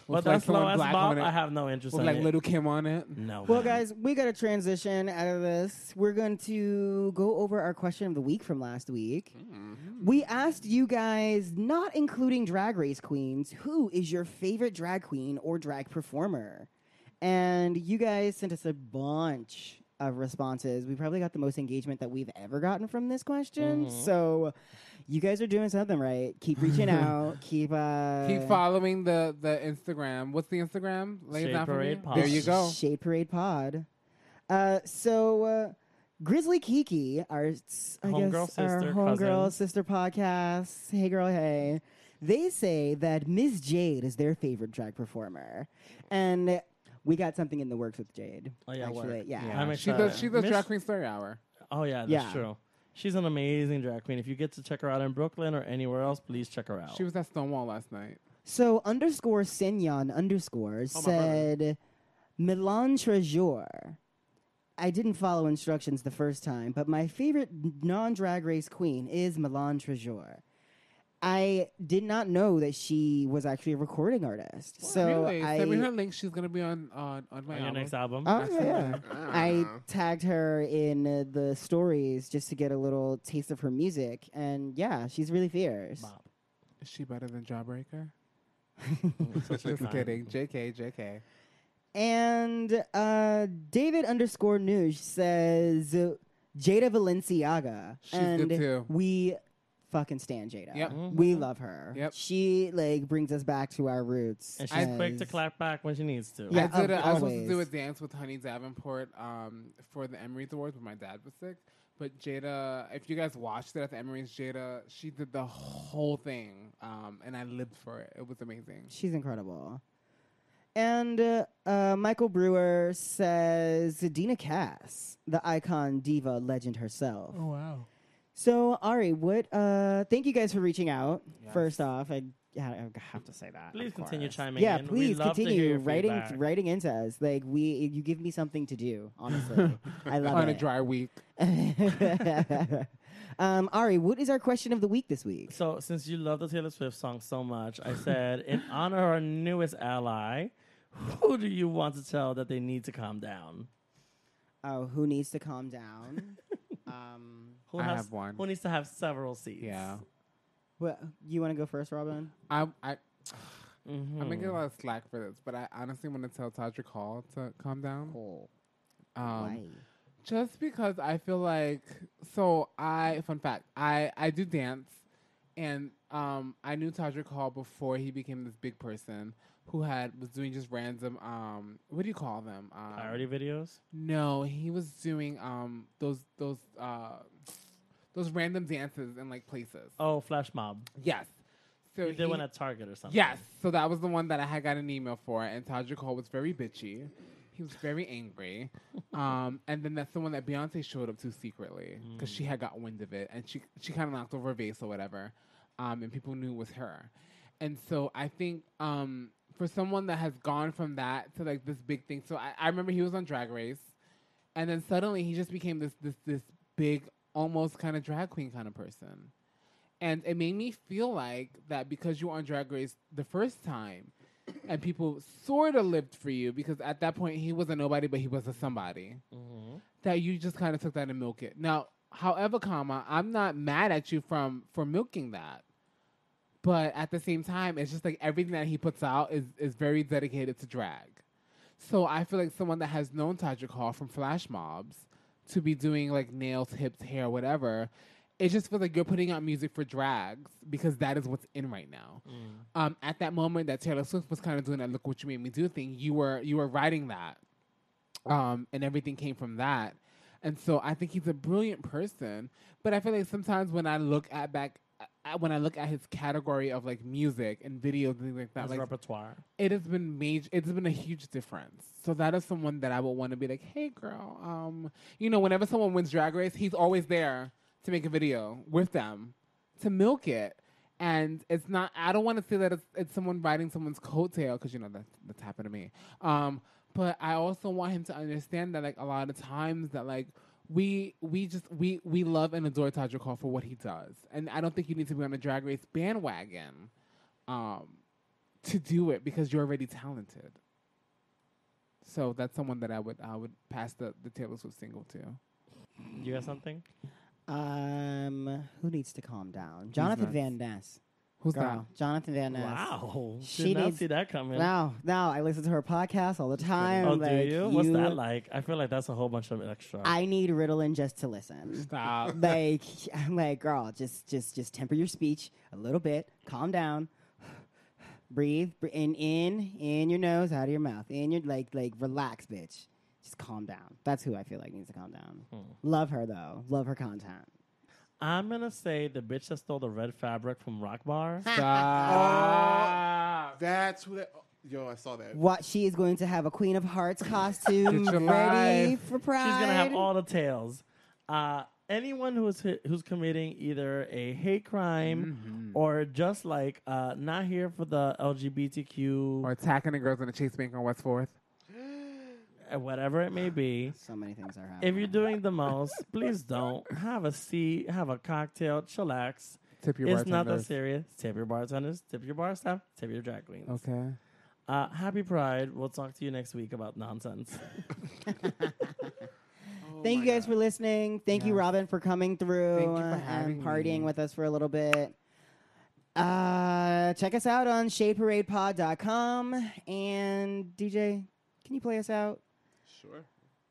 [SPEAKER 1] With,
[SPEAKER 3] but the
[SPEAKER 1] like,
[SPEAKER 3] slow
[SPEAKER 1] someone
[SPEAKER 3] ass
[SPEAKER 1] black
[SPEAKER 3] bop,
[SPEAKER 1] on it.
[SPEAKER 3] I have no interest
[SPEAKER 1] with
[SPEAKER 3] in
[SPEAKER 1] like
[SPEAKER 3] it.
[SPEAKER 1] Little Kim on it.
[SPEAKER 3] no.
[SPEAKER 2] Well,
[SPEAKER 3] man.
[SPEAKER 2] guys, we got to transition out of this. We're going to go over our question of the week from last week.
[SPEAKER 1] Mm-hmm.
[SPEAKER 2] We asked you guys, not including drag race queens, who is your favorite drag queen or drag performer? And you guys sent us a bunch of responses. We probably got the most engagement that we've ever gotten from this question.
[SPEAKER 1] Mm-hmm.
[SPEAKER 2] So you guys are doing something right. Keep reaching out. Keep uh
[SPEAKER 1] Keep following the the Instagram. What's the Instagram? Lay it
[SPEAKER 3] Shade
[SPEAKER 1] down for me.
[SPEAKER 3] Parade Pod.
[SPEAKER 1] There you go.
[SPEAKER 2] Shade Parade Pod. Uh, so uh, Grizzly Kiki, our s- I
[SPEAKER 3] Homegirl
[SPEAKER 2] guess our
[SPEAKER 3] sister,
[SPEAKER 2] homegirl
[SPEAKER 3] cousin.
[SPEAKER 2] sister podcast. Hey girl, hey. They say that Miss Jade is their favorite drag performer, and we got something in the works with Jade.
[SPEAKER 3] Oh, yeah,
[SPEAKER 2] actually,
[SPEAKER 3] work.
[SPEAKER 2] yeah.
[SPEAKER 3] I'm
[SPEAKER 1] She
[SPEAKER 3] excited.
[SPEAKER 1] does. She does
[SPEAKER 3] Miss-
[SPEAKER 1] drag queen story hour.
[SPEAKER 3] Oh yeah, that's
[SPEAKER 2] Yeah.
[SPEAKER 3] true. She's an amazing drag queen. If you get to check her out in Brooklyn or anywhere else, please check her out.
[SPEAKER 1] She was at Stonewall last night.
[SPEAKER 2] So underscore Senyon underscore said Milan Treasure. I didn't follow instructions the first time, but my favorite non drag race queen is Milan Treasure. I did not know that she was actually a recording artist. so
[SPEAKER 1] really?
[SPEAKER 2] I,
[SPEAKER 1] send me her link. She's gonna be on on on my
[SPEAKER 3] on your
[SPEAKER 1] album.
[SPEAKER 3] next album.
[SPEAKER 2] Oh, yeah, yeah. I
[SPEAKER 4] Ah.
[SPEAKER 2] tagged her in uh, the stories just to get a little taste of her music, and yeah, she's really fierce.
[SPEAKER 3] Bop.
[SPEAKER 1] Is she better than Jawbreaker?
[SPEAKER 3] Fine.
[SPEAKER 1] Just kidding. JK, JK.
[SPEAKER 2] And uh, David underscore Nuge says uh, Jada Valenciaga.
[SPEAKER 1] She's
[SPEAKER 2] and
[SPEAKER 1] good too.
[SPEAKER 2] we fucking stand Jada.
[SPEAKER 1] Yep.
[SPEAKER 2] We
[SPEAKER 3] Mm-hmm.
[SPEAKER 2] love her.
[SPEAKER 1] Yep.
[SPEAKER 2] She like brings us back to our roots.
[SPEAKER 3] And she's quick to clap back when she needs to.
[SPEAKER 2] Yeah.
[SPEAKER 1] I did. A, I was supposed to do a
[SPEAKER 2] always.
[SPEAKER 1] dance with Honey Davenport um, for the Emery's Awards, but my dad was sick. But Jada, if you guys watched it at the Emery's, Jada, she did the whole thing, um, and I lived for it. It was amazing.
[SPEAKER 2] She's incredible. And uh, uh, Michael Brewer says Dina Cass, the icon, diva, legend herself.
[SPEAKER 6] wow.
[SPEAKER 2] So Ari, what? Uh, thank you guys for reaching out. First off, I, I have to say that. of
[SPEAKER 3] Please continue
[SPEAKER 2] course.
[SPEAKER 3] chiming
[SPEAKER 2] Yeah,
[SPEAKER 3] in. We
[SPEAKER 2] please
[SPEAKER 3] love to hear
[SPEAKER 2] continue
[SPEAKER 3] your
[SPEAKER 2] writing
[SPEAKER 3] feedback.
[SPEAKER 2] writing into us. Like we, you give me something to do. Honestly, I love
[SPEAKER 1] on a
[SPEAKER 2] it.
[SPEAKER 1] dry week.
[SPEAKER 2] um, Ari, what is our question of the week this week?
[SPEAKER 3] So, since you love the Taylor Swift song so much, I said, in honor of our newest ally, who do you want to tell that they need to calm down?
[SPEAKER 2] Oh, who needs to calm down? um,
[SPEAKER 3] Who
[SPEAKER 1] I
[SPEAKER 3] has,
[SPEAKER 1] have one.
[SPEAKER 3] Who needs to have several seats?
[SPEAKER 1] Yeah.
[SPEAKER 2] what, you want to go first, Robin?
[SPEAKER 1] I, I,
[SPEAKER 3] Mhm.
[SPEAKER 1] I'm gonna get a lot of slack for this, but I honestly want to tell Todrick Hall to calm down.
[SPEAKER 2] Oh,
[SPEAKER 1] Um,
[SPEAKER 2] why?
[SPEAKER 1] Just because I feel like so I fun fact I I do dance, and um I knew Todrick Hall before he became this big person who had was doing just random um what do you call them um,
[SPEAKER 3] Priority videos?
[SPEAKER 1] No, he was doing um those those uh those random dances in like places.
[SPEAKER 3] Oh, Flash Mob.
[SPEAKER 1] Yes. So
[SPEAKER 3] You
[SPEAKER 1] he-
[SPEAKER 3] did one at Target or something.
[SPEAKER 1] Yes, so that was the one that I had got an email for, and Todrick Hall was very bitchy. He was very angry, um, and then that's the one that Beyonce showed up to secretly because she had got wind of it, and she she kind of knocked over a vase or whatever, um, and people knew it was her. And so I think um, for someone that has gone from that to like this big thing, so I, I remember he was on Drag Race, and then suddenly he just became this this this big, almost kind of drag queen kind of person. And it made me feel like that because you were on Drag Race the first time and people sort of lived for you because at that point he was a nobody, but he was a somebody,
[SPEAKER 3] Mhm.
[SPEAKER 1] that you just kind of took that and milk it. Now, however, comma, I'm not mad at you from for milking that. But at the same time, it's just like everything that he puts out is, is very dedicated to drag. So I feel like someone that has known Todrick Hall from flash mobs to be doing like nails, hips, hair, whatever, it just feels like you're putting out music for drags because that is what's in right now. Um, at that moment that Taylor Swift was kind of doing that "Look What You Made Me Do" thing, you were you were writing that, um, and everything came from that. And so I think he's a brilliant person, but I feel like sometimes when I look at back. at- When I look at his category of like music and videos and things like that,
[SPEAKER 3] His
[SPEAKER 1] like
[SPEAKER 3] repertoire.
[SPEAKER 1] it has been major it's been a huge difference so that is someone that i would want to be like hey girl um you know whenever someone wins drag race he's always there to make a video with them to milk it and it's not i don't want to say that it's, it's someone riding someone's coattail because you know that that's happened to me um but i also want him to understand that like a lot of times that like we we just we we love and adore Todrick Hall for what he does, and I don't think you need to be on a drag race bandwagon. Um, to do it because you're already talented. So that's someone that I would I would pass the, the Taylor Swift single to.
[SPEAKER 3] You got something?
[SPEAKER 2] Um, who needs to calm down? Jonathan
[SPEAKER 1] next?
[SPEAKER 2] Van Ness.
[SPEAKER 1] Who's
[SPEAKER 2] Girl, Jonathan Van Ness.
[SPEAKER 3] Wow.
[SPEAKER 2] She
[SPEAKER 3] Did not
[SPEAKER 2] needs-
[SPEAKER 3] see that coming.
[SPEAKER 2] Now, now I listen to her podcast all the time.
[SPEAKER 3] Oh,
[SPEAKER 2] like,
[SPEAKER 3] do you? What's that like? I feel like that's a whole bunch of extra.
[SPEAKER 2] I need Ritalin just to listen.
[SPEAKER 1] that? Stop.
[SPEAKER 2] like, I'm like, girl, just, just, just temper your speech a little bit. Calm down. Breathe. Br- In, in, in your nose, out of your mouth. In your like, like, relax, bitch. Just calm down. That's who I feel like needs to calm down.
[SPEAKER 3] Hmm.
[SPEAKER 2] Love her though. Love her content.
[SPEAKER 3] I'm gonna say the bitch that stole the red fabric from Rock Bar.
[SPEAKER 4] Oh.
[SPEAKER 1] Stop.
[SPEAKER 4] That's who that. Yo, I saw that.
[SPEAKER 2] What she is going to have a Queen of Hearts costume
[SPEAKER 1] Get your
[SPEAKER 2] ready
[SPEAKER 1] life.
[SPEAKER 2] for Pride.
[SPEAKER 3] She's gonna have all the tails. Uh, anyone who's hit, who's committing either a hate crime
[SPEAKER 1] Mm-hmm.
[SPEAKER 3] or just like uh, not here for the LGBTQ
[SPEAKER 1] or attacking the girls in the Chase Bank on West Fourth.
[SPEAKER 3] uh, whatever it may be.
[SPEAKER 2] So many things are happening.
[SPEAKER 3] If you're doing the most, please don't have a seat, have a cocktail, chillax.
[SPEAKER 1] Tip your
[SPEAKER 3] it's not that
[SPEAKER 1] bartenders.
[SPEAKER 3] serious. Tip your bartenders, tip your bar staff, tip your drag queens.
[SPEAKER 1] Okay.
[SPEAKER 3] Uh, happy Pride. We'll talk to you next week about nonsense.
[SPEAKER 4] Oh
[SPEAKER 1] Oh
[SPEAKER 2] Thank you guys for listening. Thank you,
[SPEAKER 1] Yes.
[SPEAKER 2] Robin, for coming through
[SPEAKER 1] Thank you for
[SPEAKER 2] uh, and
[SPEAKER 1] having
[SPEAKER 2] partying
[SPEAKER 1] me.
[SPEAKER 2] with us for a little bit. Uh, check us out on shadeparadepod.com. And DJ, can you play us out?
[SPEAKER 4] Sure.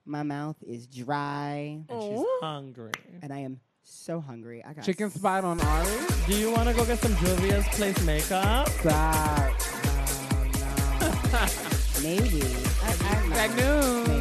[SPEAKER 2] My mouth is dry
[SPEAKER 3] And she's
[SPEAKER 1] Oh.
[SPEAKER 3] hungry.
[SPEAKER 2] and I am so hungry. I got
[SPEAKER 1] Chicken spot on Ari.
[SPEAKER 3] Do you want to go get some Julia's Place makeup?
[SPEAKER 1] Stop.
[SPEAKER 2] maybe. I, I,
[SPEAKER 1] At noon.